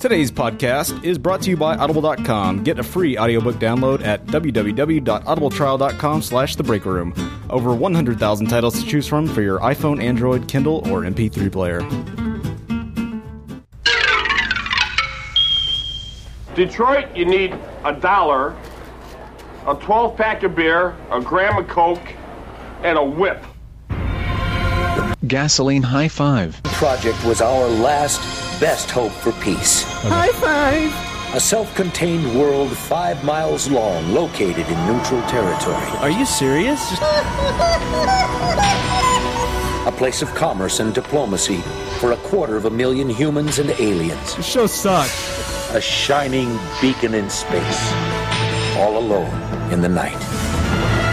Today's podcast is brought to you by Audible.com. Get a free audiobook download at www.audibletrial.com slash The Break Room. Over 100,000 titles to choose from for your iPhone, Android, Kindle, or MP3 player. Detroit, you need a dollar, a 12 pack of beer, a gram of coke, and a whip. Gasoline high five. project was our last best hope for peace. High five! A self contained world five miles long, located in neutral territory. Are you serious? A place of commerce and diplomacy for a quarter of a million humans and aliens. This show sucks. A shining beacon in space. All alone in the night.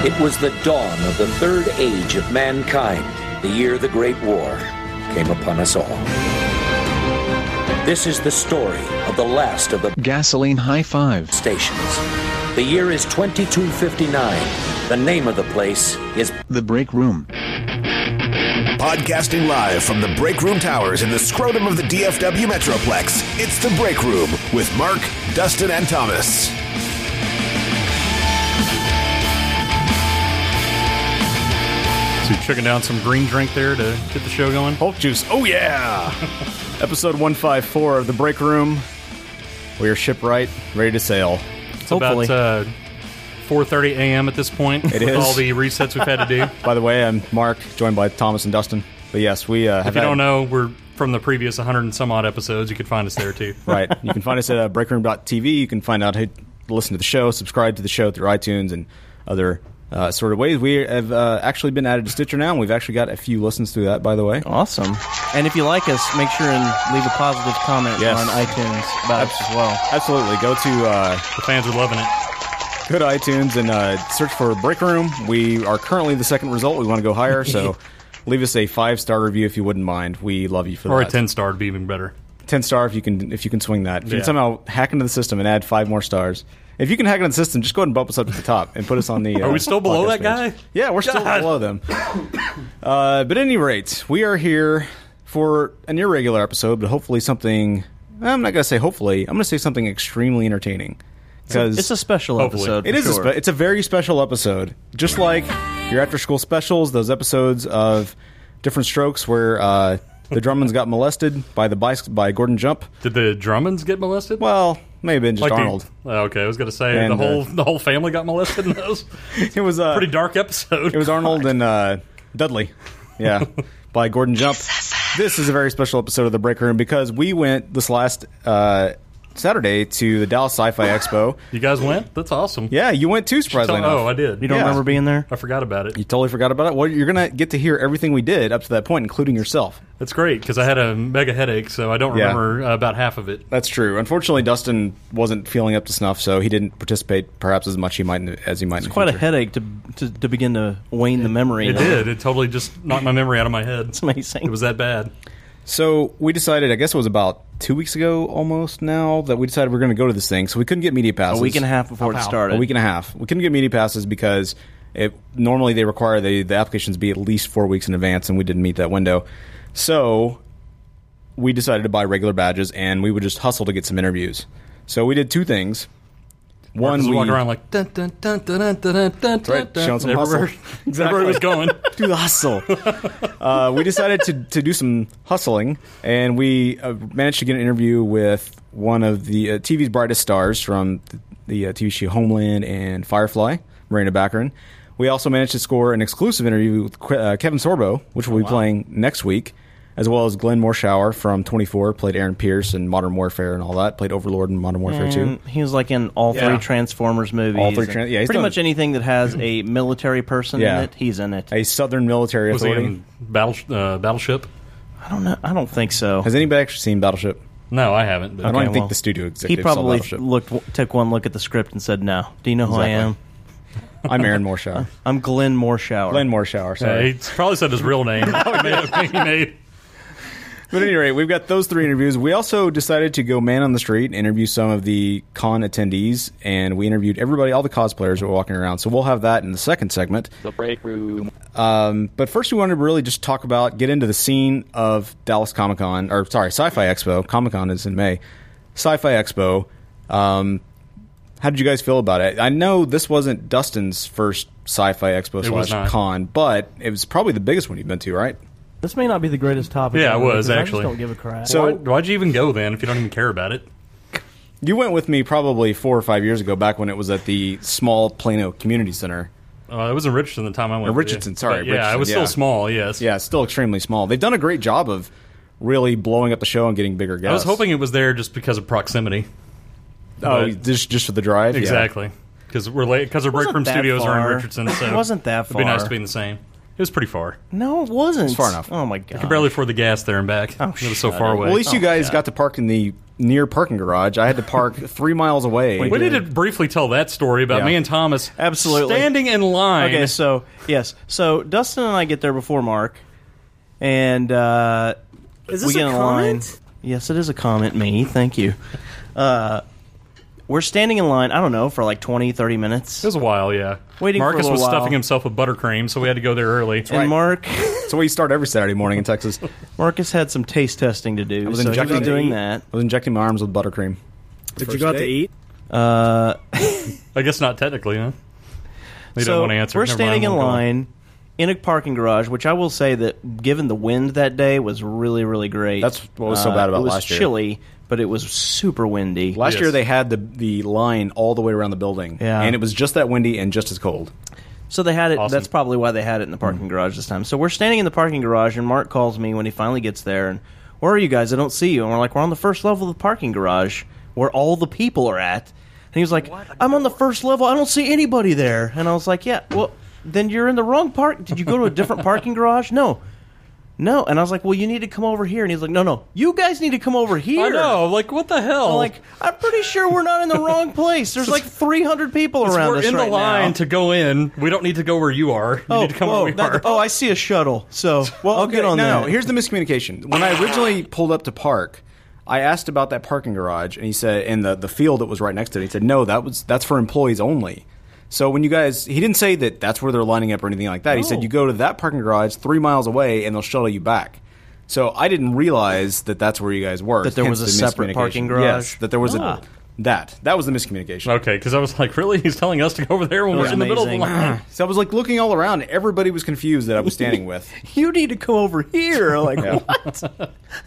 It was the dawn of the third age of mankind, the year the Great War came upon us all. This is the story of the last of the Gasoline high five. stations. The year is 2259. The name of the place is The break room. Podcasting live from the Break Room Towers in the scrotum of the DFW Metroplex, it's The Break Room with Mark, Dustin, and Thomas. So you're chugging down some green drink there to get the show going. Hulk juice. Oh yeah! Episode 154 of The Break Room. We are shipwright, ready to sail. It's about uh, 4:30 a.m. at this point. It with is. all the resets we've had to do. By the way, I'm Mark, joined by Thomas and Dustin. But yes, we uh, have if you had- don't know, we're from the previous 100 and some odd episodes. You could find us there too. right. You can find us at uh, breakroom.tv. You can find out how to listen to the show, subscribe to the show through iTunes and other uh, sort of ways. We have uh, actually been added to Stitcher now, and we've actually got a few listens through that, by the way. Awesome. And if you like us, make sure and leave a positive comment Yes. on iTunes about us as well. Absolutely. Go to uh, The fans are loving it. go to iTunes and uh, search for Break Room. We are currently the second result. We want to go higher, so leave us a five star review if you wouldn't mind. We love you for Or a that. 10 star would be even better. 10 star if you can if you can swing that. If you Yeah. can somehow hack into the system and add five more stars. If you can hack into the system, just go ahead and bump us up to the top and put us on the. Are uh, we still below podcast that page. guy? Yeah, we're still God. below them. Uh, but at any rate, we are here for an irregular episode, but hopefully something. I'm not going to say hopefully. I'm going to say something extremely entertaining because It's a special Hopefully. episode. it for is. sure. A spe- it's a very special episode, just like your after-school specials. Those episodes of different strokes where uh, the Drummonds got molested by the bicy- by Gordon Jump. Did the Drummonds get molested? Well, maybe just the- Arnold. Oh, okay, I was gonna say And, the uh, whole the whole family got molested in those. It was uh, Pretty dark episode. It was Arnold and uh, Dudley. Yeah, by Gordon Jump. This is a very special episode of the Break Room because we went this last uh, Saturday to the Dallas Sci-Fi Expo. You guys went? That's awesome. Yeah, you went too. Surprisingly Oh, enough. I did. You don't Yeah. remember being there? I forgot about it. You totally forgot about it. Well, you're gonna get to hear everything we did up to that point, including yourself. That's great because I had a mega headache, so I don't Yeah. remember uh, about half of it. That's true. Unfortunately, Dustin wasn't feeling up to snuff, so he didn't participate perhaps as much he might as he might. in the Quite a future. headache to, to to begin to wane the memory. It did. It totally just knocked my memory out of my head. It's amazing. It was that bad. So we decided, I guess it was about two weeks ago almost now, that we decided we are going to go to this thing. So we couldn't get media passes. A week and a half before it started. A week and a half. We couldn't get media passes because it, normally they require the, the applications be at least four weeks in advance, and we didn't meet that window. So we decided to buy regular badges, and we would just hustle to get some interviews. So we did two things. One, Just we walking around like dun dun dun dun dun dun dun dun Right, dun. showing some everywhere, hustle. everywhere it was going. do the hustle. uh, we decided to, to do some hustling, and we uh, managed to get an interview with one of the uh, TV's brightest stars from the, the uh, TV show Homeland and Firefly, Marina Baccarin. We also managed to score an exclusive interview with Que- uh, Kevin Sorbo, which we'll be playing next week, as well as Glenn Morshower from 24, played Aaron Pierce in Modern Warfare and all that, played Overlord in Modern Warfare 2. And Mm, He was like in all Yeah. three Transformers movies. All three and Tran- yeah, he's pretty done- much anything that has a military person Yeah. in it, he's in it. A Southern military Was he authority. in battle, uh, Battleship? I don't know. I don't think so. Has anybody actually seen Battleship? No, I haven't. But I don't even well, think the studio he executive saw probably Battleship. looked took one look at the script and said, "No, do you know who I Exactly. am? I'm Aaron Morshower. I'm Glenn Morshower." Glenn Morshower, Uh, sorry. he probably said his real name. Oh, he may have, he may- But at any rate, we've got those three interviews. We also decided to go man on the street and interview some of the con attendees, and we interviewed everybody, all the cosplayers that were walking around. So we'll have that in the second segment. the break room. Um, But first, we wanted to really just talk about, get into the scene of Dallas Comic Con, or sorry, Sci Fi Expo. Comic Con is in May. Sci-Fi Expo. Um, how did you guys feel about it? I know this wasn't Dustin's first Sci-Fi Expo was slash not. con, but it was probably the biggest one you've been to, right? This may not be the greatest topic. Yeah, it ever, was, because I just actually. don't give a crap. So- Why, why'd you even go then if you don't even care about it? You went with me probably four or five years ago, back when it was at the small Plano Community Center. Uh, I was in Richardson the time I went. Uh, with you. Richardson, sorry, But yeah, I Richardson, was yeah. still small. Yes, Yeah, it's still extremely small. They've done a great job of really blowing up the show and getting bigger guests. I was hoping it was there just because of proximity. oh, but- just just for the drive, Yeah. Exactly, because we're late because our break Wasn't room that studios are far. in Richardson. So It wasn't that It'd be nice far. to be in the same. It was pretty far. No, it wasn't. It's far enough. Oh my god. Could barely afford the gas there and back. Oh, it was so shut far away. Uh, up. Well, at least you Oh, guys God. got to park in the near parking garage. I had to park three miles away. we need to briefly tell that story about Yeah. me and Thomas Absolutely. standing in line. Okay, so yes, so Dustin and I get there before Mark, and uh, Is we this get a in line. comment? Yes, it is a comment. Me, thank you. Uh, we're standing in line. I don't know for like 20, 30 minutes. It was a while, yeah. Waiting for a Marcus little was while. stuffing himself with buttercream, so we had to go there early. and Mark, That's where you start every Saturday morning in Texas. I Marcus had some taste testing to do, was so he was injecting- doing that. was injecting my arms with buttercream. Did you go out to eat? Uh, I guess not technically, huh? They so don't want to answer. we're Never standing mind, in we'll go on. line in a parking garage, which I will say that given the wind that day was really, really great. Uh, That's what was so bad about it was last year. Chilly, but it was super windy. Last Yes. year they had the the line all the way around the building, Yeah. and it was just that windy and just as cold. So they had it. Awesome. Mm-hmm. That's probably why they had it in the parking garage this time. So we're standing in the parking garage, and Mark calls me when he finally gets there, and where are you guys? I don't see you. And we're like, we're on the first level of the parking garage, where all the people are at. And he was like, I'm on the first level. I don't see anybody there. And I was like, yeah, well, then you're in the wrong park. Did you go to a different parking garage? No. No, and I was like, "Well, you need to come over here." And he's like, "No, no, you guys need to come over here." I know, like what the hell? I'm like, I'm pretty sure we're not in the wrong place. There's like 300 people around we're us in right the line now. to go in. We don't need to go where you are. You need to come whoa, where we that- are. oh, I see a shuttle. So well, I'll get on no, that. No, here's the miscommunication. When I originally pulled up to park, I asked about that parking garage, and he said, and the the field that was right next to it. He said, no, that was that's for employees only. So when you guys, he didn't say that that's where they're lining up or anything like that. He said you go to that parking garage three miles away, and they'll shuttle you back. So I didn't realize that that's where you guys were. That there hence was a the separate miscommunication. parking garage? Yes, that there was Ah. a that that was the miscommunication. Okay, because I was like, really? He's telling us to go over there when we're was in the middle of the amazing. line. So I was like looking all around. and Everybody was confused that I was standing with. you need to come over here. Like,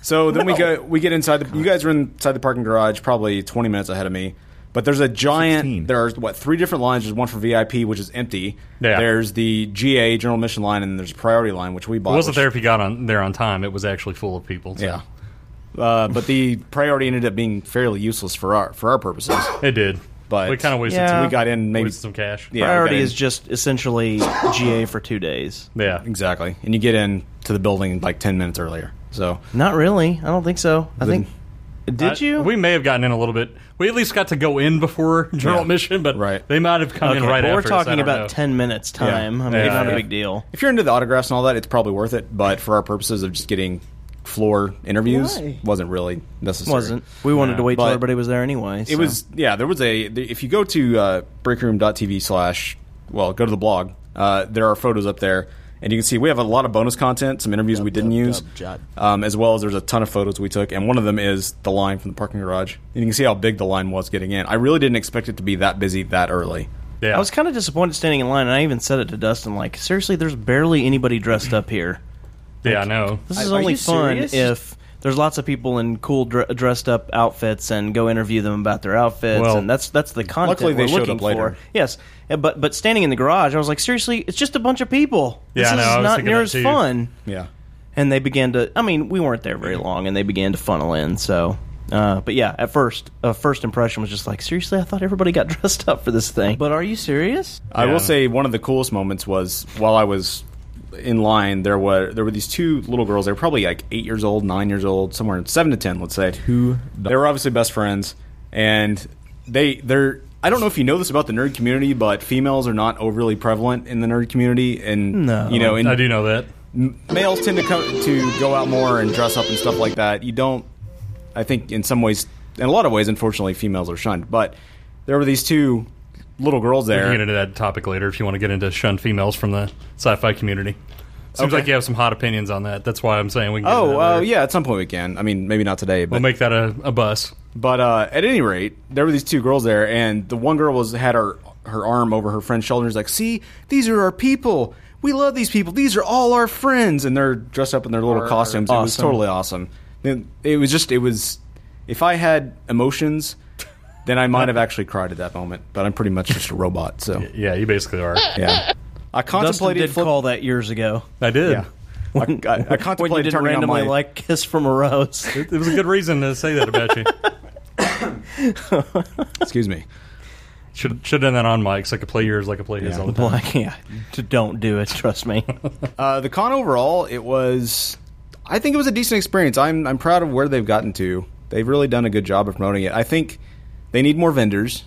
So then we go. We get inside. The, you guys are inside the parking garage, probably twenty minutes ahead of me. But there's a giant. 16. There are what three different lines. There's one for VIP, which is empty. Yeah. There's the GA general mission line, and there's a priority line, which we bought. It wasn't which- there if you got on there on time. It was actually full of people. so. Yeah. Uh, but the priority ended up being fairly useless for our for our purposes. it did. But we kind of wasted. Yeah. Some, we got in maybe wasted some cash. Yeah, we got priority in. is just essentially GA for two days. yeah. exactly, and you get in to the building like ten minutes earlier. So Not really. I don't think so. I think. I- Did you? we may have gotten in a little bit. We at least got to go in before general Yeah. admission, but Right. they might have come okay, in right but we're after. us, I talking don't about know. ten minutes time. I mean, Yeah, it's not yeah. a big deal. if you're into the autographs and all that, it's probably worth it. But for our purposes of just getting floor interviews, Why? wasn't really necessary. Wasn't. We wanted to wait till But everybody was there anyway. It so. was yeah. There was a the- if you go to uh, breakroom.tv slash well go to the blog. Uh, there are photos up there, and you can see we have a lot of bonus content, some interviews we didn't use, jot. um, as well as there's a ton of photos we took, and one of them is the line from the parking garage. And you can see how big the line was getting in. I really didn't expect it to be that busy that early. Yeah. I was kind of disappointed standing in line, and I even said it to Dustin. Like, seriously, there's barely anybody dressed up here. yeah, I know. This is Are only you fun serious? if there's lots of people in cool dre- dressed up outfits and go interview them about their outfits, Well, and that's that's the content luckily they we're showed looking up later. for. Yes, Uh, but but standing in the garage, I was like, seriously, it's just a bunch of people. This Yeah, I know, is I was not thinking near that as too. fun. Yeah. And they began to. I mean, we weren't there very long, and they began to funnel in. So. Uh, but yeah, at first, uh, first impression was just like, seriously, I thought everybody got dressed up for this thing. But are you serious? I Yeah. will say one of the coolest moments was while I was in line. There were there were these two little girls. They were probably like eight years old, nine years old, somewhere seven to ten, let's say. Who they were obviously best friends, and they they're. I don't know if you know this about the nerd community, but females are not overly prevalent in the nerd community, and you know, I and do know that. males tend to come to go out more and dress up and stuff like that. You don't, I think, in some ways, in a lot of ways, unfortunately, females are shunned. But there were these two little girls We there. can get into that topic later if you want to get into shun females from the sci-fi community. Seems Okay. like you have some hot opinions on that. That's why I'm saying we can. get into Oh, that uh, later. yeah, at some point we can. I mean, maybe not today, but We'll make that a, a bus. But uh, at any rate, there were these two girls there, and the one girl was had her her arm over her friend's shoulder. and was like, "See, these are our people. We love these people. These are all our friends." And they're dressed up in their little costumes. It was Awesome. totally awesome. Then It was just it was. If I had emotions, then I might have actually cried at that moment. But I'm pretty much just a robot, so Yeah, you basically are. yeah. I Dustin contemplated did flip- call that years ago. I did. Yeah. I, I, I When you contemplated didn't turning randomly on my like Kiss from a Rose. It, it was a good reason to say that about you. excuse me. Should should have done that on mic so I could play yours like I play his all the time. like, yeah, d- don't do it. Trust me. Uh, the con overall, it was. I think it was a decent experience. I'm I'm proud of where they've gotten to. They've really done a good job of promoting it. I think they need more vendors.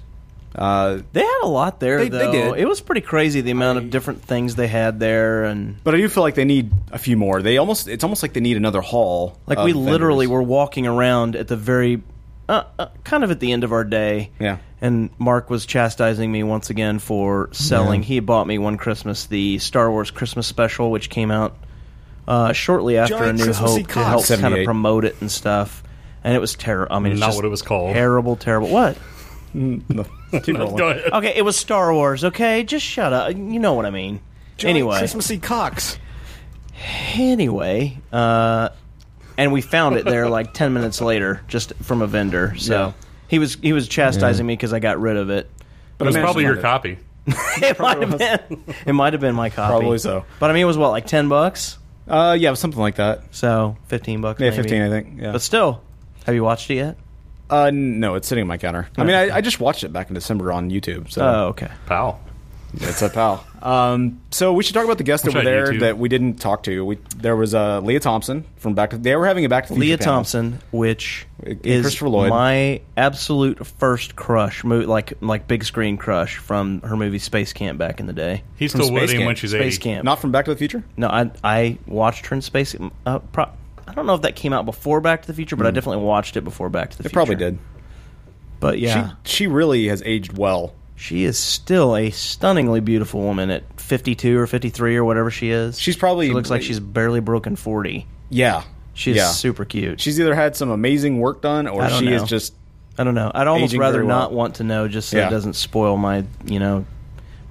Uh, They had a lot there, They- they though. did. It was pretty crazy the amount of different things they had there, and but I do feel like they need a few more. They almost it's almost like they need another hall. like of we literally vendors. were walking around at the very, uh, uh, kind of at the end of our day. Yeah. And Mark was chastising me once again for selling. He had bought me one Christmas the Star Wars Christmas special, which came out uh, shortly after Giant A New Christmassy Hope to cock. help kind of 78. promote it and stuff. And it was terrible. I mean, it's Not just what it was called. Terrible, terrible. What? Mm, No, keep rolling. Go ahead. Okay, it was Star Wars. Okay, just shut up. You know what I mean. anyway, Christmassy cocks. anyway, uh, and we found it there like ten minutes later, just from a vendor. So Yeah. he was he was chastising me because I got rid of it. It was Imagine probably your that. copy. It might have been. It might have been my copy. Probably so. But I mean, it was what like ten bucks. Uh, yeah, something like that. So fifteen bucks. Yeah, maybe. fifteen, I think. Yeah. But still, have you watched it yet? Uh, no, it's sitting on my counter. I mean, I, I just watched it back in December on YouTube. So Oh, okay. Pal. It's a pal. Um, so we should talk about the guests over tried there YouTube. that we didn't talk to. We there was uh, Leah Thompson from Back. To, they were having a Back to the Leah Future panel. Thompson, which And is Christopher Lloyd. my absolute first crush, mo- like like big screen crush from her movie Space Camp back in the day. He's From still Space waiting Camp. when she's Space 80. Camp. not from Back to the Future. no, I I watched her in Space. Uh, pro- I don't know if that came out before Back to the Future, but I definitely watched it before Back to the Hmm. It Future. probably did. But yeah, She she really has aged well. she is still a stunningly beautiful woman at 52 or 53 or whatever she is. She's probably- she looks like she's barely broken 40. Yeah, She's yeah. super cute. She's either had some amazing work done or I don't she is know. just. I don't know. I'd almost Aging rather very well. not want to know, just so Yeah. it doesn't spoil my, you know,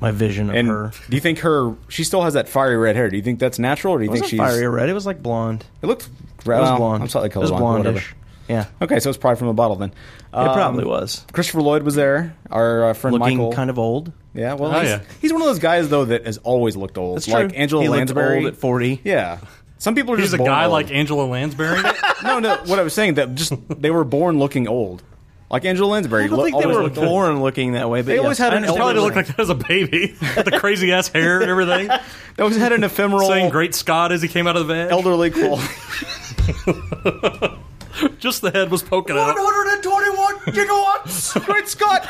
my vision of And her. do you think her? She still has that fiery red hair. Do you think that's natural, or do you It think wasn't she's? fiery or red. It was like blonde. It looked. It was well, blonde. I'm slightly it was colorblind. but whatever. blondish. Yeah, Okay, so it's probably from a bottle then. Um, it probably was. Christopher Lloyd was there. Our uh, friend Looking Michael. kind of old. Yeah, well, Oh, he's, yeah. he's one of those guys though that has always looked old. That's like true. Angela He looked Lansbury old at 40. Yeah, some people are He's just a born guy old. like Angela Lansbury. no, no. What I was saying that just they were born looking old, like Angela Lansbury. I don't lo- think they always were looked old. born looking that way. But They always yes, had I an understand elderly what probably you're looked saying. like that as a baby. With the crazy ass hair and everything. They always had an ephemeral, Saying great Scott as he came out of the bed. elderly quality. Just the head was poking out. 121 gigawatts. great Scott.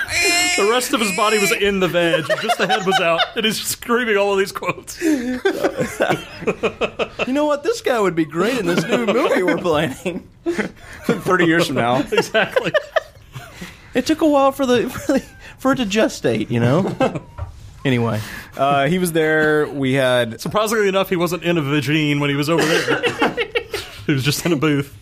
The rest of his body was in the veg. Just the head was out. And he's screaming all of these quotes. you know what? This guy would be great in this new movie we're planning. Thirty years from now, Exactly. It took a while for the for, the, for it to gestate, you know. anyway, uh, he was there. We had Surprisingly enough, he wasn't in a vagine when he was over there. he was just in a booth.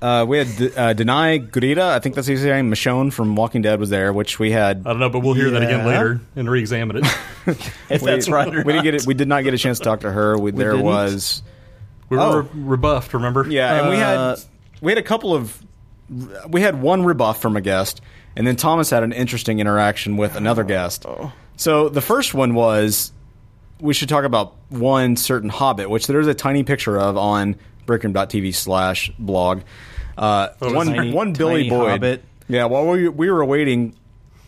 uh, we had D- uh, Denai Gurira. I think that's his name. Michonne from Walking Dead was there, which we had. I don't know, but we'll hear that again Yeah. later and re-examine it. if that's right or we didn't not. get it. We did not get a chance to talk to her. We, there didn't? was We were Oh. re- rebuffed, remember? Yeah, and we Uh, had we had a couple of we had one rebuff from a guest, and then Thomas had an interesting interaction with another guest. So the first one was we should talk about one certain Hobbit, which there's a tiny picture of on Brickroom.tv slash blog. Uh, was one tiny- one Billy tiny Boyd. Hobbit. Yeah, while we we were waiting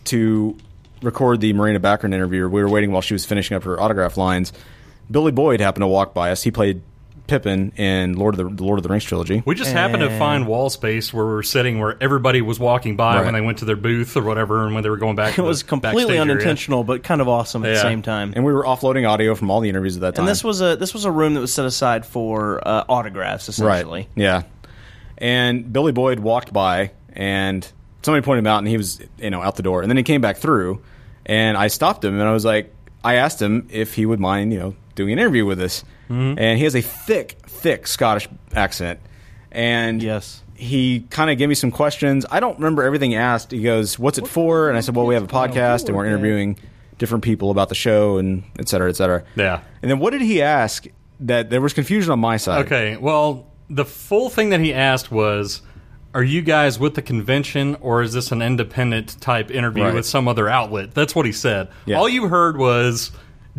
to record the Marina Baccarin interview, we were waiting while she was finishing up her autograph lines. Billy Boyd happened to walk by us. He played Pippin in Lord of the, the Lord of the Rings trilogy. We just happened to find wall space where we were sitting where everybody was walking by Right. when they went to their booth or whatever and when they were going back. It was completely unintentional, but kind of awesome at the Yeah. same time. and we were offloading audio from all the interviews at that time. And this was a this was a room that was set aside for uh, autographs, essentially. right. Yeah. And Billy Boyd walked by and somebody pointed him out and he was, you know, out the door. And then he came back through and I stopped him and I was like I asked him if he would mind, you know, doing an interview with us, and he has a thick, thick Scottish accent. And Yes. he kind of gave me some questions. I don't remember everything he asked. He goes, "What's it for?" And I said, "Well, we have a podcast, and we're interviewing different people about the show, and et cetera, et cetera." Yeah. And then what did he ask? That there was confusion on my side. Okay, well, the full thing that he asked was Are you guys with the convention or is this an independent type interview Right. with some other outlet? That's what he said. Yeah. All you heard was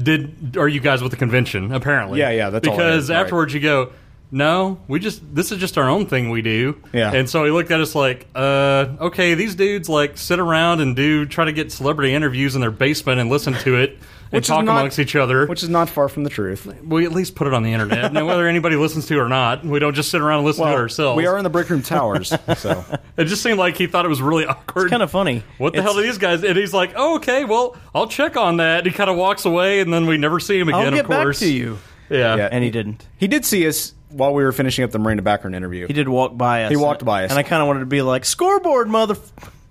did are you guys with the convention apparently Yeah, yeah, that's all I heard, because right. afterwards you go no we just this is just our own thing we do Yeah. and so he looked at us like uh okay these dudes like sit around and do try to get celebrity interviews in their basement and listen to it and Which is talk not- amongst each other Which is not far from the truth. we at least put it on the internet. Now, whether anybody listens to it or not, we don't just sit around and listen to it ourselves. we are in the Brick Room Towers, so It just seemed like he thought it was really awkward. Kind of funny. What the It's- hell are these guys? And he's like, oh, okay, well, I'll check on that. He kind of walks away, and then we never see him again, I'll get of course. back to you. Yeah. Yeah. And he didn't. he did see us while we were finishing up the Marina Backern interview. He did walk by us. He walked And- by us. and I kind of wanted to be like, "Scoreboard, mother."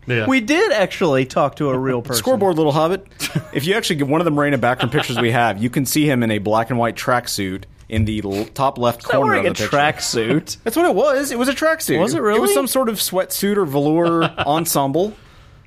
Yeah. We did actually talk to a real person. Scoreboard, little hobbit. if you actually get one of the Marina Backern pictures we have, you can see him in a black and white tracksuit in the l- top left Not corner wearing of a the picture. tracksuit. That's what it was. It was a tracksuit. Was it really? It was some sort of sweatsuit or velour ensemble.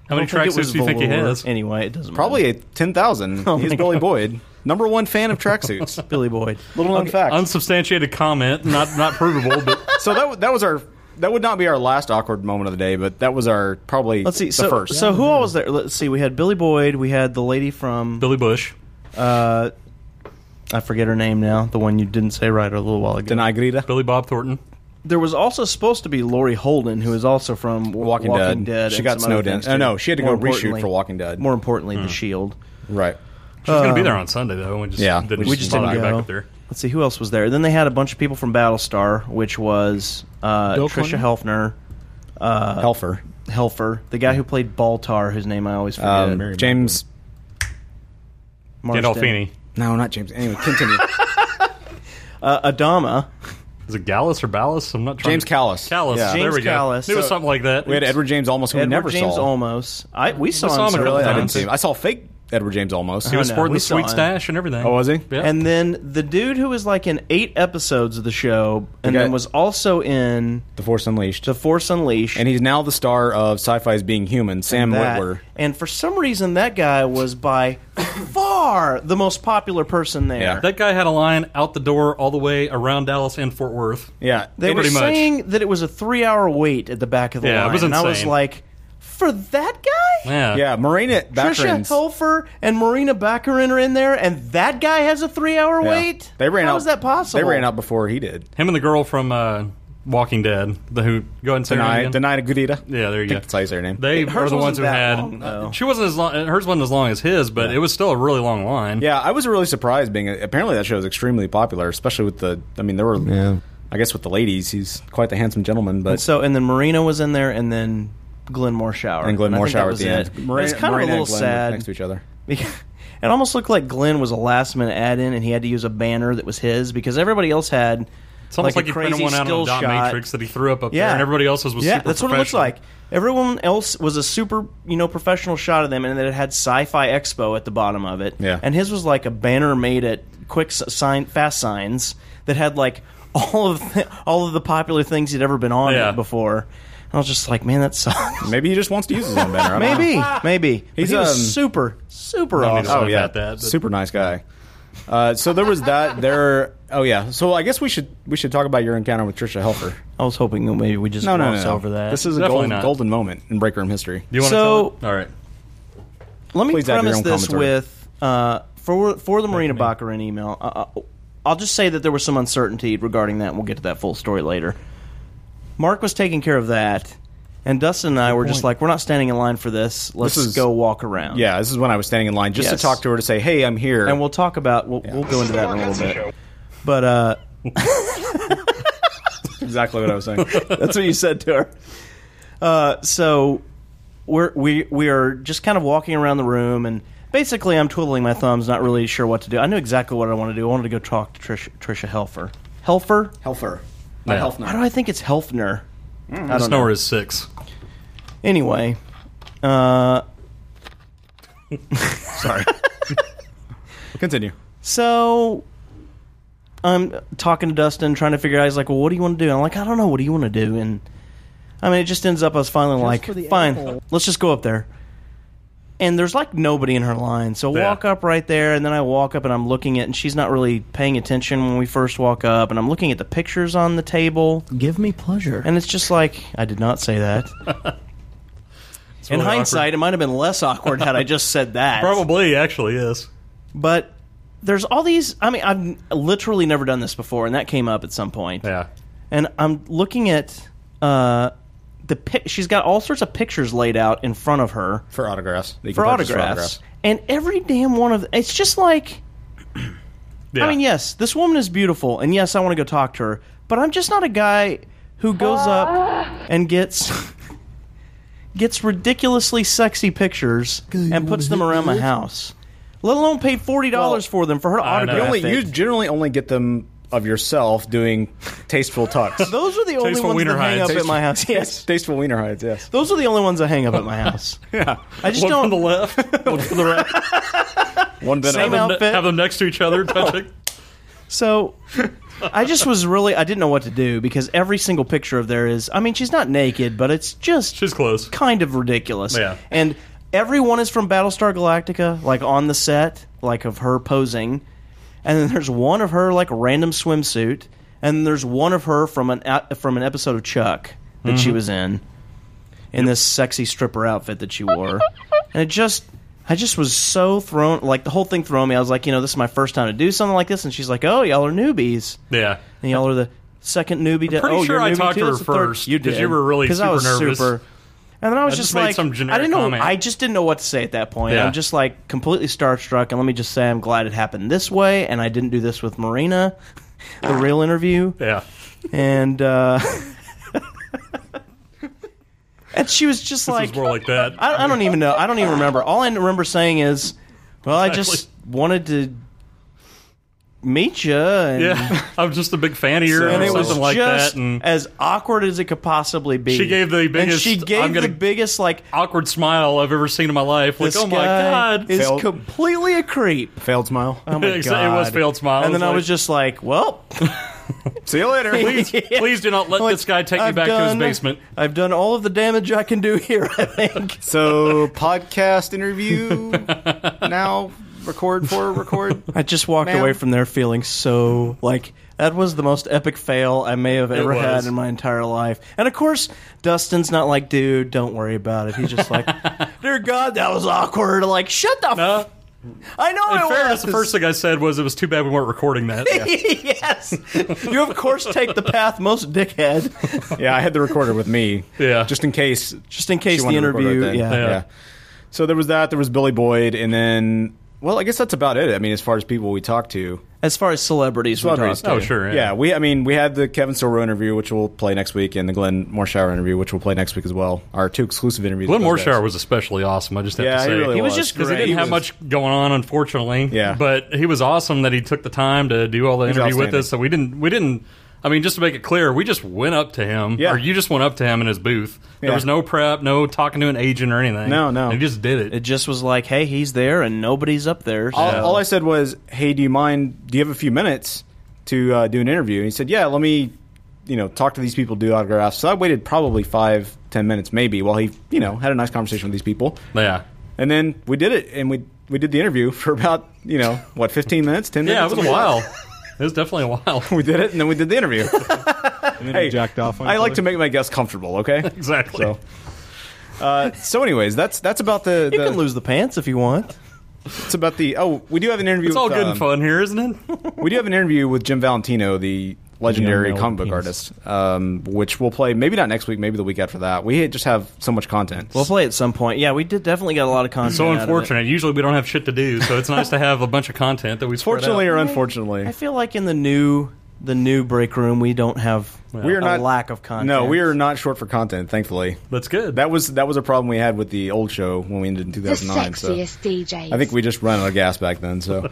How many I think it tracksuits was do you think he velour. has? Anyway, it doesn't matter. Probably a ten thousand. He's Oh my Billy Boyd, number one fan of tracksuits. Billy Boyd. little known fact. Unsubstantiated comment, not not provable, but so that w- that was our that would not be our last awkward moment of the day, but that was our probably Let's see. the so, first. so who all was there? Let's see. We had Billy Boyd. We had the lady from Billy Bush. uh, I forget her name now. The one you didn't say right a little while ago. Deny Greta. Billy Bob Thornton. There was also supposed to be Lori Holden, who is also from Wa- Walking Dead. She and got some other snowed in. things, Oh, too. no, she had to More go reshoot importantly- for Walking Dead. More importantly, Hmm. The Shield. Um, Right. She's going to be there on Sunday, though. We just Yeah. didn't, We just bother didn't to go go. back up there. Let's see who else was there. Then they had a bunch of people from Battlestar, which was uh, Bill Trisha Clinton? Helfner, uh, Helfer. Helfer, the guy who played Baltar, whose name I always forget. Um, James. Marsden. Gandolfini. No, not James. Anyway, continue. uh, Adama. Is it Gallus or Ballas? I'm not trying James to- Callis. Callis. Yeah. There James we go. Callis. It was So- something like that. we had It's- Edward James almost, who we Edward never James saw. Almost. I we saw, saw him a him couple several I didn't times. see him. I saw fake Edward James almost. He was no, sporting we the sweet saw him. stash and everything. Oh, was he? Yeah. And then the dude who was like in eight episodes of the show, and The guy- then was also in The Force Unleashed. The Force Unleashed, and he's now the star of Sci-Fi's Being Human. Sam that. Witwer. And for some reason, that guy was by far the most popular person there. Yeah. That guy had a line out the door all the way around Dallas and Fort Worth. Yeah, They were Pretty much. saying that it was a three-hour wait at the back of the Yeah, it line. was and I was insane. like, for that guy. Yeah. yeah. Marina Trisha Baccarin's. Helfer and Marina Baccarin are in there, and that guy has a three-hour Yeah. wait. They ran How out. is that possible? They ran out before he did. Him and the girl from uh, Walking Dead, the who go ahead and say her name Deny, again. deny Greta. Yeah, there you I go. think that's how you say her name. They are Hers the wasn't ones who that had. long, though. she wasn't as long. Hers wasn't as long as his, but it was still a really long line. Yeah, I was really surprised. Being apparently that show is extremely popular, especially with the. I mean, there were. I guess with the ladies, he's quite the handsome gentleman. But And so, and then Marina was in there, and then Glenn Morshower. and Glenn I think that Morshower at was the it. end. Marina- it's kind Marina of a and little Glenn sad. next to each other. it almost looked like Glenn was a last minute add in, and he had to use a banner that was his because everybody else had it's almost like, a he crazy printed one out on still a dot shot. matrix that he threw up up Yeah, there, and everybody else's was yeah. super that's what it looks professional. like. Everyone else was a super, you know, professional shot of them, and then it had Sci-Fi Expo at the bottom of it. Yeah. and his was like a banner made at quick s- sign, fast signs that had like all of the, all of the popular things he'd ever been on Yeah. before. And I was just like, man, that sucks. Maybe he just wants to use his own banner. I don't know. Maybe, maybe. But He's, he was um, super, super I need to awesome. laugh Oh yeah, at that, but- super nice guy. Uh, so there was that. There. Oh yeah. So I guess we should we should talk about your encounter with Trisha Helfer. I was hoping that maybe we just No, no, no, gloss no. over that. This is a Definitely golden, not. golden moment in break room history. Do you want So- to? Tell it? All right. Let me Please add your premise own this commentary. with uh, for for the Marina Baccarin email. Uh, uh, I'll just say that there was some uncertainty regarding that, and we'll get to that full story later. Mark was taking care of that, and Dustin and I were just like, we're not standing in line for this. Let's This is- go walk around. yeah, this is when I was standing in line just Yes. to talk to her to say, "Hey, I'm here." and we'll talk about we'll, we'll go into that in a little bit. But uh, exactly what I was saying. That's what you said to her. Uh, so we're we we are just kind of walking around the room, and basically I'm twiddling my thumbs, not really sure what to do. I knew exactly what I wanted to do. I wanted to go talk to Trisha, Trisha Helfer. Helfer? Helfer. Yeah. Hmm. Why do I think it's Helfner? I This don't know. number is six. Anyway, uh, Continue. so I'm talking to Dustin, trying to figure out. He's like, "Well, what do you want to do?" And I'm like, "I don't know. What do you want to do?" And I mean, it just ends up us finally for the like, "Fine, apple." let's just go up there." And there's like nobody in her line, so I Yeah. walk up right there, and then I walk up and I'm looking at, and she's not really paying attention when we first walk up, and I'm looking at the pictures on the table, Give me pleasure. and it's just like, I did not say that. in really hindsight, it might have been less awkward had I just said that. Probably, actually, yes. But there's all these. I mean, I've literally never done this before, and that came up at some point. Yeah. And I'm looking at uh, the. Pic- she's got all sorts of pictures laid out in front of her for autographs. They can for purchase autographs, and every damn one of. It's just like. yeah. I mean, yes, this woman is beautiful, and yes, I want to go talk to her. But I'm just not a guy who goes up and gets gets ridiculously sexy pictures and puts them around my house. Let alone pay forty dollars for them for her You autograph. only thing. you generally only get them of yourself doing tasteful tucks. Those are the only Tasteful ones that wiener hang up hides. at my house. Yes, tasteful wiener hides. Yes. those are the only ones that hang up at my house. yeah. I just one don't- from the left, one from the right. One bit of Same outfit. Have them next to each other, touching. So I just was really I didn't know what to do because every single picture of there is I mean she's not naked but it's just She's close. kind of ridiculous. Yeah. And everyone is from Battlestar Galactica like on the set like of her posing and then there's one of her like random swimsuit and there's one of her from an out- from an episode of Chuck that Mm-hmm. she was in in this sexy stripper outfit that she wore. and it just I just was so thrown like the whole thing thrown me. I was like, you know, this is my first time to do something like this and she's like, "Oh, y'all are newbies." Yeah. And y'all are the second newbie to pretty oh, sure you're a I newbie talked too? to her That's the third- first, You 'cause did. you were really 'Cause I super was nervous. super- And then I was I just, just made like, some I generic didn't know. comment. I just didn't know what to say at that point. Yeah. I'm just like completely starstruck, and let me just say, I'm glad it happened this way, and I didn't do this with Marina, the real interview, Ah. Yeah. and uh, and she was just Like, like, it's more like that. I, I don't even know. I don't even remember. All I remember saying is, well, I just wanted to meet you, and yeah. I'm just a big fan of yours and or it was something like just that. And as awkward as it could possibly be. She gave the And biggest, she gave "I'm gonna- the biggest like. awkward smile I've ever seen in my life. Like, This oh my guy god. is Failed. completely a creep. failed smile. Oh my It was God. failed smile. And then It was I was like- just like, well, See you later. please, please do not let like, this guy take I've me back done- to his basement. I've done all of the damage I can do here. I think. so podcast interview now. Record for record. I just walked Ma'am? away from there feeling so like that was the most epic fail I may have ever was. had in my entire life. And of course, Dustin's not like, dude, don't worry about it. He's just like, dear God, that was awkward. Like, shut the. Uh, f- I know in it fairness, was. the first thing I said was it was too bad we weren't recording that. yes, you of course take the path most dickhead. yeah, I had the recorder with me. Yeah. just in case. Just in she case the wanted to record interview, that thing. yeah. Yeah. So there was that. There was Billy Boyd, and then well, I guess that's about it. I mean, as far as people we talked to, As far as celebrities, we Celebrities, talked Oh, to. sure. Yeah. Yeah. we. I mean, we had the Kevin Sorbo interview, which we'll play next week, and the Glenn Morshower interview, which we'll play next week as well. Our two exclusive interviews. Glenn with those Morshower guys. was especially awesome. I just have Yeah, to he say. really He was was just Because he great. didn't have was- much going on, unfortunately. Yeah. But he was awesome that he took the time to do all the He's interview with outstanding. us. So we didn't, we didn't, I mean, just to make it clear, we just went up to him, Yeah. or you just went up to him in his booth. There Yeah. was no prep, no talking to an agent or anything. No, no. He just did it. It just was like, hey, he's there and nobody's up there. So. All, all I said was, "Hey, do you mind? Do you have a few minutes to uh, do an interview?" And he said, "Yeah, let me, you know, talk to these people, do autographs." So I waited probably five, ten minutes, maybe, while he, you know, had a nice conversation with these people, yeah. and then we did it, and we we did the interview for about, you know, what, fifteen minutes, ten Yeah, it minutes. was a while. it was definitely a while. We did it, and then we did the interview. hey, jacked off on I each like other. to make my guests comfortable. Okay. exactly. So, uh, so anyways, that's that's about the, you the can lose the pants if you want. that's about the. Oh, we do have an interview. It's all with, good um, and fun here, isn't it? We do have an interview with Jim Valentino, the legendary Neil Mellon comic book penis. artist, um, which we'll play maybe not next week, maybe the week after that. We just have so much content. We'll play at some point. Yeah, we did definitely got a lot of content. so out of it. unfortunate. Usually we don't have shit to do, so it's nice to have a bunch of content that we spread out. fortunately or unfortunately, I feel like in the new the new break room, we don't have we are a not lack of content. No, we are not short for content. Thankfully, That's good. that was that was a problem we had with the old show when we ended in two The thousand nine. So sexiest DJs. I think we just ran out of gas back then. So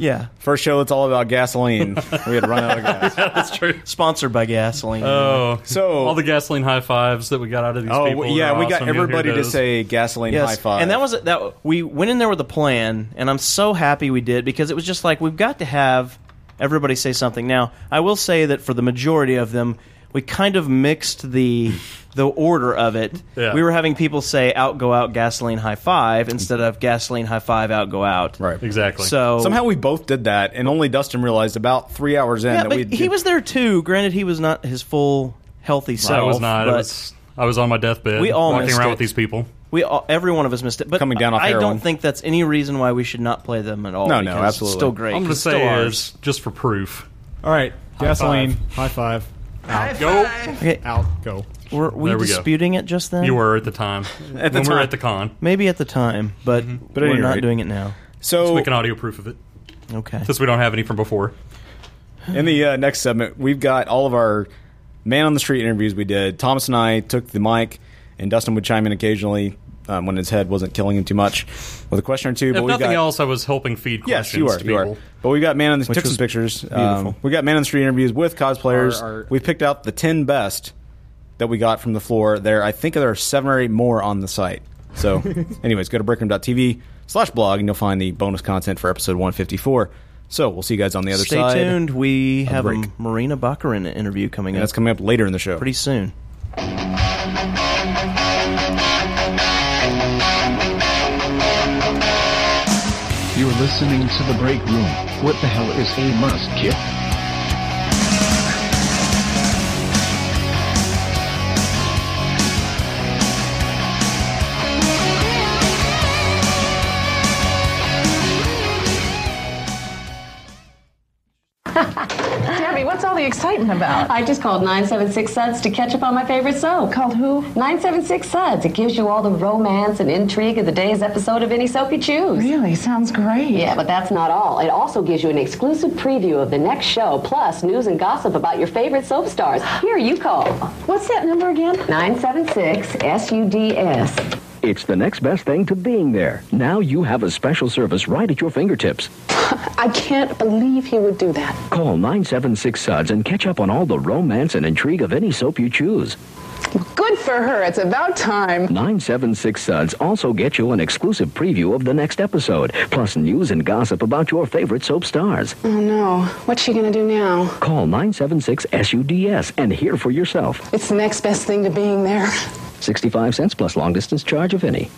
Yeah, first show, it's all about gasoline. We had run out of gas. That's true. sponsored by gasoline. Oh, So- all the gasoline high fives that we got out of these Oh people. yeah, are we got awesome. You'll hear everybody to those. say gasoline yes, high five, and that was that. We went in there with a plan, and I'm so happy we did because it was just like we've got to have everybody say something. Now, I will say that for the majority of them, we kind of mixed the the order of it. Yeah. We were having people say out go out gasoline high five instead of gasoline high five out go out. Right. Exactly. So Somehow we both did that, and only Dustin realized about three hours in yeah, that but we. he did- was there too. Granted, he was not his full healthy self. I was not. I but was, I was on my deathbed. We all walking missed around it. with these people. we all, every one of us missed it. But Coming down off I, I heroin. don't think that's any reason why we should not play them at all. No, no, Oh, because it's absolutely. still great. I'm going to It's still say ours. is just for proof. All right. Gasoline. High five. Go. Okay, Out. Go. were we There we go. disputing it just then? You were at the time At the when we were time. at the con. Mm-hmm. Maybe at the time, but, But at we're any not rate. doing it now. so We can audio proof of it Okay. since we don't have any from before. in the uh, next segment, we've got all of our man on the street interviews we did. Thomas and I took the mic, and Dustin would chime in occasionally um, when his head wasn't killing him too much with a question or two. but if we nothing got, else, I was helping feed Yes, questions you are. to You are. people. But we got man on the took was some pictures. beautiful. Um, we got man on the street interviews with cosplayers. Our- our- we picked out the ten best that we got from the floor. There, I think there are seven or eight more on the site. So, anyways, go to breakroom.tv slash blog and you'll find the bonus content for episode 154. So we'll see you guys on the other Stay side. tuned. We have a break. Marina Baccarin interview coming And up that's coming up later in the show. pretty soon. You're listening to The Break Room. What the hell is a must kill? Debbie, what's all the excitement about? I just called 976 Suds to catch up on my favorite soap. Called who? 976 Suds. It gives you all the romance and intrigue of the day's episode of any soap you choose. Really? Sounds great. Yeah, but that's not all. It also gives you an exclusive preview of the next show, plus news and gossip about your favorite soap stars. Here you call. What's that number again? 976 SUDS. It's the next best thing to being there. Now you have a special service right at your fingertips. I can't believe he would do that. Call 976 Suds and catch up on all the romance and intrigue of any soap you choose. Good for her. It's about time. 976 Suds also gets you an exclusive preview of the next episode, plus news and gossip about your favorite soap stars. Oh no. What's she gonna do now? Call 976 SUDS and hear for yourself. It's the next best thing to being there. 65 cents plus long distance charge if any.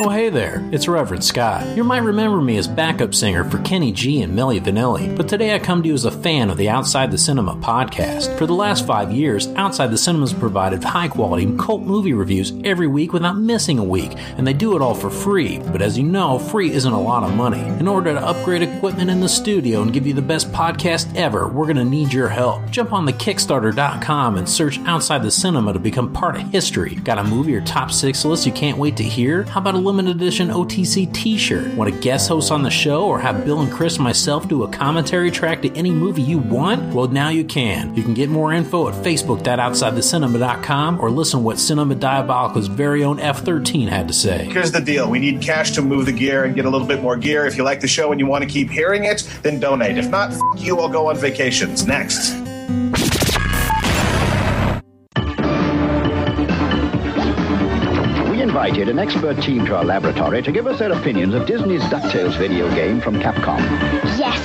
Oh, hey there, it's Reverend Scott. You might remember me as backup singer for Kenny G and Milli Vanilli, but today I come to you as a fan of the Outside the Cinema podcast. For the last five years, Outside the Cinema has provided high quality cult movie reviews every week without missing a week, and they do it all for free. But as you know, free isn't a lot of money. In order to upgrade equipment in the studio and give you the best podcast ever, we're going to need your help. Jump on the Kickstarter.com and search Outside the Cinema to become part of history. Got a movie or top six list you can't wait to hear? How about a limited edition OTC t shirt? Want to guest host on the show or have Bill and Chris and myself do a commentary track to any movie you want? Well, now you can. You can get more info at facebook.outsidethecinema.com or listen to what Cinema Diabolical's very own F 13 had to say. Here's the deal. We need cash to move the gear and get a little bit more gear. If you like the show and you want to keep hearing it, then donate. If not, f- you, I'll go on vacations. Next. We invited an expert team to our laboratory to give us their opinions of Disney's DuckTales video game from Capcom. Yes!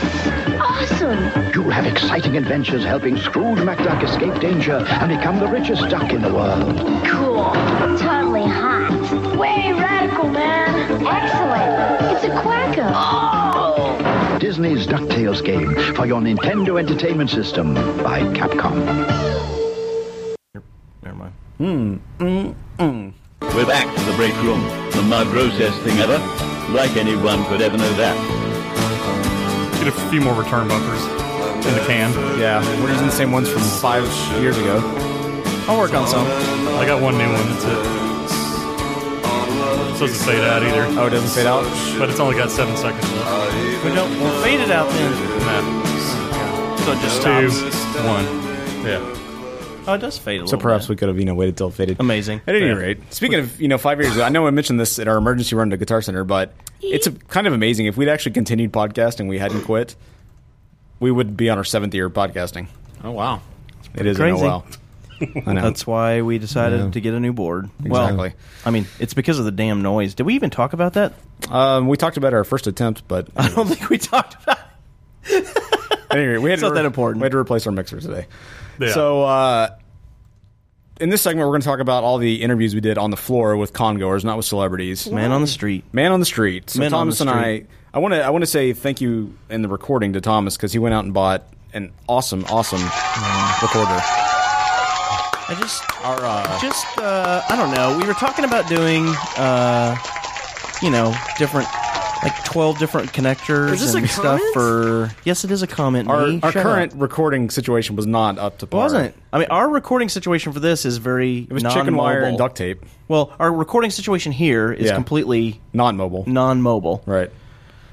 Awesome! You'll have exciting adventures helping Scrooge McDuck escape danger and become the richest duck in the world. Cool. Totally hot. Way radical, man! Excellent! It's a quacko! Oh! Disney's DuckTales game for your Nintendo Entertainment System by Capcom. Never mind. We're back to the break room. The most grossest thing ever. Like anyone could ever know that. Get a few more return bumpers in the can. Yeah, we're using the same ones from five years ago. I'll work on some. I got one new one. That's it. It doesn't fade out either. Oh, it doesn't fade out? But it's only got seven seconds left. We don't. We'll fade it out then. Nah. So it just Two, stops. one. Yeah. Oh, it does fade a So little. perhaps we could have, you know, waited till it faded. Amazing. At any Yeah. rate, speaking of, you know, five years ago, I know I mentioned this at our emergency run to Guitar Center, but it's a, kind of amazing. If we'd actually continued podcasting, we hadn't quit, we would be on our seventh year of podcasting. Oh wow. It is in a crazy. while. I know. That's why we decided Yeah. to get a new board. Well, Exactly. I mean, it's because of the damn noise. Did we even talk about that? Oh, Um, we talked about our first attempt, but I don't think we talked about. anyway, we had it's to not that important. We had to replace our mixer today. Yeah. So uh, in this segment, we're going to talk about all the interviews we did on the floor with congoers, not with celebrities. Man on the street. Man on the street. So Men on Thomas the and street. I, I want to I want to say thank you in the recording to Thomas because he went out and bought an awesome, awesome recorder. I just, just, uh, I don't know. We were talking about doing, uh, you know, different, like twelve different connectors Is this and a stuff comment? for. Yes, it is a comment. Our, me. our Shut current recording situation was not up to It par. wasn't. I mean, our recording situation for this is very. It was chicken wire and duct tape. Well, our recording situation here is Yeah. completely non-mobile. Non-mobile. Right.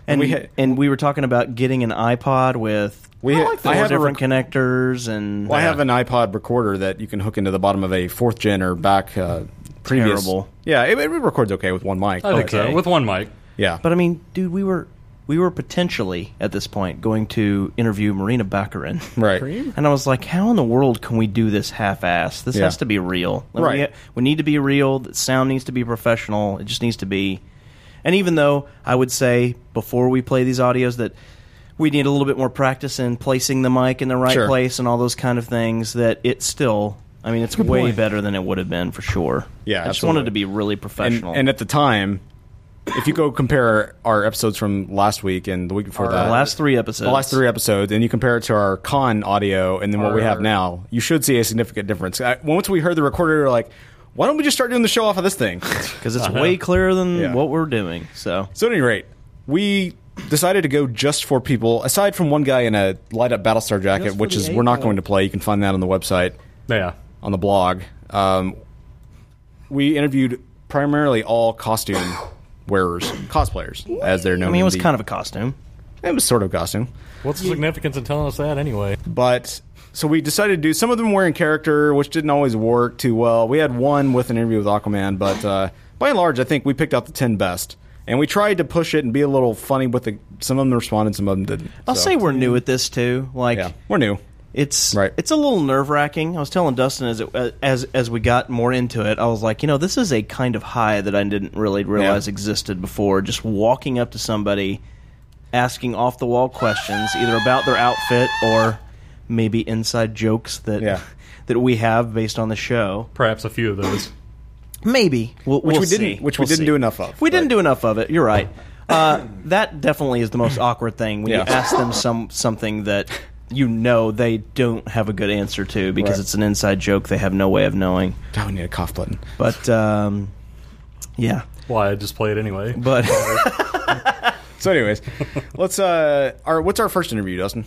And We we had- and we were talking about getting an iPod with we had- I four have a different connectors and. Well, I have an iPod recorder that you can hook into the bottom of a fourth gen or back uh, previous. Terrible. Yeah, it, it records okay with one mic. I think so, with one mic. Yeah. But I mean, dude, we were we were potentially at this point going to interview Marina Baccarin, right? And I was like, how in the world can we do this half-ass? This Yeah. has to be real, Like, Right. We, we need to be real. The sound needs to be professional. It just needs to be. And even though I would say before we play these audios that we need a little bit more practice in placing the mic in the right Sure. place and all those kind of things, that it's still. I mean, it's Good way point. better than it would have been for sure. Yeah, I just absolutely. wanted to be really professional. And, and at the time, if you go compare our episodes from last week and the week before Our that, last three the episodes. last three episodes, and you compare it to our con audio and then what we Our- have now, you should see a significant difference. I, once we heard the recorder, we were like, why don't we just start doing the show off of this thing? Because it's way clearer than what we're doing. So, so at any rate, we decided to go just for people. Aside from one guy in a light up Battlestar jacket, for which the is we're not A-hole. going to play. You can find that on the website. Yeah. on the blog. Um, we interviewed primarily all costume wearers, cosplayers, as they're known. I mean, it was kind of a costume. It was sort of a costume. What's the significance in telling us that anyway? But so we decided to do some of them were in character, which didn't always work too well. We had one with an interview with Aquaman, but uh, by and large, I think we picked out the ten best, and we tried to push it and be a little funny with the. Some of them responded, some of them didn't. I'll say we're new at this too. Like we're new. It's It's a little nerve wracking. I was telling Dustin as it, as as we got more into it, I was like, you know, this is a kind of high that I didn't really realize existed before. Just walking up to somebody, asking off the wall questions, either about their outfit or maybe inside jokes that that we have based on the show. Perhaps a few of those. Maybe we'll, Which we'll we didn't- see. which we We'll didn't see. do enough of, We didn't do enough of it. You're right. Uh, that definitely is the most awkward thing when Yeah. you ask them some something that you know they don't have a good answer to because Right. it's an inside joke they have no way of knowing. God, we need a cough button. But um, yeah, Why I just play it anyway. But So, anyways, let's. Uh, our what's our first interview, Dustin?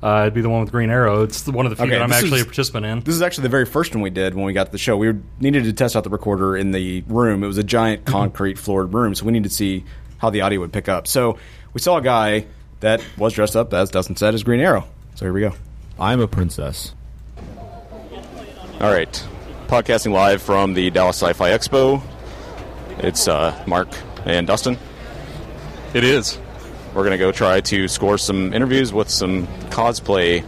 Uh, it'd be the one with Green Arrow. It's the- one of the few Okay, that I'm this actually is- a participant in. This is actually the very first one we did when we got to the show. We were- needed to test out the recorder in the room. It was a giant concrete floored room, so we needed to see how the audio would pick up. So we saw a guy that was dressed up, as Dustin said, as Green Arrow. So here we go. I'm a princess. All right, podcasting live from the Dallas Sci-Fi Expo. It's uh, Mark and Dustin. It is. We're gonna go try to score some interviews with some cosplay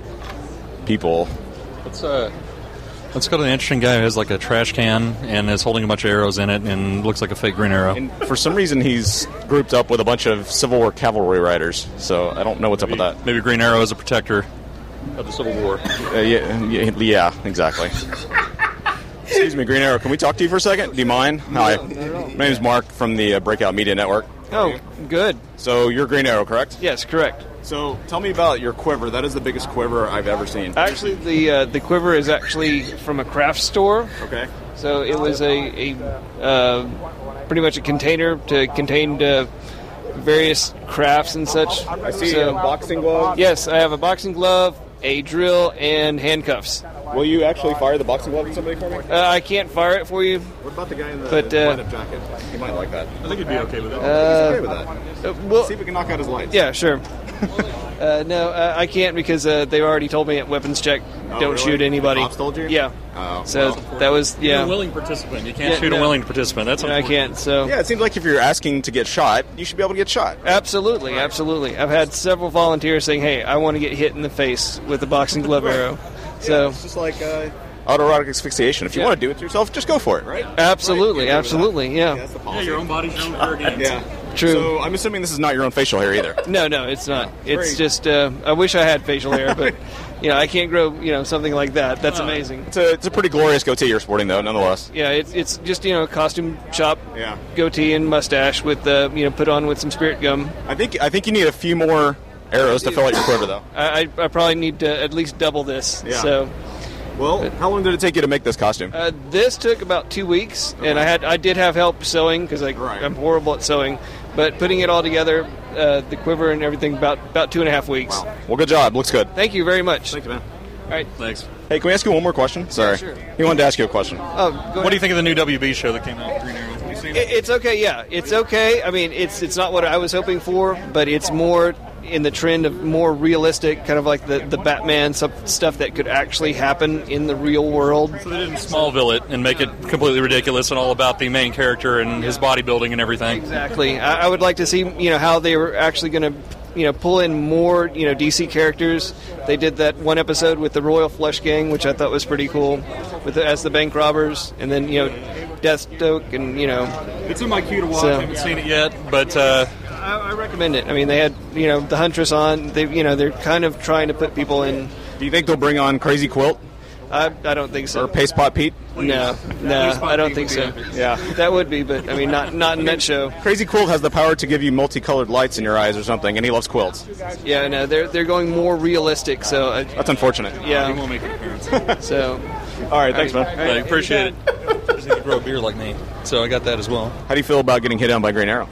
people. Let's uh, let's go to the interesting guy who has like a trash can and is holding a bunch of arrows in it and looks like a fake Green Arrow. And for some reason, he's grouped up with a bunch of Civil War cavalry riders. So I don't know what's up with that. Maybe Green Arrow is a protector of the Civil War. Uh, yeah, yeah, yeah, exactly. Excuse me, Green Arrow. Can we talk to you for a second? Do you mind? Hi, my name's Mark from the uh, Breakout Media Network. Oh, good. So you're Green Arrow, correct? Yes, correct. So tell me about your quiver. That is the biggest quiver I've ever seen. Actually, the uh, the quiver is actually from a craft store. Okay. So it was a, a uh, pretty much a container to contain uh, various crafts and such. I see a boxing glove. Yes, I have a boxing glove, a drill, and handcuffs. Will you actually fire the boxing glove at somebody for me? Uh, I can't fire it for you. What about the guy in the But, uh, light-up jacket? He might like that. I think he'd be okay with that. Uh, he's okay with that. well- See if we can knock out his lights. Yeah, sure. uh, no, uh, I can't because uh, they already told me at weapons check, Oh, don't really? shoot The anybody. cops told you? Yeah. Oh, so well. that was You're a yeah. willing participant. You can't shoot a willing participant. That's no, I unfortunate. can't. So Yeah, it seems like if you're asking to get shot, you should be able to get shot. Absolutely, absolutely. I've had several volunteers saying, "Hey, I want to get hit in the face with a boxing glove arrow." So it's just like uh, autoerotic asphyxiation. If you Yeah. want to do it to yourself, just go for it, right? absolutely, absolutely, yeah. Yeah, your own body's your own target. yeah. True. So I'm assuming this is not your own facial hair either. No, no, it's not. It's Great. just uh, I wish I had facial hair, but you know I can't grow you know something like that. That's amazing. It's a, it's a pretty glorious goatee you're sporting though, nonetheless. Yeah, it's it's just you know costume shop goatee and mustache with uh, you know put on with some spirit gum. I think I think you need a few more arrows to fill out your quiver though. I, I, I probably need to at least double this. Yeah. So Well, how long did it take you to make this costume? uh, this took about two weeks, and I had I did have help sewing because I'm horrible at sewing, but putting it all together, uh, the quiver and everything about about two and a half weeks. Well, good job. Looks good. Thank you very much. Thank you, man. All right. Thanks. Hey, can we ask you one more question? Sorry. sure. He wanted to ask you a question. Oh, go What do you think of the new WB show that came out? Green Arrow. Have you seen it? It- It's okay, yeah. It's okay. I mean, it's it's not what I was hoping for, but it's more in the trend of more realistic, kind of like the the Batman sub- stuff that could actually happen in the real world. So they didn't Smallville it and make it completely ridiculous and all about the main character and his bodybuilding and everything. Exactly. I, I would like to see you know how they were actually going to you know pull in more you know DC characters. They did that one episode with the Royal Flush Gang, which I thought was pretty cool, with the, as the bank robbers, and then you know Deathstroke and you know It's in my queue to watch. So- I haven't seen it yet, but uh, I, I recommend it. I mean, they had you know the Huntress on. They you know they're kind of trying to put people in. Do you think they'll bring on Crazy Quilt? I, I don't think so. Or Paste Pot Pete? No, no, I don't think so. Yeah, that would be, but I mean, not not in that show. Crazy Quilt has the power to give you multicolored lights in your eyes or something, and he loves quilts. Yeah, no, they're they're going more realistic. So I, That's unfortunate. yeah. He won't make an appearance. so. All right, thanks, man. all right. I appreciate it. I just need to grow a beard like me, so I got that as well. How do you feel about getting hit on by Green Arrow?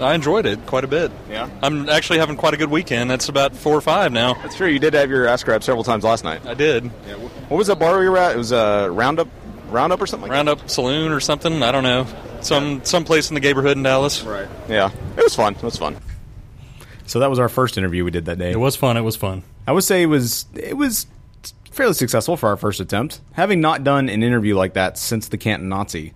I enjoyed it quite a bit. Yeah. I'm actually having quite a good weekend. That's about four or five now. That's true. You did have your ass grabbed several times last night. I did. What was that bar we were at? It was uh, Roundup, Roundup or something. like Roundup Saloon or something. I don't know. Some some place in the neighborhood in Dallas. Right. that? Yeah, it was fun. It was fun. So that was our first interview we did that day. It was fun. It was fun. I would say it was it was fairly successful for our first attempt. Having not done an interview like that since the Canton Nazi.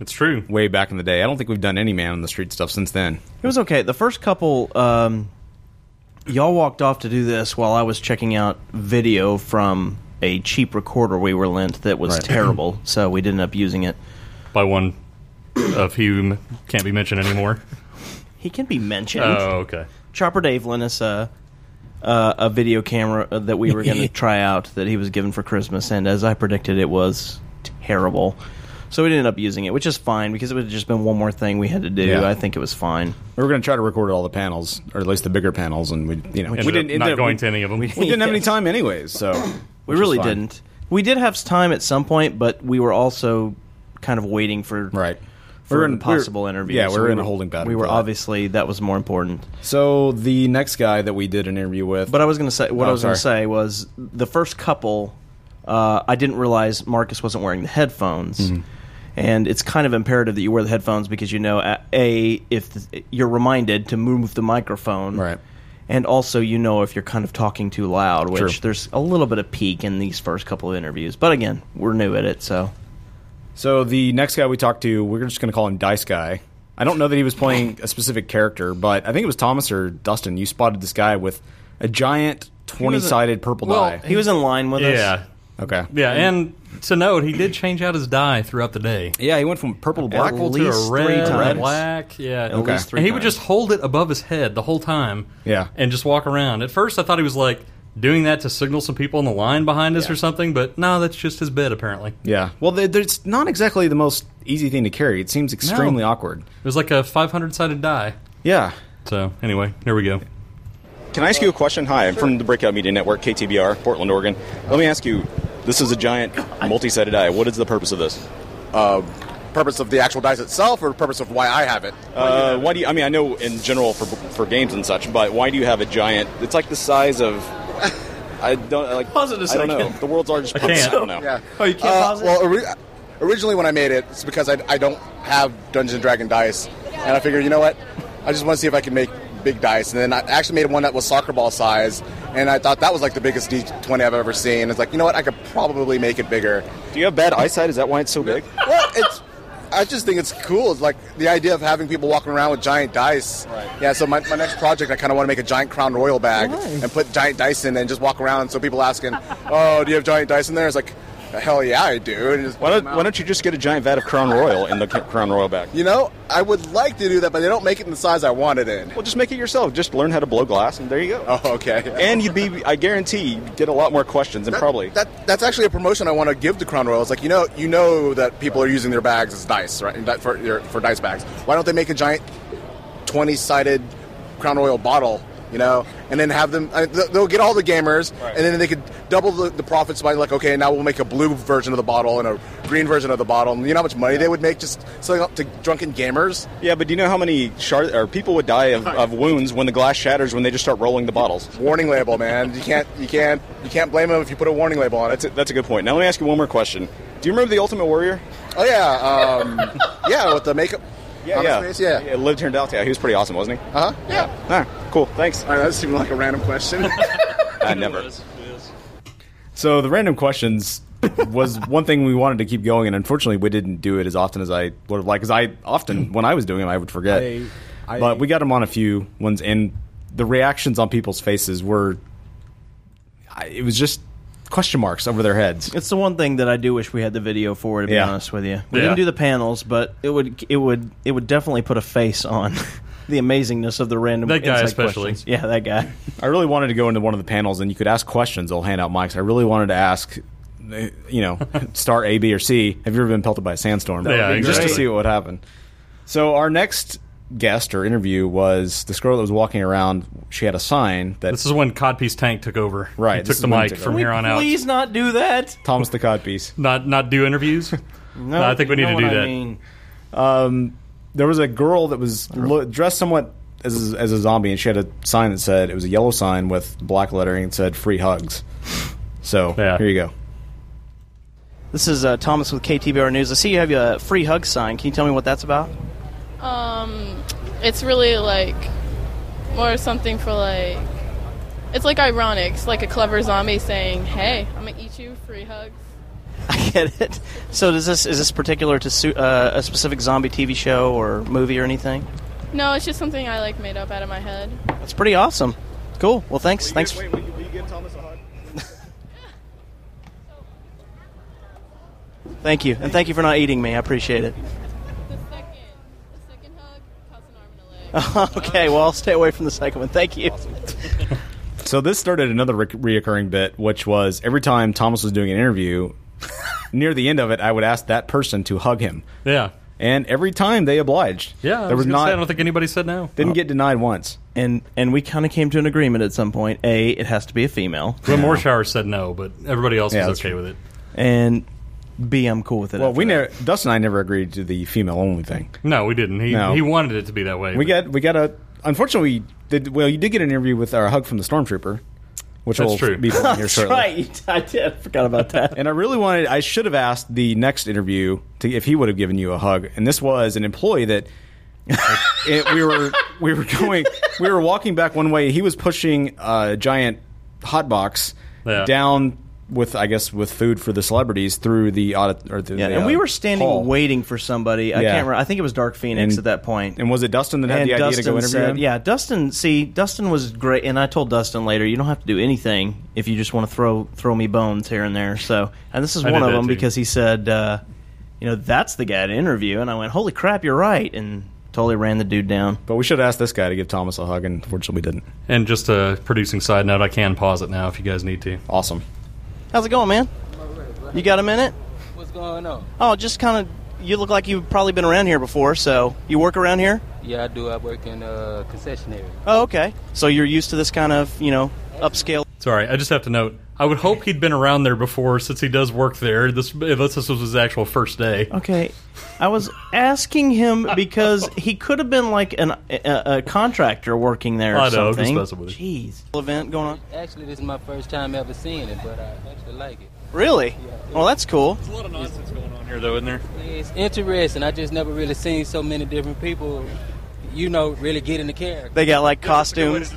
It's true. Way back in the day. I don't think we've done any man on the street stuff since then. It was okay. The first couple, um, y'all walked off to do this while I was checking out video from a cheap recorder we were lent that was Right. terrible, so we didn't end up using it. By one of whom can't be mentioned anymore. He can be mentioned. Oh, okay. Chopper Dave lent us a, uh, a video camera uh, that we were going to try out that he was given for Christmas, and as I predicted, it was terrible. So we ended up using it, which is fine because it would have just been one more thing we had to do. Yeah. I think it was fine. We were going to try to record all the panels, or at least the bigger panels, and we, you know, Ended we up not end going to any of them. We didn't have any time, anyways. So We which was really fine. didn't. We did have s- time at some point, but we were also kind of waiting for right for We were in- possible we were- interviews. yeah, we So were in a holding pattern We were for that. obviously that was more important. So the next guy that we did an interview with, But I was going to say what Oh, I was going to sorry. say was the first couple. Uh, I didn't realize Marcus wasn't wearing the headphones. Mm-hmm. And it's kind of imperative that you wear the headphones because you know a- a if th- you're reminded to move the microphone, right? And also you know if you're kind of talking too loud, which True. there's a little bit of peak in these first couple of interviews. But again, we're new at it, so So the next guy we talked to, we're just going to call him Dice Guy. I don't know that he was playing a specific character, but I think it was Thomas or Dustin. You spotted this guy with a giant twenty-sided purple die. He was in line with us. Yeah. Okay. Yeah, and to note, he did change out his dye throughout the day. Yeah, he went from purple to At black. to a least red, three times. black. Yeah, At Okay. least three and he would times. just hold it above his head the whole time. Yeah. and just walk around. At first, I thought he was like doing that to signal some people in the line behind us or something, but no, that's just his bed apparently. Yeah. Well, th- it's not exactly the most easy thing to carry. It seems extremely awkward. It was like a 500 sided die. Yeah. So anyway, here we go. Can I ask you a question? Hi, I'm from the Breakout Media Network, KTBR, Portland, Oregon. Let me ask you: This is a giant multi-sided eye. What is the purpose of this? Uh, purpose of the actual dice itself or purpose of why I have it? uh, why do you? I mean, I know in general for for games and such, but why do you have a giant? It's like the size of. I don't like. Pause it a I don't know. second. The world's largest. purse. I don't know. Yeah. Oh, you can't pause it? Well, ori- originally when I made it, it's because I, I don't have Dungeons and Dragon dice. And I figured, you know what? I just want to see if I can make big dice. And then I actually made one that was soccer ball size. And I thought that was like the biggest D20 I've ever seen. It's like, you know what? I could probably make it bigger. Do you have bad eyesight? Is that why it's so big? well, it's. I just think it's cool. It's like the idea of having people walking around with giant dice. Yeah, so my, my next project, I kind of want to make a giant Crown Royal bag and put giant dice in and just walk around. So people asking, oh, do you have giant dice in there? It's like, Hell yeah, I do. And just Why don't, why don't you just get a giant vat of Crown Royal in the C- Crown Royal bag? You know, I would like to do that, but they don't make it in the size I want it in. Well, just make it yourself. Just learn how to blow glass, and there you go. Oh, okay. And you'd be, I guarantee, you'd get a lot more questions, and That- probably. that that's actually a promotion I want to give to Crown Royal. It's like you know you know that people are using their bags as dice, right? and that- For your, for dice bags. Why don't they make a giant twenty sided Crown Royal bottle? You know, and then have them. I- they'll- They'll get all the gamers, and then they could double the, the profits by like, okay, now we'll make a blue version of the bottle and a green version of the bottle. And you know how much money they would make just selling up to drunken gamers. yeah, but do you know how many shard or people would die of, of wounds when the glass shatters when they just start rolling the bottles? Warning label, man. You can't, you can't, you can't blame them if you put a warning label on it. That's a, that's a good point. Now let me ask you one more question. Do you remember the Ultimate Warrior? Oh yeah, um, yeah, with the makeup. Yeah, on yeah. His face? yeah. yeah. Liv turned out. Yeah, he was pretty awesome, wasn't he? Uh huh. Yeah. Ah, cool. Thanks. All right, that seemed like a random question. I never. So the random questions was one thing we wanted to keep going, and unfortunately, we didn't do it as often as I would have liked. Because I often, when I was doing them, I would forget. I- I- but we got them on a few ones, and the reactions on people's faces were, I, it was just question marks over their heads. It's the one thing that I do wish we had the video for. To be Yeah. honest with you, we Yeah. didn't do the panels, but it would it would it would definitely put a face on the amazingness of the random That guy insight especially. questions. Yeah, that guy. I really wanted to go into one of the panels, and you could ask questions. They'll hand out mics. I really wanted to ask, eh, you know, star A, B, or C. Have you ever been pelted by a sandstorm? That would Yeah, be just to great. see what would happen. So our next guest or interview was this girl that was walking around. She had a sign that This is when Codpiece Tank took over. Right, He this took is the when he mic took from over. here on out. Please not do that. Thomas the Codpiece. Not not do interviews. No, I think we need to do that. Um, there was a girl that was lo- dressed somewhat as as a zombie, and she had a sign that said it was a yellow sign with black lettering and said "free hugs." So here you go. This is uh, Thomas with KTBR News. I see you have a free hug sign. Can you tell me what that's about? Um, it's really like more something for like. It's like ironic. It's like a clever zombie saying, "Hey, I'm gonna eat you." Free hugs. I get it. So does this is this particular to suit uh, a specific zombie TV show or movie or anything? No, it's just something I like made up out of my head. That's pretty awesome. Cool. Well, thanks. thanks. Thank you, and thank you for not eating me. I appreciate it. okay, well, I'll stay away from the second one. Thank you. So this started another re- reoccurring bit, which was every time Thomas was doing an interview, near the end of it, I would ask that person to hug him, Yeah, and every time they obliged. yeah. I there was, gonna not. say, I don't think anybody said no. didn't get denied once. Oh. And and we kind of came to an agreement at some point. A, it has to be a female. Glenn Morshower said no, but everybody else Yeah, was that's okay true. with it. And B, I'm cool with it. well, we never. Dustin and I never agreed to the female only thing. No, we didn't. He No. he wanted it to be that way. We got we got a. Unfortunately, we did well. You did get an interview with our hug from the stormtrooper, which That's will true. be playing here That's shortly. right. I did. I forgot about that. And I really wanted. I should have asked the next interview to if he would have given you a hug. And this was an employee that it, we were we were going we were walking back one way. He was pushing a giant hot box Yeah. down with I guess with food for the celebrities through the audit or the, Yeah, the, and uh, we were standing hall. waiting for somebody. I Yeah. can't remember. I think it was Dark Phoenix And- at that point. And was it Dustin that had And the idea to Dustin go interview said- him? Yeah, Dustin. See, Dustin was great, and I told Dustin later, you don't have to do anything if you just want to throw throw me bones here and there. So, and this is I one did of that them too. because he said, uh, you know, that's the guy to interview, and I went, holy crap, you're right, and totally ran the dude down. But we should have asked this guy to give Thomas a hug, and unfortunately, we didn't. And just a producing side note, I can pause it now if you guys need to. Awesome. How's it going, man? You got a minute? What's going on? Oh, just kind of. You look like you've probably been around here before. So, you work around here? Yeah, I do. I work in uh, a concessionary. Oh, okay. So you're used to this kind of, you know, upscale. Sorry, I just have to note. I would hope he'd been around there before, since he does work there. This unless this was his actual first day. Okay, I was asking him because he could have been like an, a, a contractor working there or I know, I'm just something. messing with you. Jeez, event going on. Actually, this is my first time ever seeing it, but I actually like it. Really? Well, that's cool. There's a lot of nonsense going on Here though, isn't there? It's interesting. I just never really seen so many different people, you know, really get into character. They got like costumes.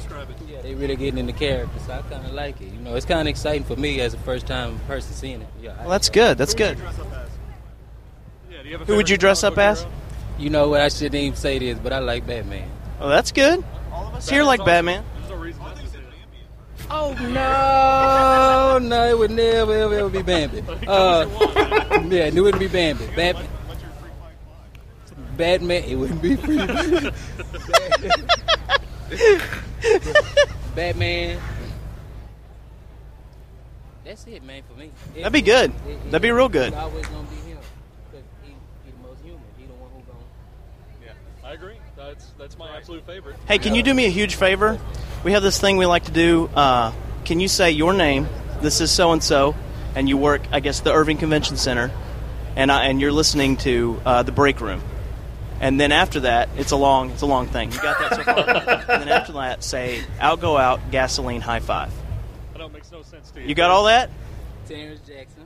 Yeah, they really getting into character, so I kind of like it. You know, it's kind of exciting for me as a first time person seeing it. Yeah. I- Well, that's good. That's good. Who would you dress up as? You know what? I shouldn't even say this, but I like Batman. Oh, that's good. So you're like Batman. Oh no, no, it would never ever, ever be Bambi. Uh, yeah, it wouldn't be Bambi. Bat- Batman, it wouldn't be free. Batman. That's it, man, for me. That'd be good. It- it- That'd be real good. it's always gonna be him, 'cause he- he the most human. He the one who gonna- Yeah, I agree. That's that's my absolute favorite. Hey, can you do me a huge favor? We have this thing we like to do. Uh, can you say your name? This is so and so, and you work, I guess, the Irving Convention Center, and I, and you're listening to uh, the break room. And then after that, it's a long it's a long thing. You got that so far. and then after that, say out go out gasoline high five. I know it makes no sense to you. You got all that? Terrence Jackson.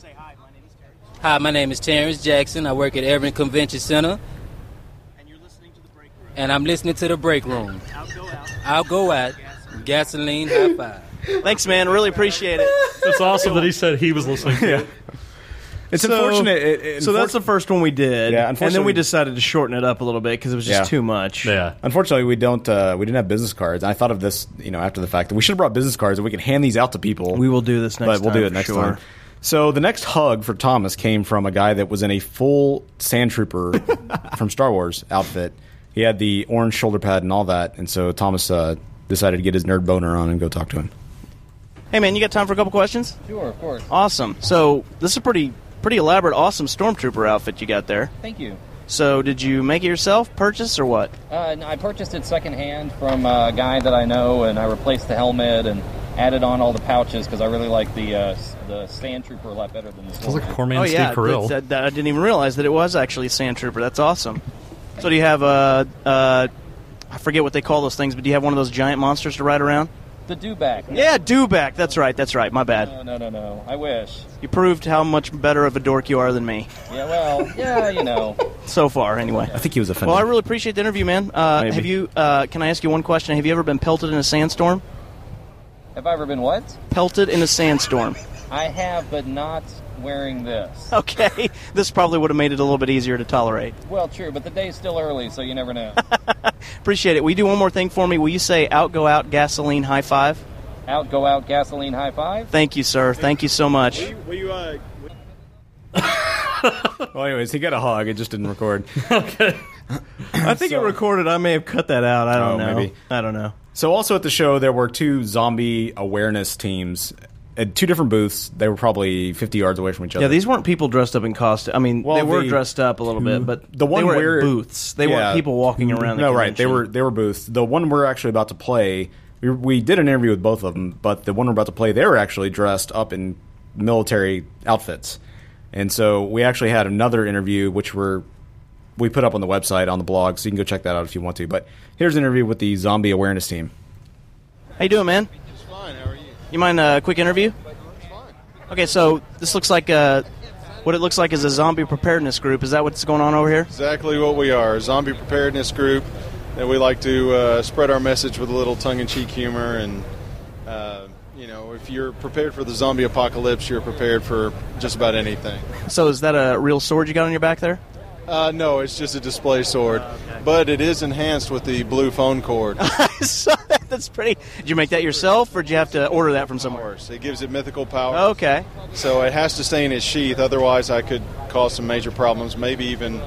Say hi. My name is Hi, my name is Terrence Jackson. I work at Everett Convention Center. And you're listening to the break room. And I'm listening to the break room. I'll go out. Gasoline high five. Thanks, man. Really appreciate it. That's awesome that he said he was listening. To it. It's unfortunate. It- it- so that's unfortunate- the first one we did. Yeah, and then unfortunately- we decided to shorten it up a little bit because it was just too much. Yeah. Unfortunately, we don't. Uh, we didn't have business cards. I thought of this, you know, after the fact that we should have brought business cards and we could hand these out to people. We will do this next But we'll time do it for next sure. time. So the next hug for Thomas came from a guy that was in a full sand trooper from Star Wars outfit. He had the orange shoulder pad and all that, and so Thomas uh, decided to get his nerd boner on and go talk to him. Hey man, you got time for a couple questions? Sure, of course. Awesome. So this is a pretty pretty elaborate, awesome stormtrooper outfit you got there. Thank you. So did you make it yourself, purchase or what? Uh, no, I purchased it secondhand from a guy that I know, and I replaced the helmet and added on all the pouches because I really like the uh, s- the sand trooper a lot better than the. Storm Trooper. oh, yeah, that- that- I didn't even realize that it was actually a sand trooper. That's awesome. So do you have a, uh I forget what they call those things, but do you have one of those giant monsters to ride around? The dewback. Yeah, dewback. That's right. That's right. My bad. No, no, no, no. I wish. You proved how much better of a dork you are than me. Yeah, well, yeah, you know. So far, anyway. I think he was offended. Well, I really appreciate the interview, man. Uh, Maybe. have you? Uh, can I ask you one question? Have you ever been pelted in a sandstorm? Have I ever been what? Pelted in a sandstorm. I have, but not wearing this. Okay, this probably would have made it a little bit easier to tolerate. Well, true, but the day's still early, so you never know. Appreciate it. Will you do one more thing for me? Will you say out, go out, gasoline, high five? out, go out, gasoline, high five. Thank you, sir. Thank you so much. Will you? Uh, Well, anyways, he got a hug. It just didn't record. I think it recorded. I may have cut that out. I Oh, don't know. I don't know. So also at the show, there were two zombie awareness teams at two different booths. They were probably 50 yards away from each other. Yeah, these weren't people dressed up in costume. I mean, they were the- dressed up a little bit, but the one they were at we're- booths. They Yeah. weren't people walking around. The no, right? They convention. were they were booths. The one we're actually about to play, we, we did an interview with both of them, but the one we're about to play, they were actually dressed up in military outfits, and so we actually had another interview, which we're we put up on the website on the blog, so you can go check that out if you want to. But here's an interview with the zombie awareness team. How you doing, man? You mind a quick interview? Okay, so this looks like uh what it looks like is a zombie preparedness group. Is that what's going on over here? Exactly what we are a zombie preparedness group that we like to uh, spread our message with a little tongue in cheek humor. And, uh, you know, if you're prepared for the zombie apocalypse, you're prepared for just about anything. So is that a real sword you got on your back there? Uh, no, it's just a display sword, but it is enhanced with the blue phone cord. So That's pretty. Did you make that yourself, or did you have to order that from somewhere? It gives it mythical power. Okay. So it has to stay in its sheath, otherwise, I could cause some major problems, maybe even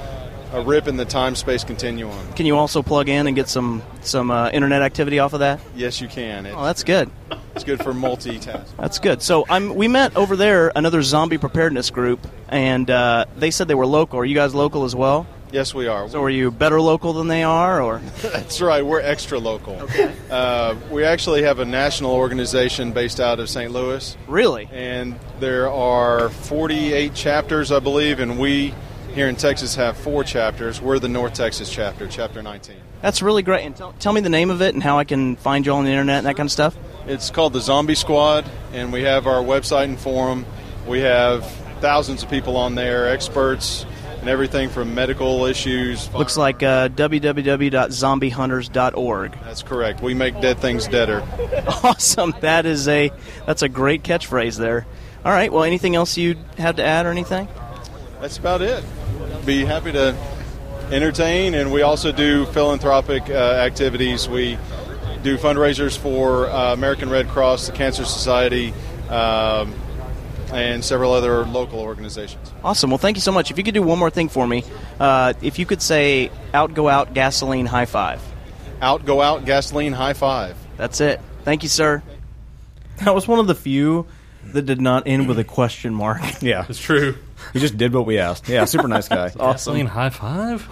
a rip in the time space continuum. Can you also plug in and get some some uh, internet activity off of that? Yes, you can. It, Oh, that's good. It's good for multitasking. That's good. So I'm, we met over there another zombie preparedness group, and uh, they said they were local. Are you guys local as well? Yes, we are. So are you better local than they are, or That's right. We're extra local. Uh, we actually have a national organization based out of St. Louis. Really? And there are 48 chapters, I believe, and we here in Texas have four chapters. We're the North Texas chapter, chapter 19. that's really great. And tell, tell me the name of it and how I can find you on the internet and that kind of stuff. It's called the Zombie Squad, and we have our website and forum. We have thousands of people on there, experts, and everything from medical issues. Looks like uh, www.zombiehunters.org. That's correct. We make dead things deader. Awesome. That is a that's a great catchphrase there. All right. Well, anything else you have to add or anything? That's about it. Be happy to entertain, and we also do philanthropic uh, activities. We do fundraisers for uh, American Red Cross, the Cancer Society, um, and several other local organizations. Awesome. Well, thank you so much. If you could do one more thing for me, uh, if you could say out, go out, gasoline, high five. Out, go out, gasoline, high five. That's it. Thank you, sir. That was one of the few that did not end with a question mark. Yeah, it's true. He just did what we asked. Yeah, super nice guy. Awesome. Gasoline high five?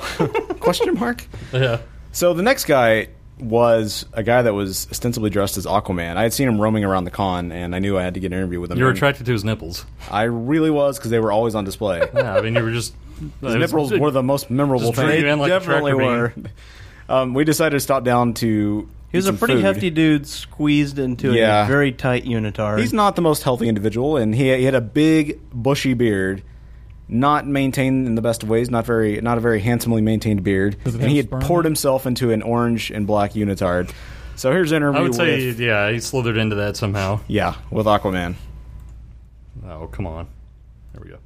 Question mark? Yeah. So the next guy was a guy that was ostensibly dressed as Aquaman. I had seen him roaming around the con, and I knew I had to get an interview with him. You were And attracted to his nipples. I really was because they were always on display. Yeah, I mean, you were just. His nipples were the most memorable Just drew thing. you in like a definitely were. tractor Um, we decided to stop down to. He was eat a some pretty food. hefty dude squeezed into Yeah. a very tight unitard. He's not the most healthy individual, and he, he had a big bushy beard, not maintained in the best of ways, not very not a very handsomely maintained beard, and have he had sperm? poured himself into an orange and black unitard. So here's an interview. I would say, with, yeah, he slithered into that somehow. yeah, with Aquaman. Oh, come on. There we go.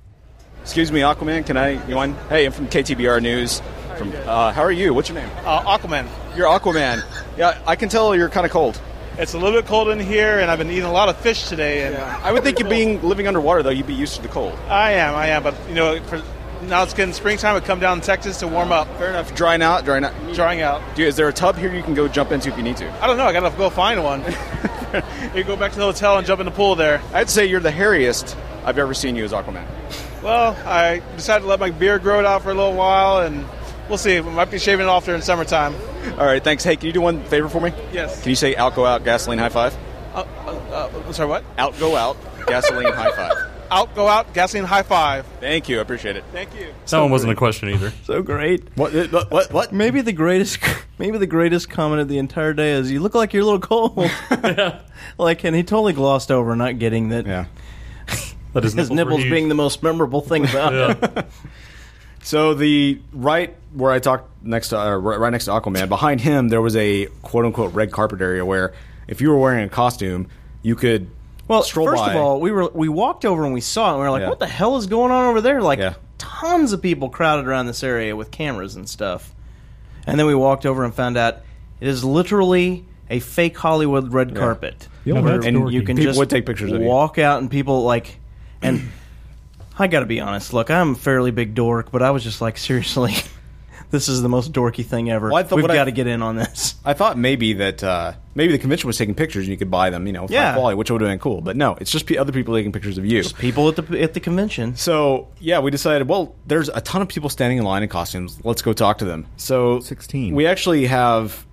Excuse me, Aquaman. Can I? You want? Hey, I'm from KTBR News. From uh, how are you? What's your name? Uh, Aquaman. You're Aquaman. Yeah, I can tell you're kind of cold. It's a little bit cold in here, and I've been eating a lot of fish today. And I would think you being living underwater though, you'd be used to the cold. I am, I am, but you know, for now it's getting springtime. I come down to Texas to warm up. Fair enough. Drying out, drying out. Drying out. Do you- is there a tub here you can go jump into if you need to? I don't know. I gotta go find one. you go back to the hotel and jump in the pool there. I'd say you're the hairiest I've ever seen you as Aquaman. Well, I decided to let my beard grow it out for a little while, and we'll see. I might be shaving it off during summertime. All right, thanks. Hey, can you do one favor for me? Yes. Can you say out, go out, gasoline, high five? Uh, uh, uh, sorry, what? Out, go out, gasoline, high five. Out, go out, gasoline, high five. Thank you. I appreciate it. Thank you. That one wasn't a question either. so great. What? What? What? Maybe the greatest, maybe the greatest comment of the entire day is, "You look like you're a little cold." Like, and he totally glossed over not getting that. Yeah. That his, his nipples, nipples were huge. being the most memorable thing about him. So the right where I talked next to uh, right right next to Aquaman, behind him there was a quote unquote red carpet area where if you were wearing a costume, you could Well, stroll first by. of all, we were we walked over and we saw it. and We were like, "What the hell is going on over there?" Like, tons of people crowded around this area with cameras and stuff. And then we walked over and found out it is literally a fake Hollywood red Yeah. carpet. Yeah, Where- that's and dorky. you can People just would take pictures of you. Walk out and people like, and I got to be honest. Look, I'm a fairly big dork, but I was just like, seriously, this is the most dorky thing ever. Well, I thought We've what I- got to get in on this. I thought maybe that uh, maybe the convention was taking pictures and you could buy them, you know, with high Yeah. quality, which would have been cool. But no, it's just p- other people taking pictures of you. Just people at the at the convention. So yeah, we decided. Well, there's a ton of people standing in line in costumes. Let's go talk to them. So sixteen. We actually have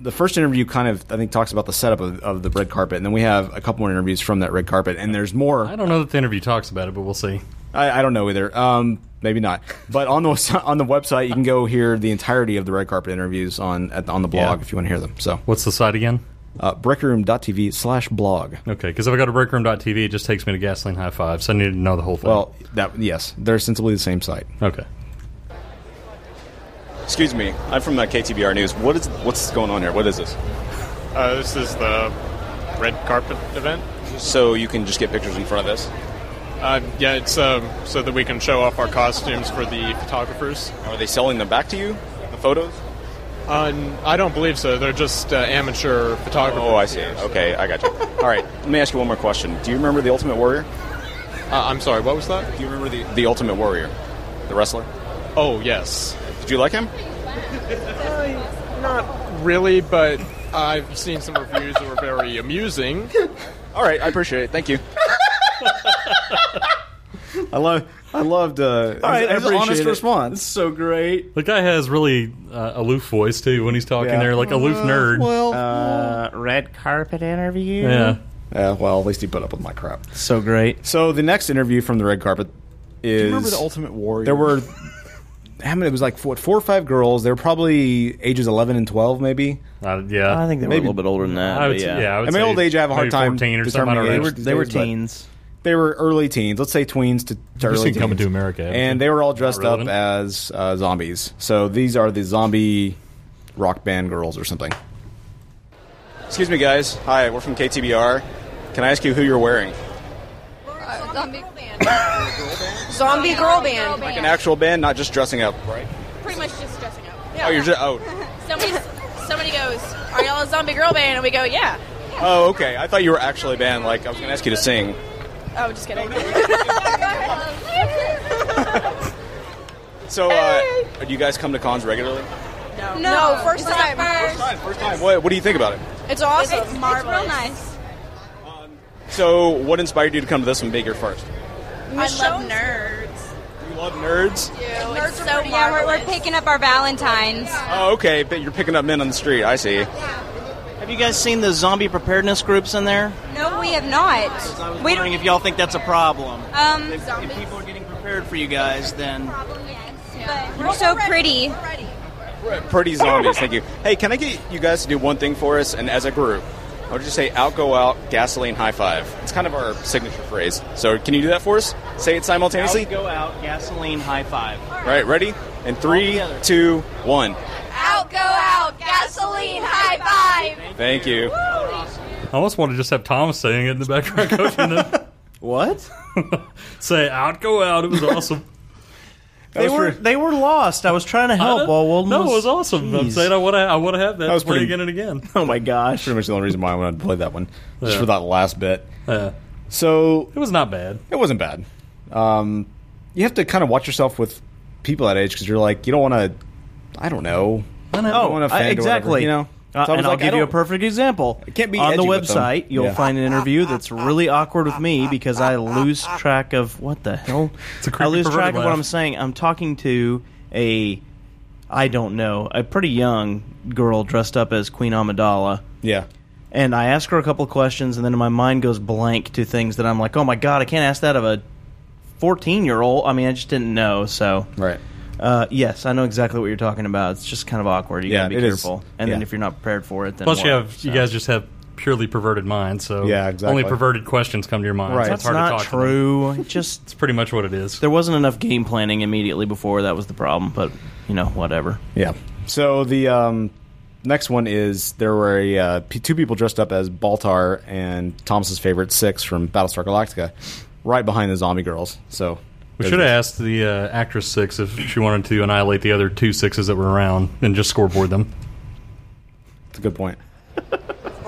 the first interview. Kind of, I think, talks about the setup of, of the red carpet, and then we have a couple more interviews from that red carpet. And there's more. I don't know that the interview talks about it, but we'll see. I, I don't know either. Um, maybe not. But on the on the website, you can go hear the entirety of the red carpet interviews on at, on the blog Yeah. if you want to hear them. So what's the site again? Uh, breakroom.tv slash blog. Okay, because if I go to breakroom.tv, it just takes me to gasoline high five, so I need to know the whole thing. Well, that yes, they're sensibly the same site. Okay. Excuse me. I'm from uh, KTBR News. What is what's going on here? What is this? Uh, this is the red carpet event. So you can just get pictures in front of this. Uh, yeah, it's um, so that we can show off our costumes for the photographers. Are they selling them back to you, the photos? Uh, n- I don't believe so. They're just uh, amateur photographers. Oh, I see. Okay, I got you. All right, let me ask you one more question. Do you remember the Ultimate Warrior? Uh, I'm sorry. What was that? Do you remember the the Ultimate Warrior, the wrestler? Oh yes. Did you like him? Not really, but I've seen some reviews that were very amusing. All right, I appreciate it. Thank you. I love. I loved. Uh, All right, I appreciate it. response. so great. The guy has really uh, aloof voice, too, when he's talking Yeah. there, like aloof nerd. uh, red carpet interview. Yeah. Uh, well, at least he put up with my crap. So great. So the next interview from the red carpet is. remember the Ultimate Warrior? There were. How many? It was like four, four or five girls. They were probably ages eleven and twelve, maybe. Uh, yeah, I think they were a little bit older than that, I would Uh, but s- yeah. yeah, I would in my say old age, I have a hard maybe time 14 or something, I determining don't age know. these They were- days, they but were teens. They were early teens. Let's say tweens to, to you early seen teens. Coming to America, haven't and you? they were all dressed up relevant. as uh, zombies. So these are the zombie rock band girls or something. Excuse me, guys. Hi, we're from KTBR. Can I ask you who you're wearing? Zombie girl band. Zombie girl band. Like an actual band, not just dressing up, right? Pretty much just dressing up. Oh, you're just oh. Somebody's, somebody goes, "Are y'all a zombie girl band?" And we go, "Yeah." Oh, okay. I thought you were actually a band. Like I was going to ask you to sing. Oh, just kidding. So, uh, do you guys come to cons regularly? no, no, first time. First time. What, what do you think about it? It's awesome. It's, real nice. So, what inspired you to come to this one bigger first? I love nerds. You love nerds. Nerds so yeah, we're, we're picking up our Valentines. Oh, okay. But you're picking up men on the street. I see. Have you guys seen the zombie preparedness groups in there? No, we have not. We Wondering if y'all think that's a problem. um. If people are getting prepared for you guys, then But we're so pretty. Pretty zombies. Thank you. Hey, can I get you guys to do one thing for us? And as a group, I would just say out, go out, gasoline, high five. It's kind of our signature phrase. So, can you do that for us? Say it simultaneously. Out, go out, gasoline, high five. All right. Ready? And three, two, one. Out, go out, gasoline, high five. Thank you. I almost want to just have Tom saying it in the background coaching them. What? Say out, go out. It was awesome. That They was were pretty- they were lost. I was trying to help while Walden no, it was awesome. I'm Jeez. saying I want to. I want to have that. That was to play pretty- again and again. Oh my gosh! Pretty much the only reason why I wanted to play that one, just Yeah. for that last bit. Yeah. So it was not bad. It wasn't bad. Um, you have to kind of watch yourself with people that age because you're like you don't want to. I don't know. I You don't want to I- offend or exactly. whatever, you know. Uh, So I was and I'll like, I give you a don't- perfect example. It can't be on the edgy with them. website. You'll Yeah. find an interview that's really awkward with me because I lose track of what the hell. It's a I creepy lose perverted track of what laugh. I'm saying. I'm talking to a, I don't know, a pretty young girl dressed up as Queen Amidala. Yeah. And I ask her a couple of questions, and then my mind goes blank to things that I'm like, oh my god, I can't ask that of a 14 year old. I mean, I just didn't know. So right. Uh, yes, I know exactly what you're talking about. It's just kind of awkward. You Yeah, gotta be it is. careful. And then Yeah. if you're not prepared for it, then Plus, you what? have you guys just have purely perverted minds. So Yeah, exactly. Only perverted questions come to your mind. Right. So That's it's hard not to talk true. just it's pretty much what it is. There wasn't enough game planning immediately before. That was the problem. But you know, whatever. Yeah. So the um, next one is there were a, uh, p- two people dressed up as Baltar and Thomas's favorite Six from Battlestar Galactica, right behind the zombie girls. So We should have asked the uh, actress six if she wanted to annihilate the other two sixes that were around and just scoreboard them. That's a good point.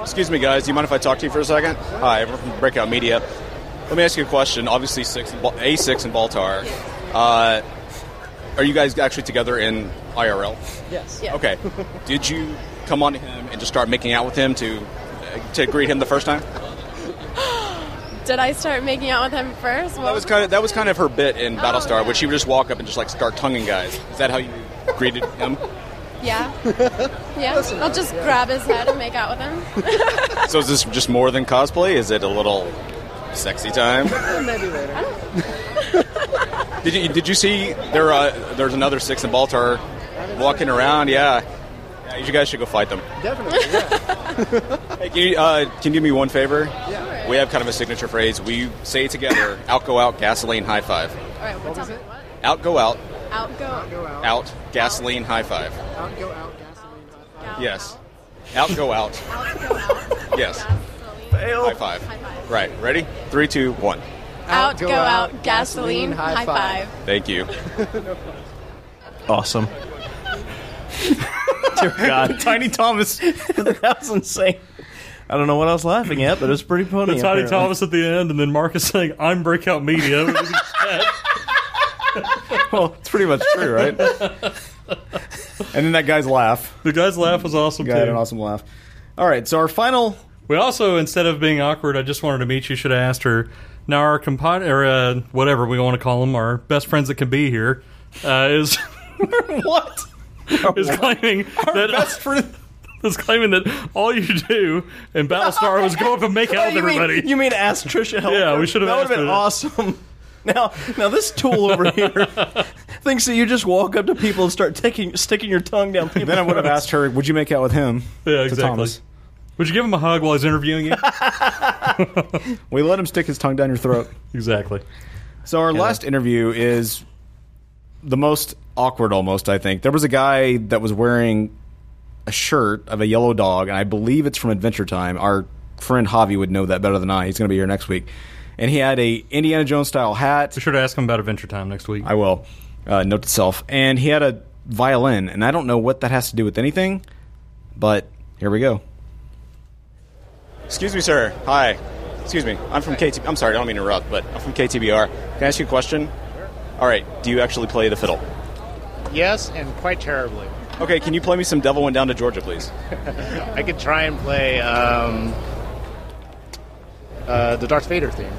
Excuse me, guys. Do you mind if I talk to you for a second? Hi, we're from Breakout Media. Let me ask you a question. Obviously, six and Bal- A6 and Baltar. Uh, are you guys actually together in IRL? Yes. Okay. Did you come on to him and just start making out with him to uh, to greet him the first time? Did I start making out with him first? Well, That was kind of that was kind of her bit in Battlestar, which she would just walk up and just like start tonguing guys. Is that how you greeted him? yeah, yeah. I'll just grab his head and make out with him. So is this just more than cosplay? Is it a little sexy time? Maybe later. Did you did you see there? Uh, there's another six in Baltar walking around. Yeah. yeah, you guys should go fight them. Definitely. Hey, can you uh, can you do me one favor? We have kind of a signature phrase. We say it together: out, go out, gasoline, high five. All right. What, time? What? Out, go out, Out go. out, gasoline, high five. Out go out. Yes. Out, go out. Yes. High five. Right. Ready? Three, two, one. Out go out. Gasoline. High five. Thank you. Awesome. Dear God, Tiny Thomas. that was insane. I don't know what I was laughing at, but it was pretty funny. With Tiny apparently. Thomas at the end, and then Marcus saying, "I'm Breakout Media." well, it's pretty much true, right? And then that guy's laugh. The guy's laugh was awesome. Guy had too. an awesome laugh. All right, so our final. We also, instead of being awkward, I just wanted to meet you. Should have asked her. Now our compadre, or uh, whatever we want to call them, our best friends that can be here, uh, is what is claiming that best friend. Is claiming that all you do in Battlestar was go up and make out with You mean- everybody. you mean ask Trisha? Helfer? Yeah, we should have That asked would've been her that. awesome. Now, now this tool over here thinks that you just walk up to people and start taking, sticking your tongue down. People's Then I would have asked her, "Would you make out with him?" Yeah, To exactly. Thomas. Would you give him a hug while he's interviewing you? We let him stick his tongue down your throat. exactly. So our last interview is the most awkward, almost. I think there was a guy that was wearing a shirt of a yellow dog, and I believe it's from Adventure Time. Our friend Javi would know that better than I. He's going to be here next week, and he had a Indiana Jones style hat. We should ask him about Adventure Time next week. I will. Uh, note to self, and he had a violin, and I don't know what that has to do with anything, but here we go. Excuse me, sir. Hi. Excuse me. I'm from KTB. I'm sorry, I don't mean to interrupt, but I'm from KTBR. Can I ask you a question? All right. Do you actually play the fiddle? Yes, and quite terribly. Okay. Can you play me some Devil Went Down to Georgia, please? I could try and play um, uh, the Darth Vader theme.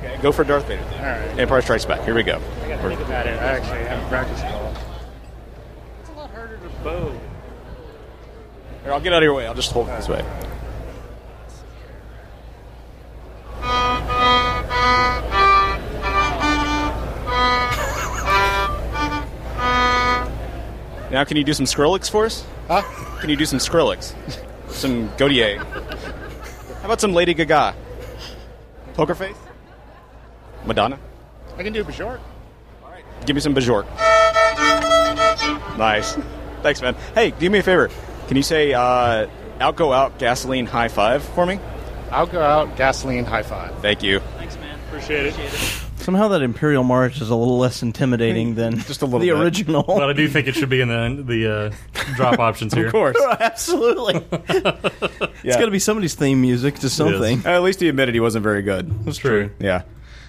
Okay, go for Darth Vader. All right. Empire Strikes Back. Here we go. I gotta think about it. I actually haven't practiced at all. It's a lot harder to bow. Here, I'll get out of your way. I'll just hold it this way. Now, can you do some Skrillex for us? Huh? Can you do some Skrillex? some Godier? How about some Lady Gaga? Poker Face? Madonna? I can do it for short. Give me some Bajork. Nice. Thanks, man. Hey, do me a favor. Can you say uh, out, go out, gasoline, high five for me? I'll go out, gasoline, high five. Thank you. Appreciate it. Somehow that Imperial March is a little less intimidating than just a the original. But I do think it should be in the the uh, drop options Of here. course. Absolutely. It's got to be somebody's theme music to something. At least he admitted he wasn't very good. That's true. Yeah.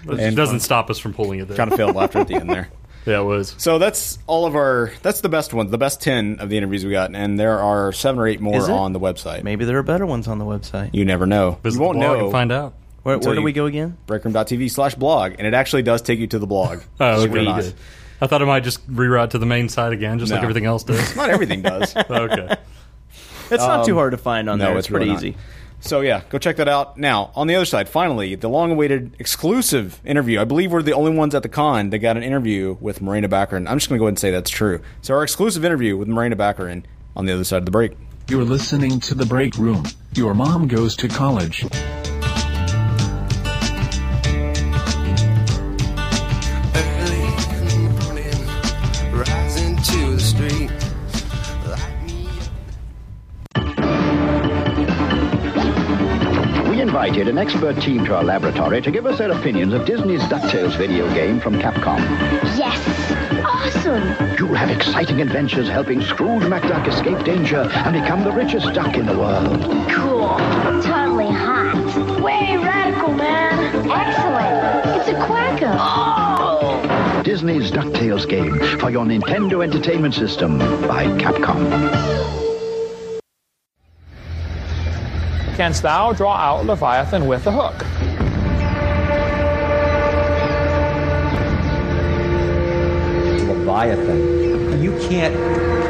It doesn't stop us from pulling it. there. Kind of failed laughter at the end there. Yeah, it was. So that's all of our. That's the best ones, the best ten of the interviews we got, and there are seven or eight more Is it? on the website. Maybe there are better ones on the website. You never know. Visit you won't the blog know. and find out. Where- until where do you- we go again? Breakroom.tv slash blog, and it actually does take you to the blog. Oh, Believe it or okay. not. good. I thought it might just reroute to the main site again, just No. like everything else does. Not everything does. okay. It's not Um, too hard to find on no, there. it's, It's, pretty really easy. not. So yeah, go check that out. Now, on the other side, finally, the long-awaited exclusive interview. I believe we're the only ones at the con that got an interview with Marina Baccarin. I'm just going to go ahead and say that's true. So our exclusive interview with Marina Baccarin on the other side of the break. You're listening to The Break Room. Your mom goes to college. Rising to the street. We invited an expert team to our laboratory to give us their opinions of Disney's DuckTales video game from Capcom. Yes. Awesome. You'll have exciting adventures helping Scrooge McDuck escape danger and become the richest duck in the world. Cool. Totally hot. Way radical, man. Excellent. It's a quacko. Oh. Disney's DuckTales game for your Nintendo Entertainment System by Capcom. Canst thou draw out Leviathan with a hook? Leviathan. You can't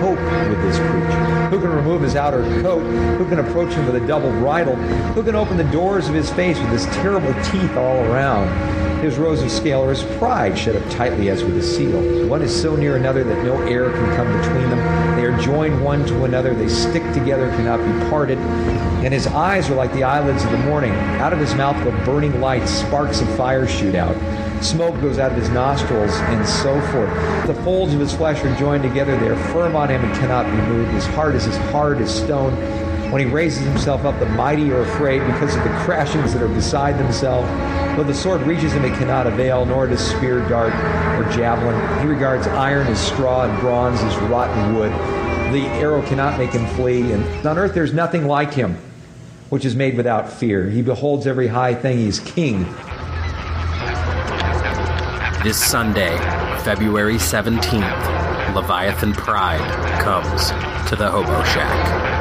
cope with this creature. Who can remove his outer coat? Who can approach him with a double bridle? Who can open the doors of his face with his terrible teeth all around? His rose of scale or his pride shut up tightly as with a seal. One is so near another that no air can come between them. They are joined one to another. They stick together, cannot be parted. And his eyes are like the eyelids of the morning. Out of his mouth go burning lights. Sparks of fire shoot out. Smoke goes out of his nostrils, and so forth. The folds of his flesh are joined together. They are firm on him and cannot be moved. His heart is as hard as stone. When he raises himself up, the mighty are afraid because of the crashings that are beside themselves. When the sword reaches him, it cannot avail, nor does spear, dart, or javelin. He regards iron as straw and bronze as rotten wood. The arrow cannot make him flee, and on earth there is nothing like him, which is made without fear. He beholds every high thing. He is king. This Sunday, February 17th, Leviathan Pride comes to the Hobo Shack.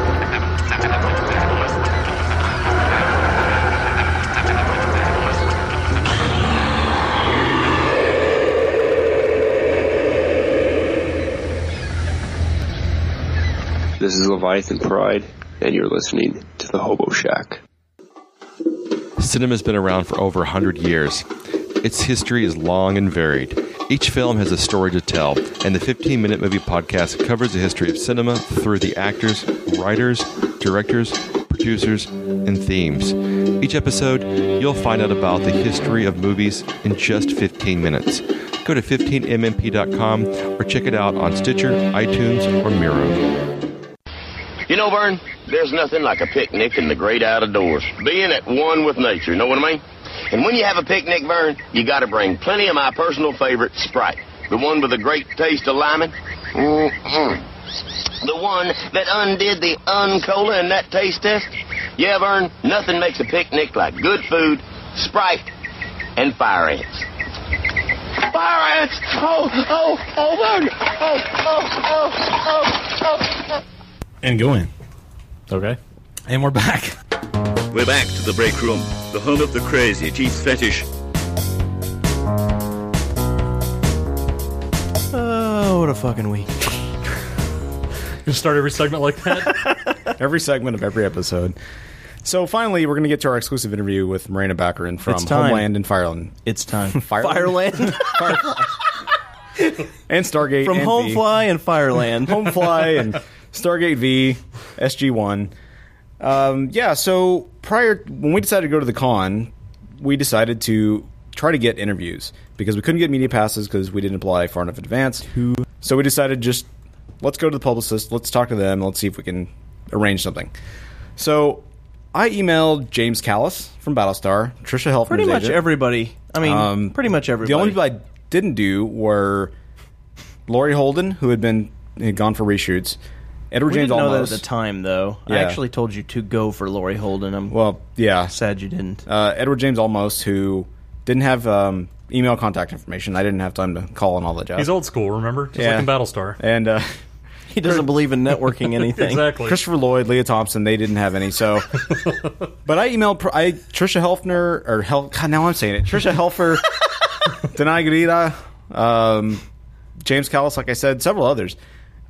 This is Leviathan Pride, and you're listening to The Hobo Shack. Cinema's been around for over 100 years. Its history is long and varied. Each film has a story to tell, and the 15 Minute Movie Podcast covers the history of cinema through the actors, writers, directors, producers, and themes. Each episode, you'll find out about the history of movies in just 15 minutes. Go to 15mmp.com or check it out on Stitcher, iTunes, or Miro. You know, Vern, there's nothing like a picnic in the great out of doors. Being at one with nature, you know what I mean? And when you have a picnic, Vern, you gotta bring plenty of my personal favorite, Sprite. The one with a great taste of lemon. Mm-mm. Mm-hmm. the one that undid the uncola in that taste test? Yeah, Vern, nothing makes a picnic like good food, Sprite, and fire ants. Fire ants! Oh, oh, oh, Vern! Oh, oh, oh, oh, oh, oh. And go in. Okay. And we're back. We're back to the break room, the home of the crazy teeth fetish. Oh, what a fucking week. Start every segment like that. every segment of every episode. So finally, we're going to get to our exclusive interview with Marina Baccarin from It's time. Homeland and Fireland. It's time. Fireland. Fireland. and Stargate From and Homefly and Fireland. Homefly and Stargate V, SG One. Um, yeah, so prior when we decided to go to the con, we decided to try to get interviews because we couldn't get media passes because we didn't apply far enough in advance. So we decided just let's go to the publicist, let's talk to them, let's see if we can arrange something. So I emailed James Callis from Battlestar, Trisha Helfman's Pretty much agent. everybody. I mean, Um, pretty much everybody. The only people I didn't do were Laurie Holden, who had been had gone for reshoots. Edward we James didn't know that Olmos. at the time, though. I Yeah. actually told you to go for Lori Holden. I'm well, yeah, sad you didn't. Uh, Edward James Almost, who didn't have um, email contact information. I didn't have time to call and all that jazz. He's old school, remember? Just Yeah. like in Battlestar. and uh, he doesn't believe in networking anything. Exactly. Christopher Lloyd, Leah Thompson, they didn't have any. So, but I emailed pr- I Trisha Helfner or Hel- God, now I'm saying it. Trisha Helfer, Denai Gurira, um, James Callis, like I said, several others,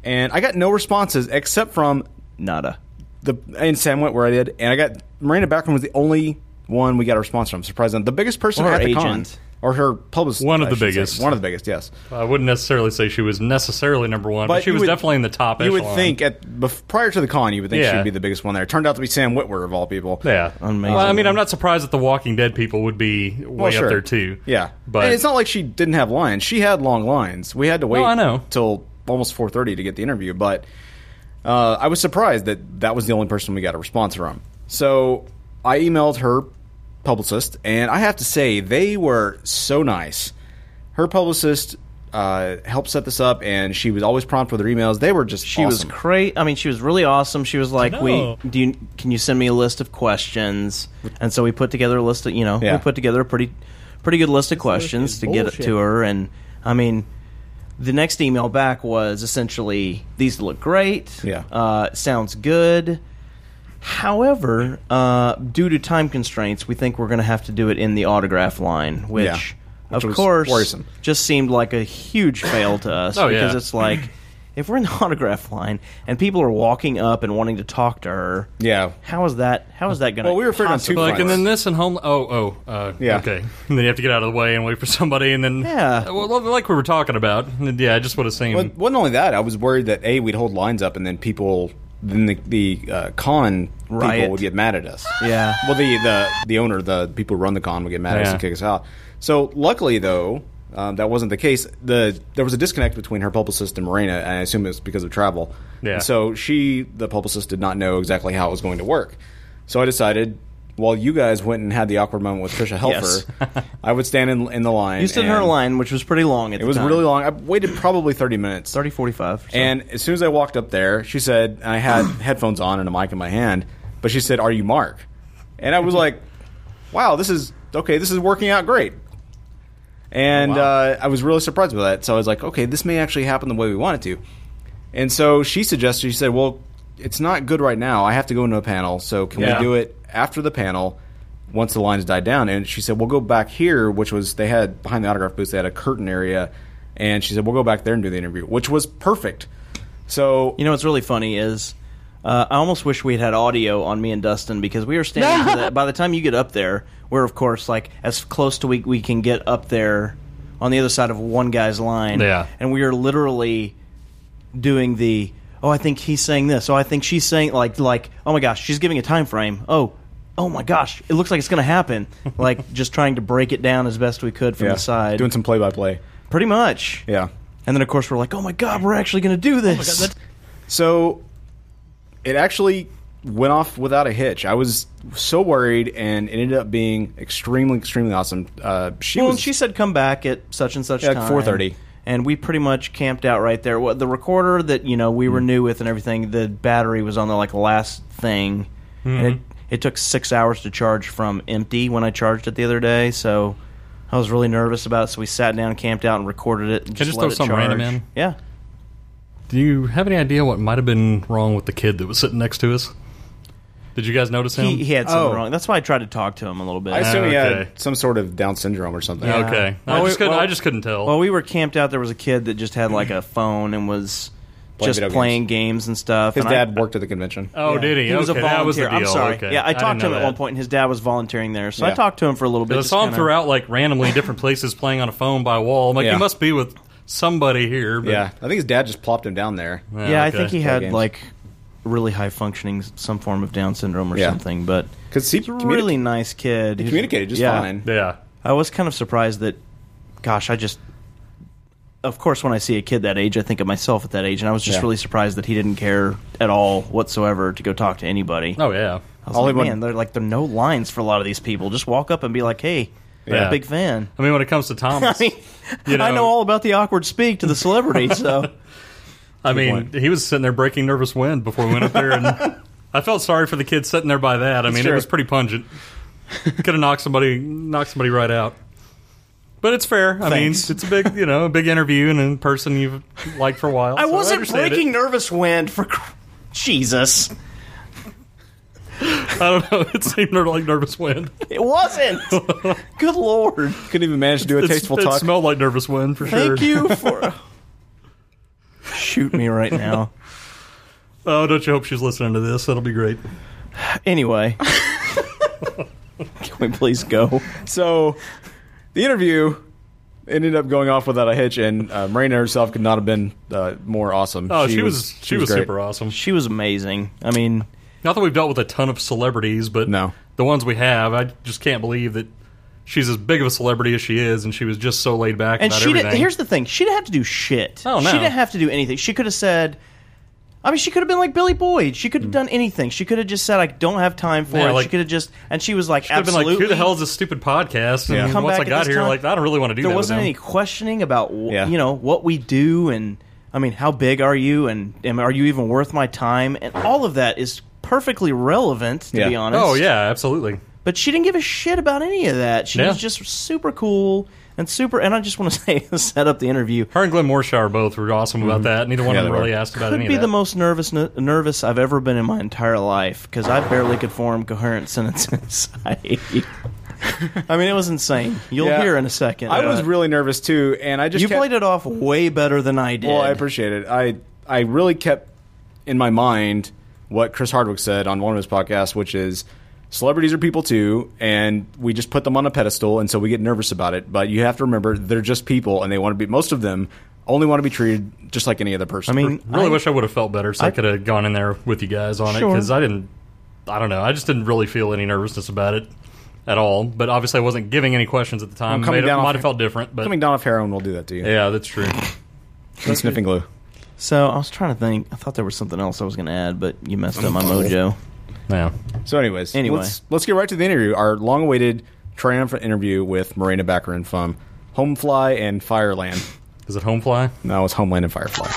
and I got no responses except from nada. The and Sam went where I did, and I got Marina Backman was the only one we got a response from. Surprised them. The biggest person Or her at the con, agent. or her publicist. One of I the should say. biggest. One of the biggest. Yes. I wouldn't necessarily say she was necessarily number one, but, she you was would- definitely in the top You echelon. would think at bef- prior to the con, you would think Yeah. she'd be the biggest one there. It turned out to be Sam Whitwer of all people. Yeah. Amazing. Well, I mean, I'm not surprised that the Walking Dead people would be way Well, sure. up there too. Yeah, But- and it's not like she didn't have lines. She had long lines. We had to wait. No, I know. till almost 4:30 to get the interview, but uh, I was surprised that that was the only person we got a response from. So I emailed her publicist, and I have to say they were so nice. Her publicist uh, helped set this up, and she was always prompt with her emails. They were just She awesome. was great. I mean, she was really awesome. She was like, I "We know. do you, can you send me a list of questions?" And so we put together a list of you know Yeah. we put together a pretty pretty good list of questions is to get it bullshit. to her. And I mean, the next email back was essentially, "These look great. Yeah. uh, it sounds good." However, uh, due to time constraints, we think we're going to have to do it in the autograph line, which, Yeah. Which of was course, worrisome. just seemed like a huge fail to us Oh, yeah. because it's like if we're in the autograph line and people are walking up and wanting to talk to her, yeah, how is that? How is that going to? Like, and then this and home. Oh, oh, uh, Yeah. Okay, and then you have to get out of the way and wait for somebody, and then Yeah. Uh, well, like we were talking about. And Yeah, I just would have seen. Well, wasn't only that. I was worried that a we'd hold lines up, and then people, then the, the uh, con Riot. people would get mad at us. Yeah. Well, the the the owner, the people who run the con, would get mad at us Yeah. and kick us out. So luckily, though, um, that wasn't the case. The there was a disconnect between her publicist and Marina, and I assume it was because of travel. Yeah. So she, the publicist, did not know exactly how it was going to work. So I decided. While you guys went and had the awkward moment with Trisha Yes. Helfer, I would stand in, in the line. You stood in her and- line, which was pretty long. At it was really long. I waited probably 30 minutes. 30, 45. And as soon as I walked up there, she said, and I had headphones on and a mic in my hand, but she said, Are you Mark? And I was like, Wow, this is okay, this is working out great. And uh, I was really surprised by that. So I was like, Okay, this may actually happen the way we want it to. And so she suggested, She said, Well, it's not good right now. I have to go into a panel. So can Yeah. we do it after the panel? once the lines died down. And she said, "We'll go back here," which was they had behind the autograph booth. They had a curtain area, and she said, "We'll go back there and do the interview," which was perfect. So you know what's really funny is. Uh, I almost wish we had had audio on me and Dustin because we were standing. to the, by the time you get up there, we're of course like as close to we we can get up there on the other side of one guy's line. Yeah. and we are literally doing the oh I think he's saying this. Oh I think she's saying like like oh my gosh she's giving a time frame. Oh oh my gosh it looks like it's going to happen. like just trying to break it down as best we could from Yeah. the side, doing some play by play. Pretty much. Yeah. And then of course we're like oh my god we're actually going to do this. So it actually went off without a hitch. I was so worried, and it ended up being extremely, extremely awesome. Uh, she well, was and she said come back at such and such Yeah, like time. 4:30. and we pretty much camped out right there. What the recorder that you know we Mm-hmm. were new with and everything, the battery was on the like last thing, and it, Mhm. it took six hours to charge from empty when I charged it the other day. So I was really nervous about it. So we sat down, camped out, and recorded it. And Can I just let throw it something random charge. in? Yeah. Do you have any idea what might have been wrong with the kid that was sitting next to us? Did you guys notice him? He, he had something Oh. wrong. That's why I tried to talk to him a little bit. I assume he Okay. had some sort of Down syndrome or something. Yeah. I Well, just we- couldn't- I well- just couldn't tell. Well, we were camped out. There was a kid that just had like a phone and was Playing just video playing games. and stuff. His and I- dad worked at the convention. Oh, did he? He was okay, a volunteer. That was the deal. I'm sorry. Okay. Yeah, I didn't talking to him know at that. one point, and his dad was volunteering there, so I Yeah. talked to him for a little bit. I just saw him kinda- throughout like randomly different places playing on a phone by a wall. I'm like, Yeah. he must be with somebody here. But Yeah. I think his dad just plopped him down there. Yeah, I uh, think he had like really high functioning, some form of Down syndrome or Yeah. something. But because he's a really nice kid. He who's- communicated just yeah. fine. Yeah, I was kind of surprised that. Gosh, I just. Of course, when I see a kid that age, I think of myself at that age, and I was just Yeah. really surprised that he didn't care at all whatsoever to go talk to anybody. Oh yeah, I was All he like, wanted- man, they're like there are no lines for a lot of these people. Just walk up and be like, hey, I'm Yeah. a big fan. I mean, when it comes to Thomas, I mean, you I know all about the awkward speak to the celebrity, so I mean, he was sitting there breaking nervous wind before we went up there, and I felt sorry for the kid sitting there by that. I mean, Sure. it was pretty pungent. Could have knocked somebody, knocked somebody right out. But it's fair. I Thanks. mean, it's a big, you know, a big interview and in person you've liked for a while. I Oh, so wasn't understand it. breaking nervous wind for cr- Jesus. I don't know. It seemed like nervous wind. It wasn't. Good lord. Couldn't even manage to do a It's- tasteful it talk. smelled like nervous wind for sure. Thank you for shoot me right now. Oh, don't you hope she's listening to this? That'll be great. Anyway, can we please go? So, the interview ended up going off without a hitch, and uh, Marina herself could not have been uh, more awesome. Oh, she was- she was super awesome. She was amazing. I mean, Not that we've dealt with a ton of celebrities, but no. the ones we have, I just can't believe that she's as big of a celebrity as she is, and she was just so laid back And about she everything. didn't. Here's the thing: she didn't have to do shit. Oh, no. She didn't have to do anything. She could have said. I mean, she could have been like Billy Boyd. She could have done anything. She could have just said, "I don't have time for Hmm. Yeah, it." like- she could have just, and she was like, She could've been "Absolutely." like, "Who the hell is this stupid podcast?" And Yeah. Come once I back at got this here, time. like, I don't really want to do there that. wasn't with any them. questioning about wh- Yeah. you know what we do and i mean how big are you and, and are you even worth my time and all of that is perfectly relevant to Yeah. be honest Oh, yeah, absolutely but she didn't give a shit about any of that she Yeah. was just super cool and super and i just want to say set up the interview her and glenn morshaw both were awesome Mm-hmm. about Mm-hmm. that. Neither one of them really asked about could any be of the that. most nervous n- nervous i've ever been in my entire life because i barely could form coherent sentences i I mean, it was insane. You'll Yeah. hear in a second. I was but- really nervous too, and I just You kept- played it off way better than I did. Well, I appreciate it. I I really kept in my mind what Chris Hardwick said on one of his podcasts, which is celebrities are people too, and we just put them on a pedestal, and so we get nervous about it. But you have to remember they're just people, and they want to be. Most of them only want to be treated just like any other person. I really wish I would have felt better, so I, could have gone in there with you guys on it Sure. because I didn't. I don't know. I just didn't really feel any nervousness about it at all. But obviously, I wasn't giving any questions at the time. coming Made it- down might off- have um, felt different, but coming down off heroin will do that to you. yeah, that's true. And sniffing glue. So I was trying to think. I thought there was something else I was going to add, but you messed Oh. up my mojo. Yeah. So, anyways, Anyway. let's, let's get right to the interview. Our long-awaited triumphant interview with Marina Baccarin from Homefly and Fireland. Is it Homefly? No, it's Homeland and Firefly.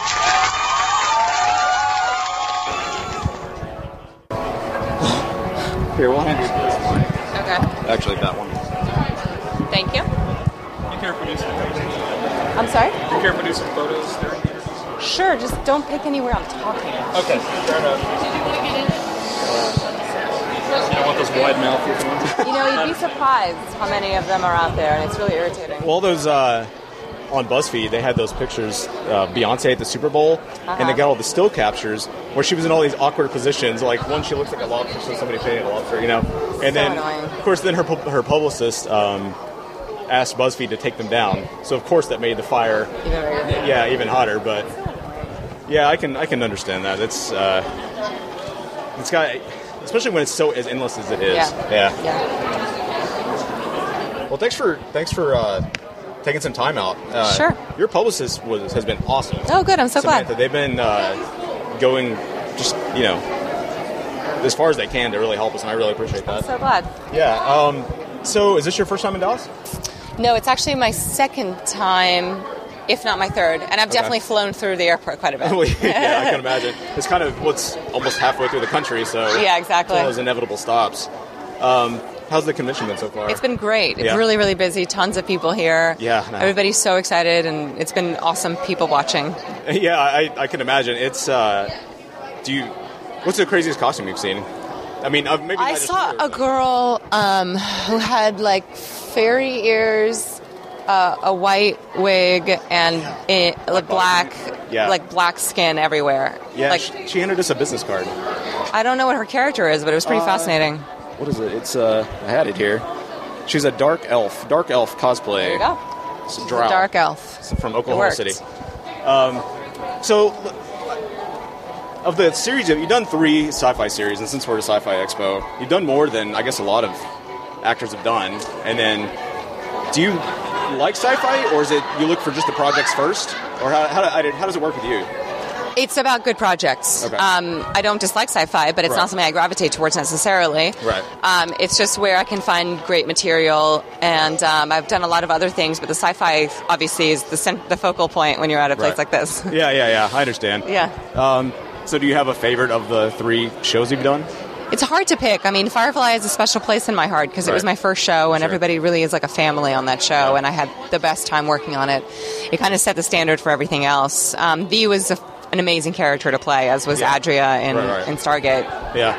Here, one. Okay. Actually, that one. Thank you. You care producing? I'm sorry? You care producing photos during the interview? Sure, just don't pick anywhere I'm talking. Okay, fair enough. You don't want those wide mouth. You know, you'd be surprised how many of them are out there, and it's really irritating. Well, those uh, on BuzzFeed, they had those pictures uh, Beyonce at the Super Bowl, and they got all the still captures where she was in all these awkward positions. Like one, she looks like a lobster, so somebody painted a lobster, you know. And then, of course, then her pu- her publicist um, asked BuzzFeed to take them down. So of course, that made the fire, yeah, even hotter. But yeah, I can I can understand that. It's uh, it's got especially when it's so as endless as it is. Yeah. yeah. Yeah. Well, thanks for thanks for uh, taking some time out. Uh, Sure. Your publicist was, has been awesome. Oh, good. I'm so glad. Samantha, They've been uh, going just you know as far as they can to really help us, and I really appreciate that. So glad. yeah. Um, so, is this your first time in Dallas? No, it's actually my second time if not my third. And I've Okay. definitely flown through the airport quite a bit. yeah, I can imagine. It's kind of what's almost halfway through the country, so Yeah, exactly. It's one of those inevitable stops. Um, how's the convention been so far? It's been great. It's Yeah. really, really busy. Tons of people here. Yeah, no. Everybody's so excited, and it's been awesome people watching. yeah, I, I can imagine. It's uh, do you? What's the craziest costume you've seen? I mean, uh, maybe I not just saw a girl um, who had like fairy ears, uh, a white wig, and eh, like black, Yeah. like black skin everywhere. Yeah, Like sh she, handed us a business card. I don't know what her character is, but it was pretty Uh, fascinating. What is it? It's uh, I had it here. She's a dark elf, dark elf cosplay. There you go. It's a She's a drow. dark elf. It's from It Oklahoma worked. City. Um, so, of the series, you've done three sci-fi series, and since we're at a sci-fi expo, you've done more than I guess a lot of actors have done. And then, do you like sci-fi, or is it you look for just the projects first, or how, how, how, did- how does it work with you? It's about good projects. Okay. Um, I don't dislike sci-fi, but it's Right. not something I gravitate towards necessarily. Right. Um, it's just where I can find great material, and um, I've done a lot of other things, but the sci-fi obviously is the, cent- the focal point when you're at a place Right. like this. Yeah, yeah, yeah. I understand. Yeah. Um, so, do you have a favorite of the three shows you've done? It's hard to pick. I mean, Firefly is a special place in my heart because it was Right. my first show, and Sure. everybody really is like a family on that show, and I had the best time working on it. It kind of set the standard for everything else. Um, V was a, an amazing character to play, as was Yeah. Adria in, Right, right. in Stargate. Yeah.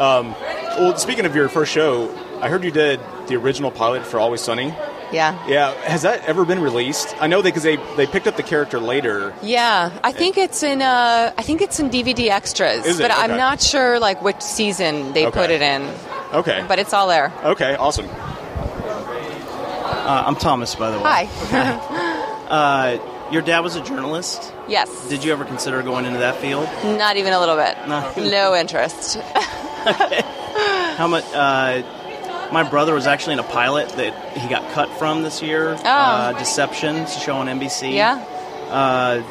Um, well, speaking of your first show, I heard you did the original pilot for Always Sunny. Yeah. Yeah. Has that ever been released? I know because they, they picked up the character later. Yeah, I think it's in uh, I think it's in DVD extras, Is it? but I'm Okay. not sure like which season they Okay. put it in. Okay. But it's all there. okay. Awesome. Uh, I'm Thomas, by the way. Hi. Uh, your dad was a journalist. yes. Did you ever consider going into that field? Not even a little bit. No. No interest. How much? Uh, my brother was actually in a pilot that he got cut from this year. Oh. Uh, Deception, it's a show on NBC. Yeah. Uh,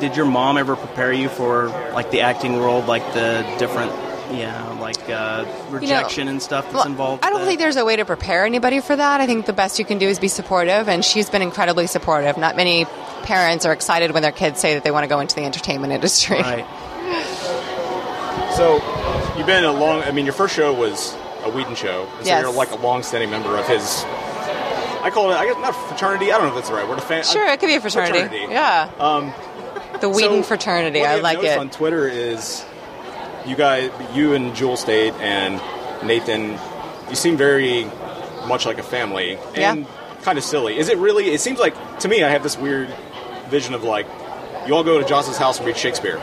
did your mom ever prepare you for like the acting world, like the different, yeah, like uh, rejection and stuff that's Well, involved? I don't think there's a way to prepare anybody for that. I think the best you can do is be supportive, and she's been incredibly supportive. Not many parents are excited when their kids say that they want to go into the entertainment industry. Right. So you've been a long, I mean, your first show was a Whedon show. and So Yes. you're like a long standing member of his. I call it, I guess, not fraternity. I don't know if that's the right word. A fan, Sure, it could be a fraternity. Fraternity. Yeah. Um, The Whedon So, fraternity. What I have like noticed it. On Twitter is you guys, you and Jewel State and Nathan, you seem very much like a family and kind of silly. Is it really? It seems like to me, I have this weird vision of like you all go to Joss's house and read Shakespeare.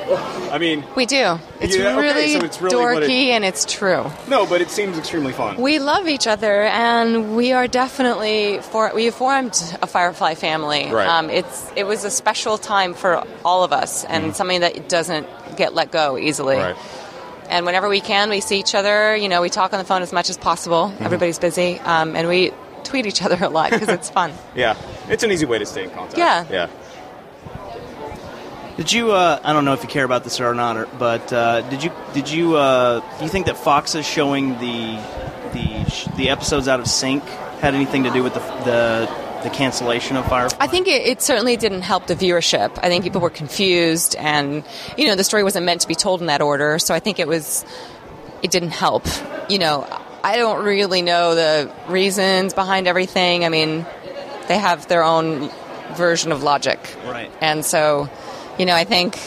I mean, we do. It's, Yeah, okay, really so it's really what dorky it- and it's true. no, but it seems extremely fun. We love each other, and we are definitely for. We formed a Firefly family. Right. Um, it's it was a special time for all of us, and Mhm. something that doesn't get let go easily. Right. And whenever we can, we see each other. You know, we talk on the phone as much as possible. Mm-hmm. Everybody's busy, um, and we tweet each other a lot because it's fun. Yeah, it's an easy way to stay in contact. Yeah. yeah. Did you? Uh, I don't know if you care about this or not, or, but uh, did you? Did you? Uh, do you think that Fox is showing the the sh- the episodes out of sync had anything to do with the the, the cancellation of Firefly? I think it, it certainly didn't help the viewership. I think people were confused, and you know the story wasn't meant to be told in that order. So I think it was, it didn't help. You know, I don't really know the reasons behind everything. I mean, they have their own version of logic, Right. and so, you know, I think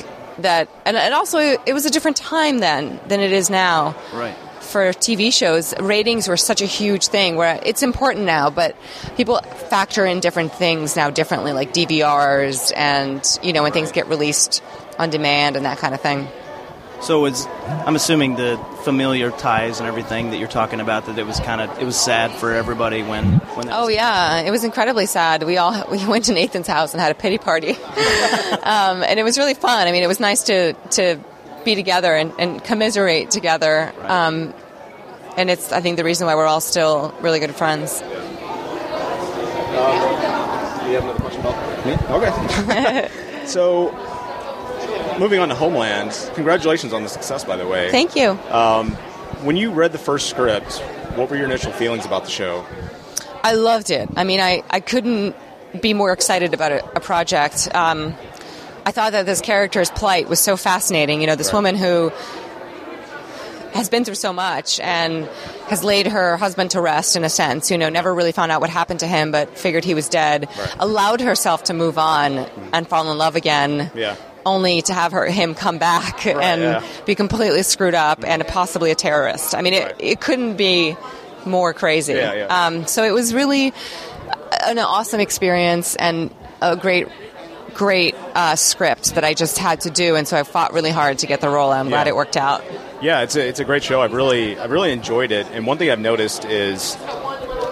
that, and, and also it was a different time then than it is now Right. for TV shows, ratings were such a huge thing where it's important now, but people factor in different things now differently, like DVRs and, you know, when things get released on demand and that kind of thing. So it's I'm assuming the familiar ties and everything that you're talking about that it was kind of it was sad for everybody when when that Oh, yeah. It was incredibly sad. We all we went to Nathan's house and had a pity party. um, and it was really fun. I mean, it was nice to, to be together and, and commiserate together. Um, and it's, I think, the reason why we're all still really good friends. Do Um, you have another question about me? Okay. so, moving on to Homeland, congratulations on the success, by the way. Thank you. Um, when you read the first script, what were your initial feelings about the show? I loved it. I mean, I, I couldn't be more excited about a, a project. Um, I thought that this character's plight was so fascinating. You know, this Right. woman who has been through so much and has laid her husband to rest in a sense, you know, never really found out what happened to him, but figured he was dead, allowed herself to move on and fall in love again. Yeah. Only to have her, him come back and yeah. be completely screwed up and possibly a terrorist. I mean, it, it couldn't be more crazy. Yeah, yeah. Um, so it was really an awesome experience and a great, great uh, script that I just had to do. And so I fought really hard to get the role. I'm glad Yeah. it worked out. Yeah, it's a, it's a great show. I've really I've really enjoyed it. And one thing I've noticed is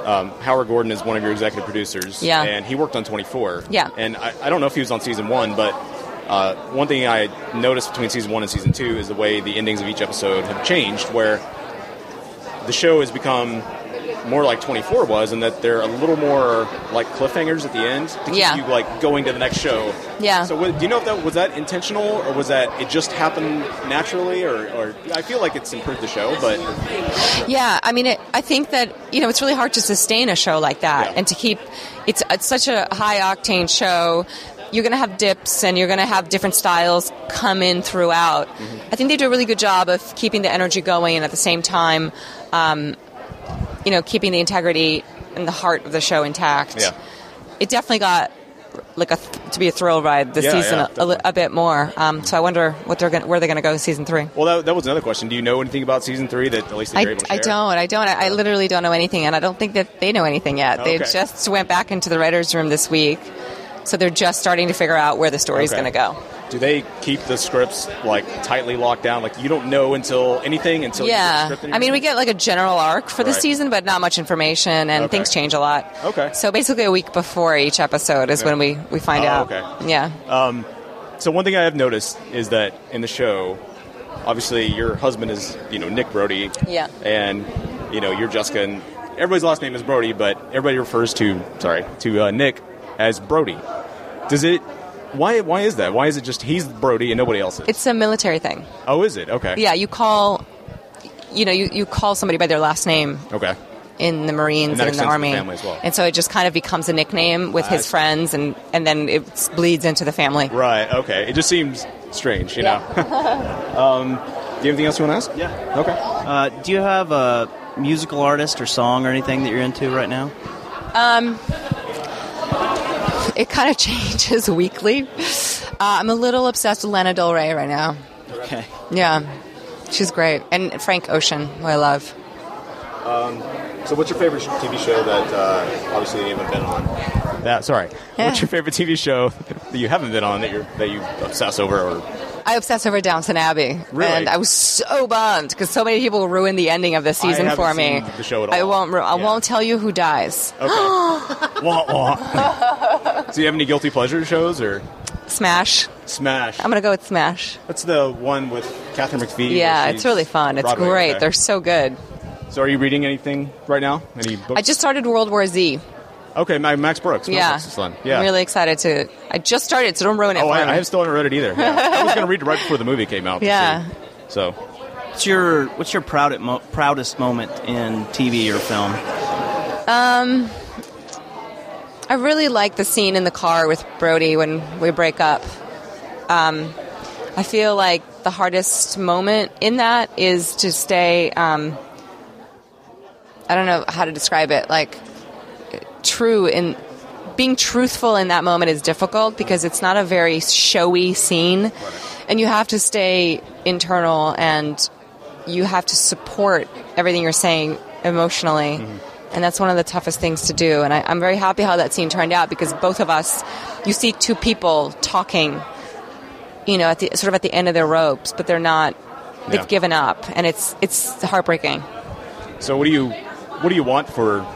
um, Howard Gordon is one of your executive producers. Yeah. And he worked on 24. Yeah. And I, I don't know if he was on season one, but uh, one thing I noticed between season one and season two is the way the endings of each episode have changed, where the show has become more like 24 was, and that they're a little more like cliffhangers at the end to keep Yeah. you like going to the next show. Yeah. So what, do you know if that was that intentional or was that it just happened naturally or, or I feel like it's improved the show, but Yeah, I mean, it, I think that you know it's really hard to sustain a show like that and to keep. It's it's such a high octane show. You're going to have dips and you're going to have different styles come in throughout. I think they do a really good job of keeping the energy going and at the same time, um, you know, keeping the integrity and the heart of the show intact. Yeah. It definitely got like a th- to be a thrill ride this Yeah, season yeah, a- a, li- a bit more. Um, so I wonder what they're gonna, where they're going to go with season three. well, that, that was another question. Do you know anything about season three that at least that I, you're able to I share? Oh. don't. I don't. I, I literally don't know anything, and I don't think that they know anything yet. They Okay. just went back into the writers' room this week, so they're just starting to figure out where the story's Okay. going to go. Do they keep the scripts like tightly locked down? Like you don't know until anything until You get the yeah, script in your I mean, we hand? get like a general arc for the Right. season, but not much information, and Okay. things change a lot. Okay. So basically, a week before each episode is Yeah. when we we find Oh, out. okay. Yeah. Um, so one thing I have noticed is that in the show, obviously your husband is you know Nick Brody. Yeah. And you know you're Jessica, and everybody's last name is Brody, but everybody refers to sorry to uh, Nick as Brody. Does it? Why? Why is that? Why is it just he's Brody and nobody else is? It's a military thing. Oh, is it? Okay. Yeah, you call, you know, you, you call somebody by their last name Okay. in the And Marines and, that in the extends to the Army. family as well. And so it just kind of becomes a nickname with Ah, I his see. friends, and, and then it s- bleeds into the family. Right. Okay. It just seems strange, you know. um, do you have anything else you want to ask? Yeah. Okay. Uh, do you have a musical artist or song or anything that you're into right now? Um, it kind of changes weekly. Uh, I'm a little obsessed with Lana Del Rey right now. Okay. Yeah, she's great. And Frank Ocean, who I love. Um, so, what's your favorite TV show that uh, obviously you haven't been on? That sorry. What's your favorite TV show that you haven't been on that you are that you obsess over? Or I obsess over Downton Abbey. Really? And I was so bummed because so many people ruined the ending of the season haven't for me. seen the show at I all. won't. ru- I won't tell you who dies. wah, wah. do you have any guilty pleasure shows or Um, Smash. Smash? I'm gonna go with Smash. That's the one with Catherine McPhee. where yeah, she's it's really fun. It's Broadway, great. okay. They're so good. So, are you reading anything right now? Any books? I just started World War Z. okay. Ma- Max Brooks. Max yeah, Brooks is fun. Yeah. I'm really excited to. I just started, so don't ruin it. Oh, for I, me. I have still haven't read it either. Yeah. I was going to read it right before the movie came out. to Yeah. see. So, what's your what's your proud mo- proudest moment in TV or film? Um, I really like the scene in the car with Brody when we break up. Um, I feel like the hardest moment in that is to stay. Um, I don't know how to describe it. Like true in being truthful in that moment is difficult because it's not a very showy scene, and you have to stay internal and you have to support everything you're saying emotionally. And that's one of the toughest things to do. And I, I'm very happy how that scene turned out because both of us, you see two people talking, you know, at the, sort of at the end of their ropes, but they're not, they've Yeah. given up. And it's, it's heartbreaking. so what do you what do you want for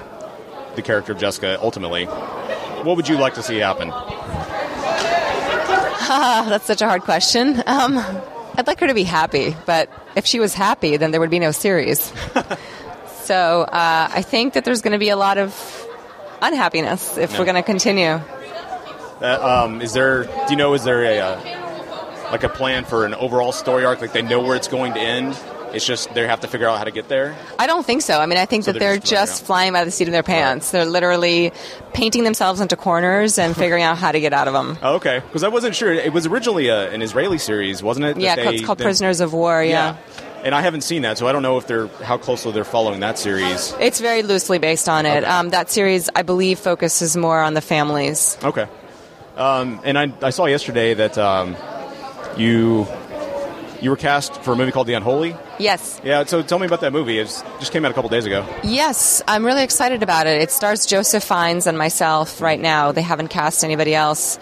the character of Jessica ultimately? What would you like to see happen? Ah, that's such a hard question. Um, I'd like her to be happy, but if she was happy, then there would be no series. so uh, I think that there's going to be a lot of unhappiness if Yeah. we're going to continue. Uh, um, is there do you know is there a uh, like a plan for an overall story arc? Like they know where it's going to end, It's just they have to figure out how to get there. I don't think so. I mean, I think So that they're they're, just just flying by the seat of their pants. They're literally painting themselves into corners and figuring out how to get out of them. Oh, okay, because I wasn't sure. It was originally a, an Israeli series, wasn't it? that yeah, they- it's called they- Prisoners of War. Yeah. And I haven't seen that, so I don't know if they're how closely they're following that series. It's very loosely based on it. Okay. Um, that series, I believe, focuses more on the families. Okay. Um, and I, I saw yesterday that um, you you were cast for a movie called The Unholy. Yes. Yeah. So tell me about that movie. It just came out a couple days ago. Yes, I'm really excited about it. It stars Joseph Fiennes and myself right now. They haven't cast anybody else.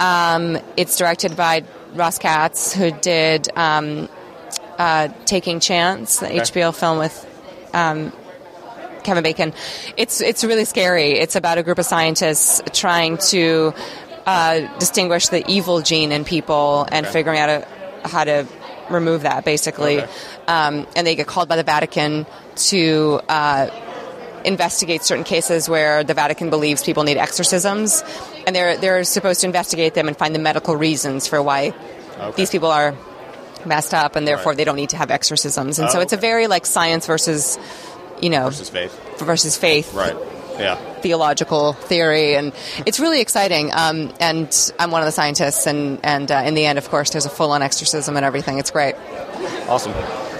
Um, it's directed by Ross Katz, who did um, uh, Taking Chance, the Okay. HBO film with um, Kevin Bacon. It's it's really scary. It's about a group of scientists trying to uh, distinguish the evil gene in people and Okay. figuring out a, how to remove that, basically. Okay. Um, and they get called by the Vatican to. Uh, investigate certain cases where the Vatican believes people need exorcisms, and they're they're supposed to investigate them and find the medical reasons for why these people are messed up, and therefore Right. they don't need to have exorcisms. And Oh, so it's a very like science versus, you know, Versus faith. versus faith Right. Yeah. theological theory, and it's really exciting. Um, and I'm one of the scientists, and and uh, in the end, of course, there's a full on exorcism and everything. It's great. Awesome.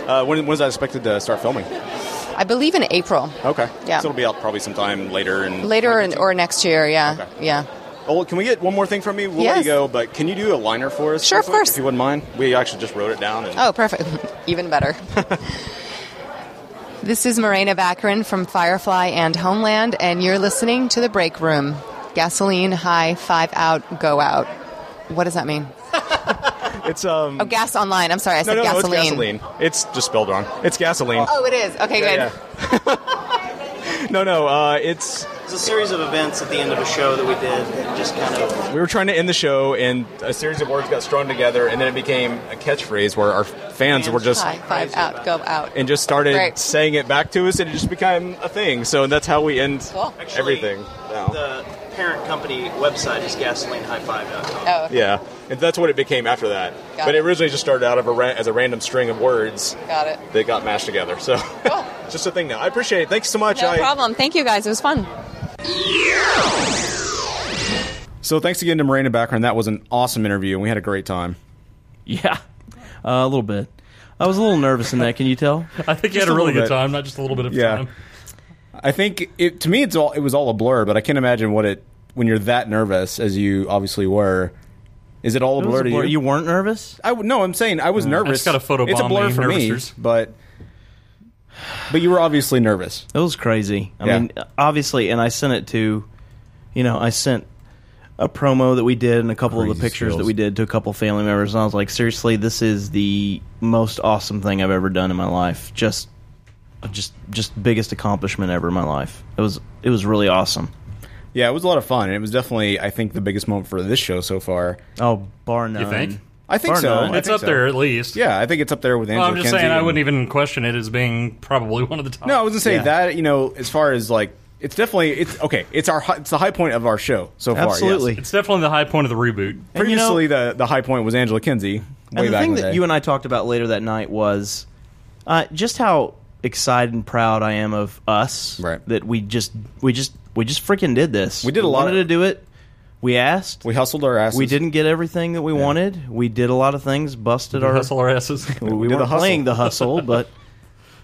Uh, when, when is that expected to start filming? I believe in April, Okay. Yeah. So it'll be out probably sometime later. And later or, or next year. Yeah, yeah. Oh, well, can we get one more thing from you? We'll let Yes. you go, but can you do a liner for us? Sure, of course. If you wouldn't mind, we actually just wrote it down. And Oh, perfect. Even better. this is Morena Baccarin from Firefly and Homeland, and you're listening to The Break Room. Gasoline, high, five out, go out. What does that mean? It's um. Oh, gas online. I'm sorry, I no, said no, no, it's gasoline. gasoline. It's just spelled wrong. It's gasoline. Oh, it is. Okay, good. Yeah, yeah. no, no. Uh, it's It's a series of events at the end of a show that we did that just kind of we were trying to end the show, and a series of words got strung together, and then it became a catchphrase where our fans were just high, five out, go out. and just started Great. saying it back to us, and it just became a thing. So that's how we end Cool. everything. now. The parent company website is gasolinehighfive.com. Oh, Yeah, and that's what it became after that. Got but it. it originally just started out of a ra- as a random string of words Got it. that got mashed together. So it's just a thing now. I appreciate it. Thanks so much. No I- problem. Thank you guys. It was fun. So thanks again to Marina Backron. That was an awesome interview, and we had a great time. Yeah, uh, a little bit. I was a little nervous in that. Can you tell? I think you had a really good time, not just a little bit of Yeah. time. I think it to me it's all it was all a blur, but I can't imagine what it when you're that nervous as you obviously were. Is it all a It was blur a to blur. you? You weren't nervous? I w- no, I'm saying I was Hmm. Uh, I nervous. just got a photobomb It's a blur the for me, nervesters. but but you were obviously nervous. It was crazy. I Yeah. mean, obviously, and I sent it to, you know, I sent a promo that we did and a couple of the Crazy pictures that skills. we did to a couple family members, and I was like, seriously, this is the most awesome thing I've ever done in my life. Just, just, just biggest accomplishment ever in my life. It was, it was really awesome. Yeah, it was a lot of fun, and it was definitely I think the biggest moment for this show so far. Oh, bar You none. think? I think Bar so. none. I It's think up so. there at least. Yeah, I think it's up there with Well, Angela I'm just Kinsey saying I and- wouldn't even question it as being probably one of the top. No, I wasn't saying Yeah. that. You know, as far as like, it's definitely it's okay. It's our hi- it's the high point of our show so far. yes. It's definitely the high point of the reboot. Previously, the the high point was Angela Kinsey. Way and the back thing in the that day. you and I talked about later that night was uh, just how excited and proud I am of us. Right. That we just we just we just freaking did this. We did a lot Wanted to do it. We asked. We hustled our asses. We didn't get everything that we wanted. We did a lot of things. Busted We our hustle our asses. We, We did the weren't hustle. playing the hustle, but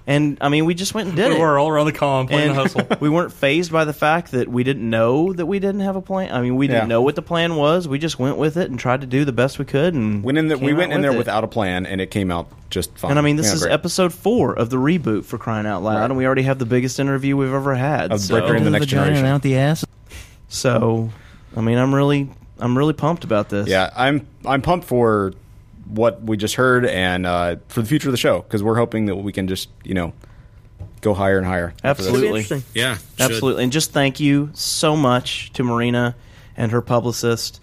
and I mean we just went and did We it. were all around the column playing And the hustle. we weren't phased by the fact that we didn't know that we didn't have a plan. I mean, we didn't Yeah. know what the plan was. We just went with it and tried to do the best we could. And went in the, we went in there without without. a plan, and it came out just fine. And I mean, this Yeah, is great. episode four of the reboot for crying out loud, and we already have the biggest interview we've ever had. Of so. Breaker and the Next Vagina and Generation. out the ass. So, I mean, I'm really, I'm really pumped about this. yeah. I'm I'm pumped for what we just heard and uh, for the future of the show because we're hoping that we can just you know go higher and higher. after this. Absolutely. Yeah. Absolutely. And just thank you so much to Marina and her publicist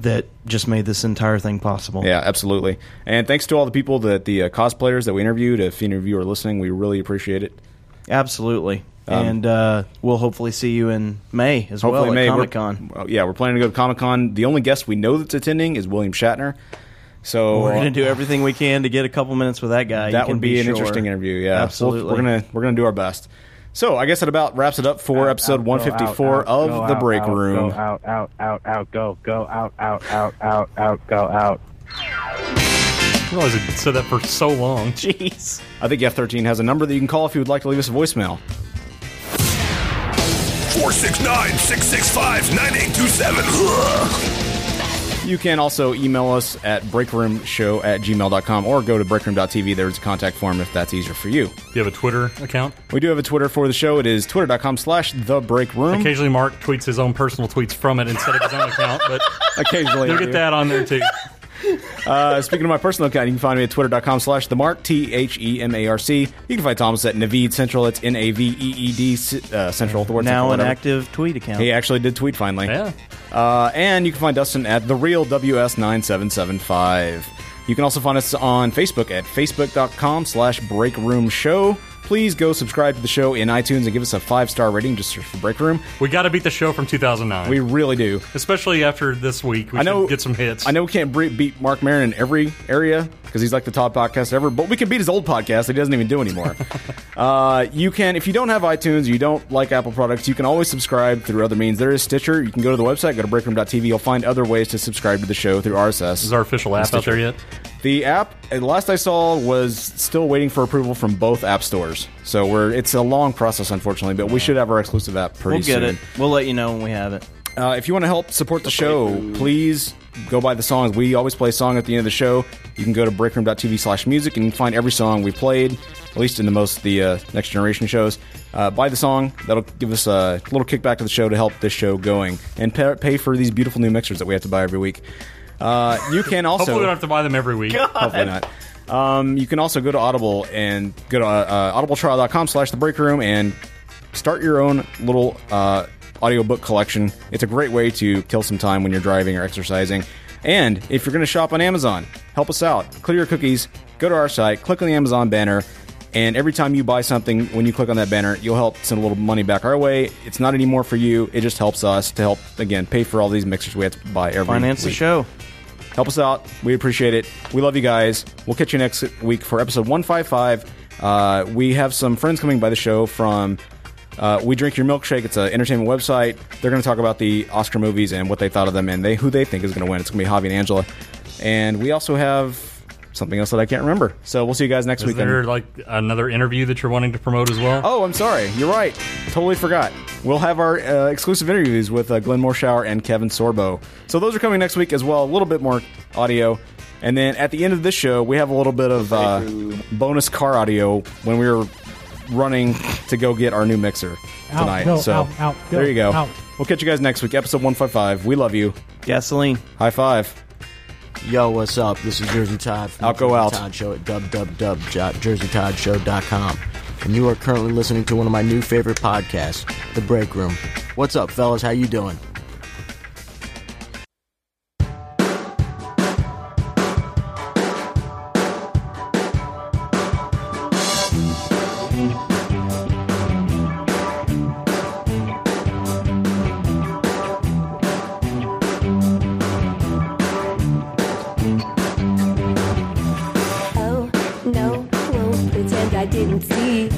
that just made this entire thing possible. Yeah, absolutely. And thanks to all the people that the uh, cosplayers that we interviewed. If any of you are listening, we really appreciate it. Absolutely. Um, and uh, we'll hopefully see you in May as well at May, we're- Comic Con. uh, Yeah, we're planning to go to Comic Con. The only guest we know that's attending is William Shatner. So We're gonna do everything we can to get a couple minutes with that guy. That You can would be, an sure. interesting interview. Yeah, absolutely. We'll- we're gonna we're gonna do our best. So I guess that about wraps it up for episode Go out, 154 out, of go the out, Break out, Room. Go out, out, out, out, go, go out, out, out, out, out, go out. I realize I said that for so long. Jeez. I think F13 has a number that you can call if you would like to leave us a voicemail. 469 665 9827. You can also email us at breakroomshow at gmail.com or go to breakroom.tv. There's a contact form if that's easier for you. Do you have a Twitter account? We do have a Twitter for the show. It is twitter.com slash the break room. Occasionally, Mark tweets his own personal tweets from it instead of his own account, but occasionally you'll I get do. that on there too. Uh, speaking of my personal account, you can find me at twitter.com slash themark, T H E M A R C. You can find Thomas at Naveed Central. It's N A V E E D uh, Central. The word Now central, an whatever. active tweet account. He actually did tweet finally. Yeah. Uh, and you can find Dustin at the real WS9775. You can also find us on Facebook at facebook.com slash breakroom show. Please go subscribe to the show in iTunes and give us a five star rating. Just search for Break Room. We got to beat the show from 2009. We really do. Especially after this week, we I know- should get some hits. I know we can't bre- beat Mark Maron in every area because he's like the top podcast ever, but we can beat his old podcast that he doesn't even do anymore. uh, you can, if you don't have iTunes, you don't like Apple products, you can always subscribe through other means. There is Stitcher. You can go to the website, go to breakroom.tv. You'll find other ways to subscribe to the show through RSS. Is our official app out there yet? The app, uh, last I saw, was still waiting for approval from both app stores. So we're it's a long process, unfortunately, but we should have our exclusive app pretty We'll get soon. it. We'll let you know when we have it. Uh, if you want to help support the show, please go buy the songs. We always play a song at the end of the show. You can go to breakroom.tv slash music and you can find every song we played, at least in the most the uh, Next Generation shows. Uh, buy the song. That'll give us a little kickback to the show to help this show going and pa pay for these beautiful new mixers that we have to buy every week. Uh, you can also Hopefully, we don't have to buy them every week. Hopefully not. Um, you can also go to Audible and go to uh, uh, audibletrial.com slash the break room and start your own little uh, audiobook collection. It's a great way to kill some time when you're driving or exercising. And if you're going to shop on Amazon, help us out. Clear your cookies, go to our site, click on the Amazon banner, and every time you buy something, when you click on that banner, you'll help send a little money back our way. It's not any more for you. It just helps us to help, again, pay for all these mixers we have to buy every Finance the week. show. Help us out. We appreciate it. We love you guys. We'll catch you next week for episode 155. Uh, we have some friends coming by the show from uh, We Drink Your Milkshake. It's an entertainment website. They're going to talk about the Oscar movies and what they thought of them and they who they think is going to win. It's going to be Javi and Angela. And we also have something else that I can't remember. So we'll see you guys next Is week. then. there like another interview that you're wanting to promote as well? Oh, I'm sorry. You're right. Totally forgot. We'll have our uh, exclusive interviews with uh, Glenn Morshower and Kevin Sorbo. So those are coming next week as well. A little bit more audio. And then at the end of this show, we have a little bit of uh, bonus car audio when we were running to go get our new mixer Out, tonight. go, so out, out, go, there you go. out. We'll catch you guys next week, episode 155. We love you. Gasoline. High five. Yo, what's up? This is Jersey Todd from I'll the go Jersey out. Todd Show at www.jerseytoddshow.com. And you are currently listening to one of my new favorite podcasts, The Break Room. What's up, fellas? How you doing? Oh, no, won't pretend I didn't see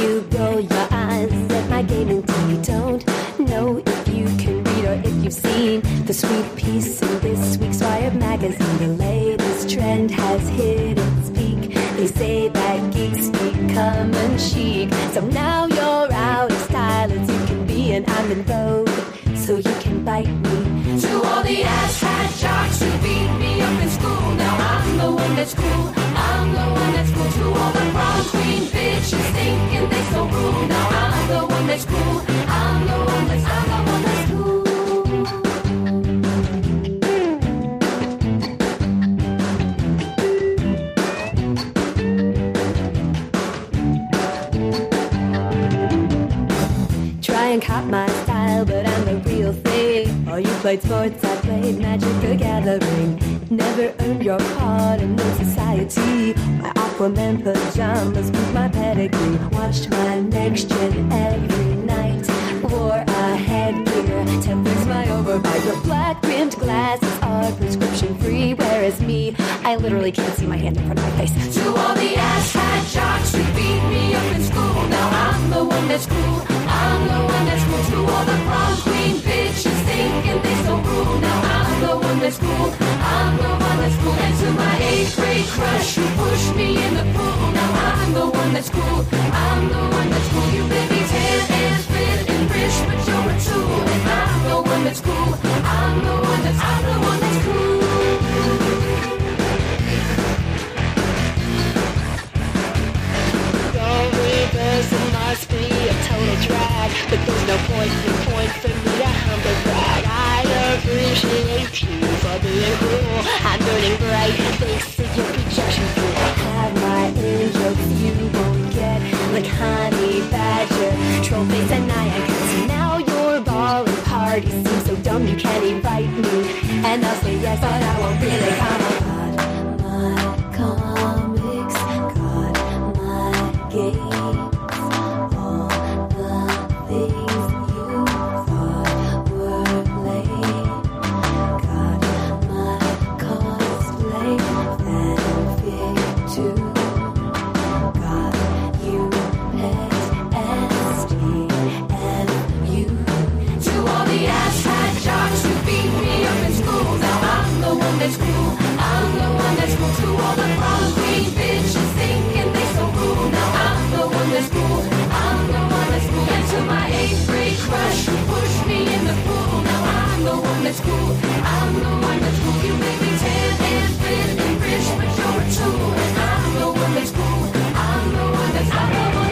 you roll your eyes at my game until you don't know if you can read or if you've seen the sweet piece in this week's Wired magazine. The latest trend has hit its peak. They say that geeks become chic, so now you're out of style as you can be, and I'm in vogue, so you can bite me. To all the asshat jocks who beat me up in school, now I'm the one that's cool. I'm the one that's cool. To all the prom queen bitches thinking they so cool, now I'm the one that's cool. I'm the one that's I'm the one that's cool. Try and cop my style, but I'm the real thing. Oh, you played sports, I played Magic the Gathering. Never earned your part in no society. My Aquaman pajamas with my pedigree. Watched my next gen every night. Wore a headgear to fix my overbite. Your black rimmed glasses are prescription free. Where is as me. I literally can't see my hand in front of my face. To all the asshat jocks who beat me up in school. Now I'm the one that's cruel. I'm the one that's cruel to all the prom queen bitches thinking they so cruel. Now I'm the one that's cruel. I'm the one that's cruel. And to my eighth grade crush who pushed me in the pool. Now I'm the one that's cruel. I'm the one that's cruel. You may be tan and fit and rich, but you're a tool. And I'm the one that's cruel. I'm the one that's. I'm the one that's cruel. Don't leave us, it must be a total drag. But there's no point in point for me to humble brag. I appreciate you for being cool. I'm burning bright, thanks to your projection fool. Have my angel, you won't get like honey badger, troll face and I. I guess now your ball and party seems so dumb you can't invite me, and I'll say yes, but I won't really come. To all the asshat jocks who beat me up in school. Now I'm the one that's cool. I'm the one that's cool. To all the prom queen bitches thinking they so cool. Now I'm the one that's cool. I'm the one that's cool. And to my eighth grade crush who pushed me in the pool. Now I'm the one that's cool. I'm the one that's cool. You may be tan and fit and rich, but you're a tool. And I'm the one that's cool. I'm the one that's. I'm the one that's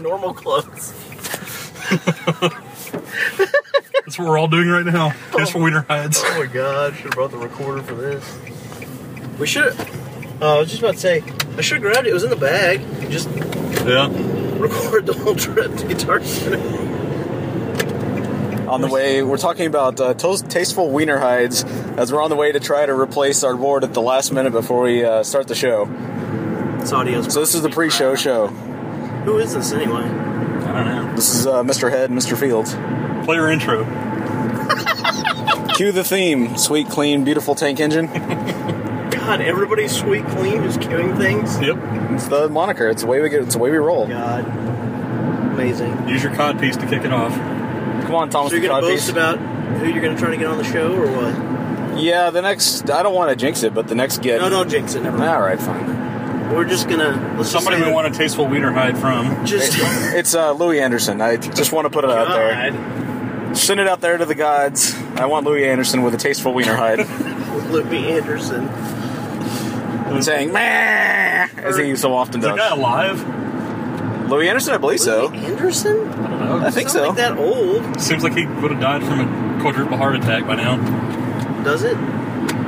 Normal clothes. Oh. That's what we're all doing right now. Just for winter hides. Oh my god, should have brought the recorder for this. We should. Uh, I was just about to say, I should have grabbed it. It was in the bag. Just Yeah. record the whole trip to Guitar Center. On the way, we're talking about uh, tos- tasteful wiener hides as we're on the way to try to replace our board at the last minute before we uh, start the show. It's audio. So this is the pre-show show. Who is this anyway? I don't know. This is uh, Mr. Head and Mr. Fields. Play your intro. Cue the theme. Sweet, clean, beautiful tank engine. God, everybody's sweet clean, just killing things. Yep. It's the moniker. It's the way we get. It's the way we roll. God, amazing. Use your codpiece to kick it off. Come on, Thomas. so you're gonna the boast codpiece. about who you're gonna try to get on the show or what? Yeah, the next. I don't want to jinx it, but the next get. No, don't jinx it. Never mind. All right, fine. We're just gonna. Let's just Somebody say we that- want a tasteful wiener hide from. Just- It's uh, Louis Anderson. I just want to put it out there. Send it out there to the gods. I want Louis Anderson with a tasteful wiener hide. Libby Anderson. I'm saying meh as he so often Is does. that guy alive? Louis Anderson, I believe so. Anderson? I don't know. I think It's not so. like that old. Seems like he would have died from a quadruple heart attack by now. Does it?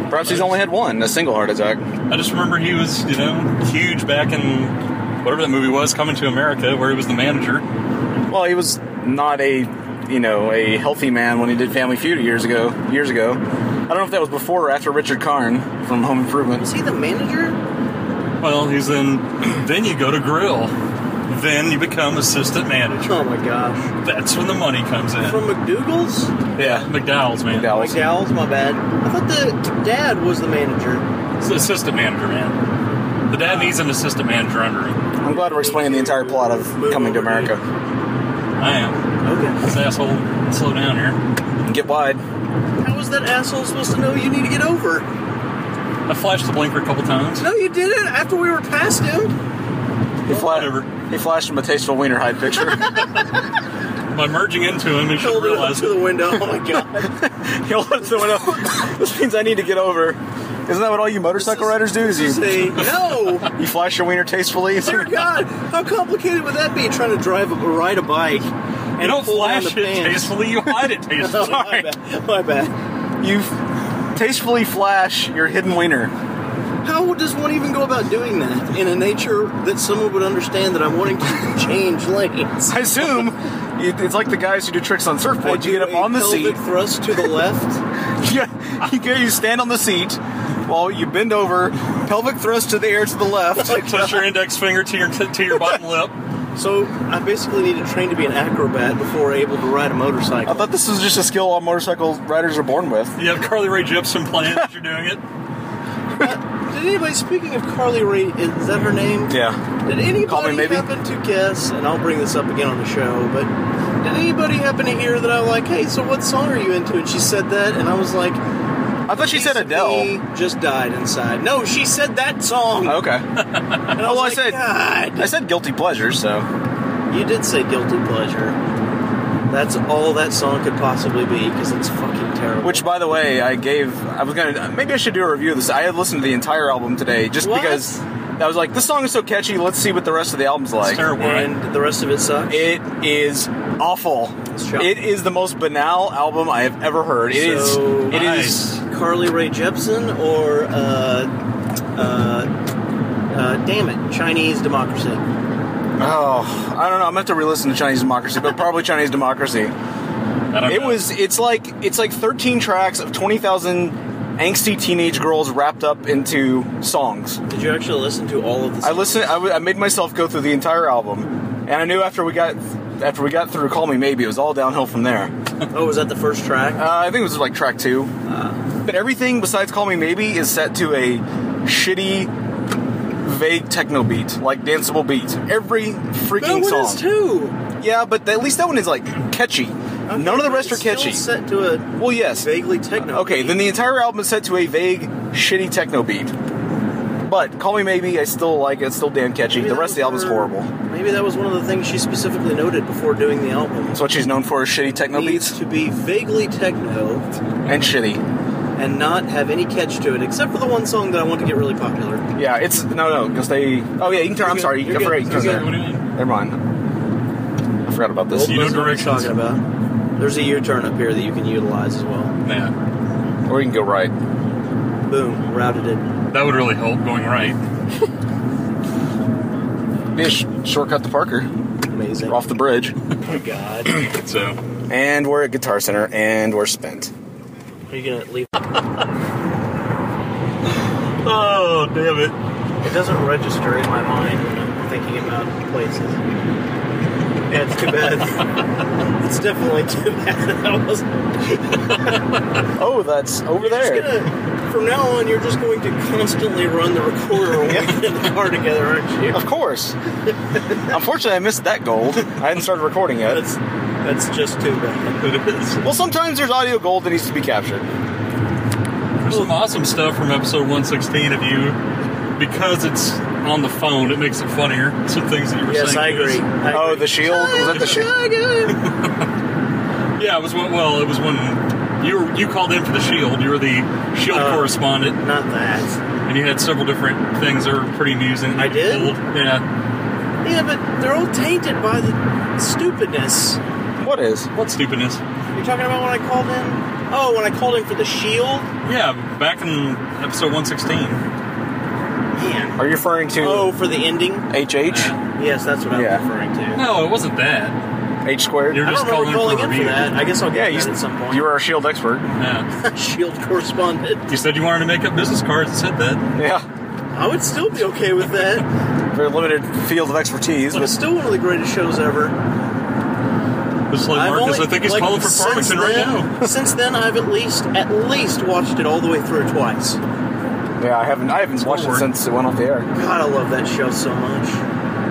Perhaps he's only had one, a single heart attack. I just remember he was, you know, huge back in whatever that movie was, Coming to America, where he was the manager. Well, he was not a, you know, a healthy man when he did Family Feud years ago. Years ago, I don't know if that was before or after Richard Karn from Home Improvement. Was he the manager? Well, he's in. Then you go to grill. Then you become assistant manager. Oh my gosh. That's when the money comes in. From McDougal's? yeah, McDowell's man. McDowell's. McDowell's, my bad. I thought the dad was the manager. It's the assistant manager, man. The dad needs an assistant manager under him. I'm glad we're explaining the entire plot of Coming to America. I am. Okay. This asshole, slow down here. Get wide. How was that asshole supposed to know you need to get over? I flashed the blinker a couple times. No, you didn't. After we were past him. He, fla- he flashed him a tasteful wiener hide picture. By merging into him, he should Holding up realize to the window. Oh my god. he holds the window. this means I need to get over. Isn't that what all you motorcycle riders do? Is you is a- no. You flash your wiener tastefully. Dear God, how complicated would that be? Trying to drive a, ride a bike You don't pull down flash it the pants. tastefully, you hide it Oh, tastefully. Sorry. My bad. You tastefully flash your hidden wiener. How does one even go about doing that in a nature that someone would understand that I'm wanting to change lanes? I assume it's like the guys who do tricks on surfboards. You get up on the seat. thrust to the left. yeah, you, go, you stand on the seat while you bend over, pelvic thrust to the air to the left. Touch your index finger to your to your bottom lip. So I basically need to train to be an acrobat before able to ride a motorcycle. I thought this was just a skill all motorcycle riders are born with. You have Carly Ray Jepsen playing as you're doing it. Did anybody? Speaking of Carly Rae, is that her name? Yeah. Did anybody Call me maybe? happen to guess? And I'll bring this up again on the show, but did anybody happen to hear that I'm like, hey, so what song are you into? And she said that, and I was like, I thought she said Adele. Oh, Just died inside. No, she said that song. Okay. and I was like, I said, God. I said guilty pleasure, so. You did say guilty pleasure. That's all that song could possibly be because it's fucking terrible. Which, by the way, I gave. I was gonna. Maybe I should do a review of this. I had listened to the entire album today just because I was like, this song is so catchy. Let's see what the rest of the album's like. terrible, right? And the rest of it sucks. It is awful. It is the most banal album I have ever heard. It is. So- It is. Carly Ray Jepsen or uh, uh, uh, damn it, Chinese democracy. Oh, I don't know. I'm gonna have to re-listen to Chinese Democracy, but probably Chinese Democracy. don't it know. was. It's like it's like 13 tracks of 20,000 angsty teenage girls wrapped up into songs. Did you actually listen to all of the? I listened. I, w- I made myself go through the entire album, and I knew after we got after we got through "Call Me Maybe," it was all downhill from there. Oh, was that the first track? Ah. Uh, I think it was like track two. But everything besides "Call Me Maybe" is set to a shitty, vague techno beat, like danceable beat. Every freaking That one song. is too. Yeah, but at least that one is like catchy. None of the rest are catchy. set to a well, yes, vaguely techno. Okay, then the entire album is set to a vague, shitty techno beat. But "Call Me Maybe," I still like it. It's still damn catchy. the rest of the album is horrible. Maybe that was one of the things she specifically noted before doing the album. That's what she's known for: is shitty techno beats. To be vaguely techno and shitty, and not have any catch to it, except for the one song that I want to get really popular. Yeah, it's no, no, because they. Oh yeah, you can turn. I'm sorry, you You're can, I forgot good. you can turn You're there. good. Never mind. I forgot about this. Well, that's what we're talking about. There's a U-turn up here that you can utilize as well. Yeah. Or you can go right. Boom, routed it. That would really help going right. Be a sh- shortcut to Parker. Amazing. Off the bridge. Oh my god. so. And we're at Guitar Center, and we're spent. Are you gonna leave? oh damn it! It doesn't register in my mind when I'm thinking about places. Yeah, it's too bad. it's definitely too bad that I wasn't. oh, that's over there. from now on, you're just going to constantly run the recorder when we get in the car together, aren't you? Of course. Unfortunately, I missed that goal. I hadn't started recording yet. That's, that's just too bad. Well, sometimes there's audio gold that needs to be captured. There's some awesome stuff from episode 116 of you because it's on the phone. It makes it funnier. Some things that you were Yes, saying. I to us. agree. I Oh, agree. the shield? Was that the shield? yeah, it was when, well, it was when you were, you called in for the shield. You were the shield Uh, correspondent. Not that. And you had several different things that were pretty amusing. I did. Yeah. Yeah, but they're all tainted by the stupidness. What is? What stupidness? You're talking about when I called in? Oh, when I called in for the shield? Yeah, back in episode 116. Are you referring to? Oh, for the ending? HH? yes, that's what I'm referring to. No, it wasn't that. H squared. I don't remember calling in for that. I guess I'll get that at some point. You were our shield expert. shield correspondent. You said you wanted to make up business cards. It said that. Yeah. I would still be okay with that. Very limited field of expertise. But it's still one of the greatest shows ever. It's like I've Marcus. only- I think he's like, calling for since Farmington right now. then- since then, I've at least at least watched it all the way through twice. Yeah, I haven't. I haven't watched it since it went off the air. God, I love that show so much.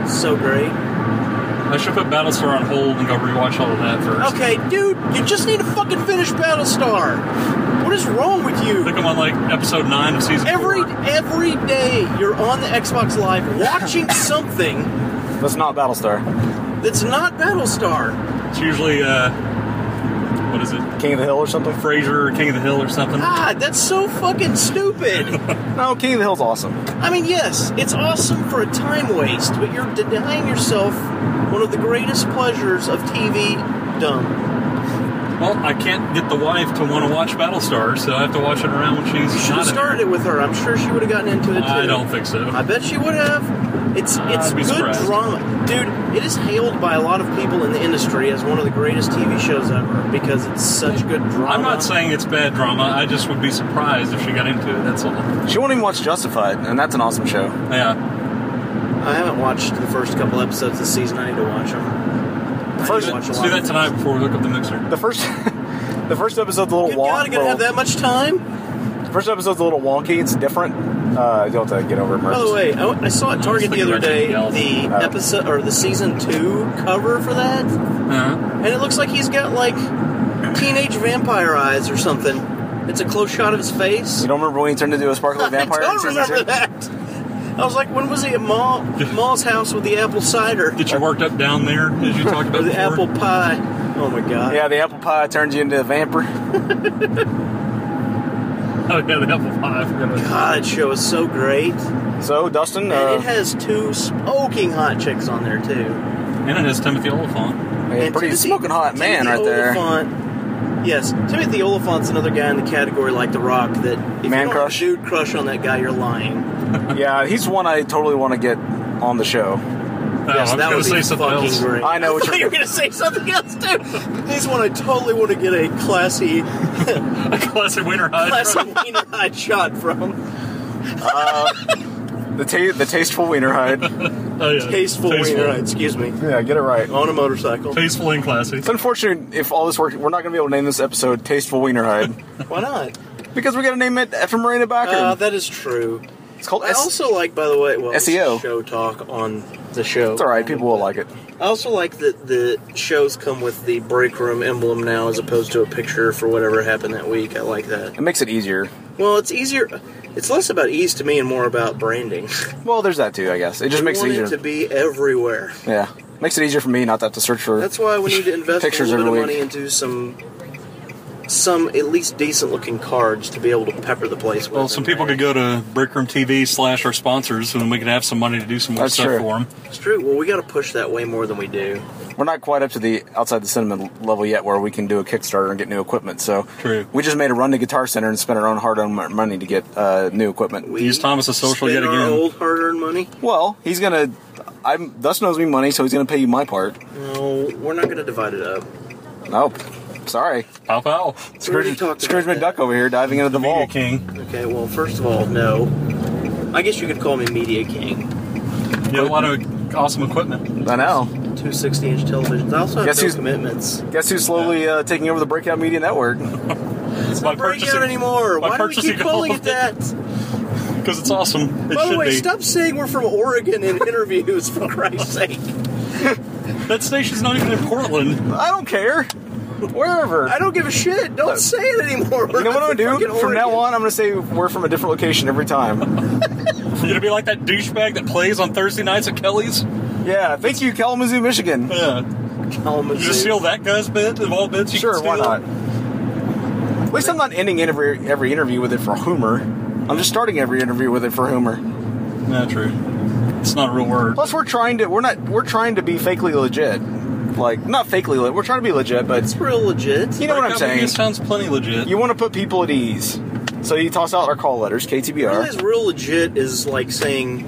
So great. I should put Battlestar on hold and go rewatch all of that first. Okay, dude, you just need to fucking finish Battlestar. What is wrong with you? I think I'm on like episode nine of season Every four. every day you're on the Xbox Live watching something That's not Battlestar. that's not Battlestar. It's usually uh, what is it? King of the Hill or something. Frasier or King of the Hill or something. God, that's so fucking stupid. no, King of the Hill's awesome. I mean, yes, it's awesome for a time waste, but you're denying yourself one of the greatest pleasures of TV dumb. Well, I can't get the wife to want to watch Battlestar, so I have to watch it around when she's You should not have in started it with her. I'm sure she would have gotten into it too. I don't think so. I bet she would have. It's it's I'd be good surprised. drama, dude. It is hailed by a lot of people in the industry as one of the greatest TV shows ever because it's such good drama. I'm not saying it's bad drama. I just would be surprised if she got into it. That's all. She won't even watch Justified, and that's an awesome show. Yeah. I haven't watched the first couple episodes this season. I need to watch them. First- Let's do that tonight before we hook up the mixer. The first, the first episode's a little wonky. God, I gotta have that much time. First episode's a little wonky. It's different. Uh, you'll have to get over it. Uh, By the way, Oh, I, I saw at Target the thinking other about day something the episode or the season two cover for that, Uh-huh. and it looks like he's got like teenage vampire eyes or something. It's a close shot of his face. You don't remember when he turned into a sparkly vampire I in don't season remember two? that. I was like, when was he at Ma Ma's house with the apple cider? Did you worked up down there as you talked about the apple pie? Oh my god! Yeah, the apple pie turns you into a vampire. oh yeah, the apple pie. I forgot about God, that show is so great. So Dustin, and uh, it has two smoking hot chicks on there too. And it has Timothy Oliphant. Yeah, pretty smoking hot man Timothy right there. Oliphant- Yes, Timothy Oliphant's another guy in the category like The Rock that if you don't have a dude crush on that guy, you're lying. yeah, he's one I totally want to get on the show. Yes, Oh, I was that gonna would say be something fucking else. great. I know what I thought you're you were going to say something else too. This one I totally want to get a classy, a classy winter hide, classy wiener hide shot from. Uh, the ta- the tasteful wiener hide. oh, yeah. Tasteful Tasteful. wiener hide, Excuse me. Yeah, get it right. On a motorcycle. Tasteful and classy. It's unfortunate if all this work, we're not going to be able to name this episode "Tasteful Wiener Hide" Why not? because we got to name it after Marina Baccarin. Uh, that is true. It's called I also like, by the way, well, this is SEO. show talk on the show. It's all right. People will like it. I also like that the shows come with the break room emblem now as opposed to a picture for whatever happened that week. I like that. It makes it easier. Well, it's easier. It's less about ease to me and more about branding. Well, there's that too, I guess. It just I makes it want easier. to be everywhere. yeah, makes it easier for me not to have to search for. That's why we need to invest a pictures little bit of every money week. into some some at least decent looking cards to be able to pepper the place with. Well, some people could go to Breakroom TV slash our sponsors, and we could have some money to do some more That's stuff true. for them. It's true. Well, we got to push that way more than we do. We're not quite up to the outside the cinema level yet, where we can do a Kickstarter and get new equipment. So True. we just made a run to Guitar Center and spent our own hard-earned mo- money to get uh, new equipment. Use Thomas as social Spend yet our again. Old hard earned money. Well, he's gonna. I'm. Dustin owes me money, so he's gonna pay you my part. No, we're not going to divide it up. Nope. Sorry. Pow pow. We already Scrooge, talked Scrooge McDuck over here diving into the, ball. King. Okay. Well, first of all, no. I guess you could call me Media King. Yeah, a lot of awesome equipment. I know. Two sixty-inch televisions. I also have Guess no who's- commitments. Guess who's slowly uh, taking over the Breakout Media Network? It's not breaking out anymore. by Why do we keep purchasing all calling of it that? Because it's awesome. It By the should way, be. stop saying we're from Oregon in interviews, for Christ's sake. that station's not even in Portland. I don't care. Wherever. I don't give a shit. Don't say it anymore. You know what I'm gonna do? From Oregon. now on, I'm gonna say we're from a different location every time. You're gonna be like that douchebag that plays on Thursday nights at Kelly's. Yeah, thank you, Kalamazoo, Michigan. Yeah. Kalamazoo. You just steal that guy's bit of all bits. You Sure, can why steal? not? At least I'm not ending every every interview with it for Homer. I'm just starting every interview with it for Homer. Not true. It's not a real word. Plus, we're trying to we're not we're trying to be fakely legit. Like not fakely, le- we're trying to be legit, but it's real legit. You know what I'm Breakout media saying? sounds plenty legit. You want to put people at ease, so you toss out our call letters, Real KTBR. is real legit is like saying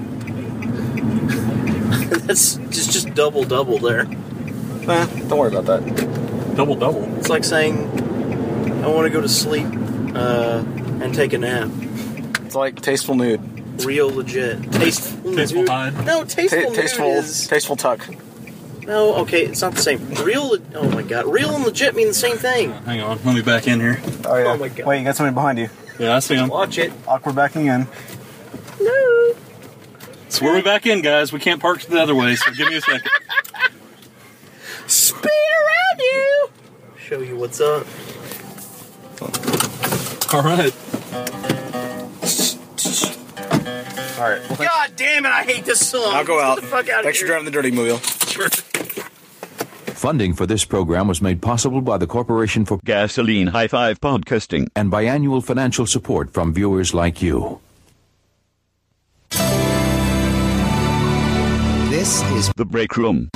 that's just just double double there. Nah, don't worry about that. Double double. It's like saying I want to go to sleep uh, and take a nap. It's like tasteful nude. Real legit. Tasteful. Tasteful hide. No, tasteful. Ta- nude tasteful, is- tasteful tuck. no, okay, it's not the same. Real. Oh my god, real and legit mean the same thing. Hang on, let me back in here. Oh yeah. my god. Wait, you got somebody behind you. Yeah, I see him. Watch it. Awkward backing in. So we're back in, guys. We can't park the other way, so give me a second. Spin around you. Show you what's up. All right. All right. Well, God damn it! I hate this song. I'll go Let's out. Get the fuck out of Thanks for here. driving the dirty wheel. Funding for this program was made possible by the Corporation for Gasoline High Five Podcasting and by annual financial support from viewers like you. This is The Break Room.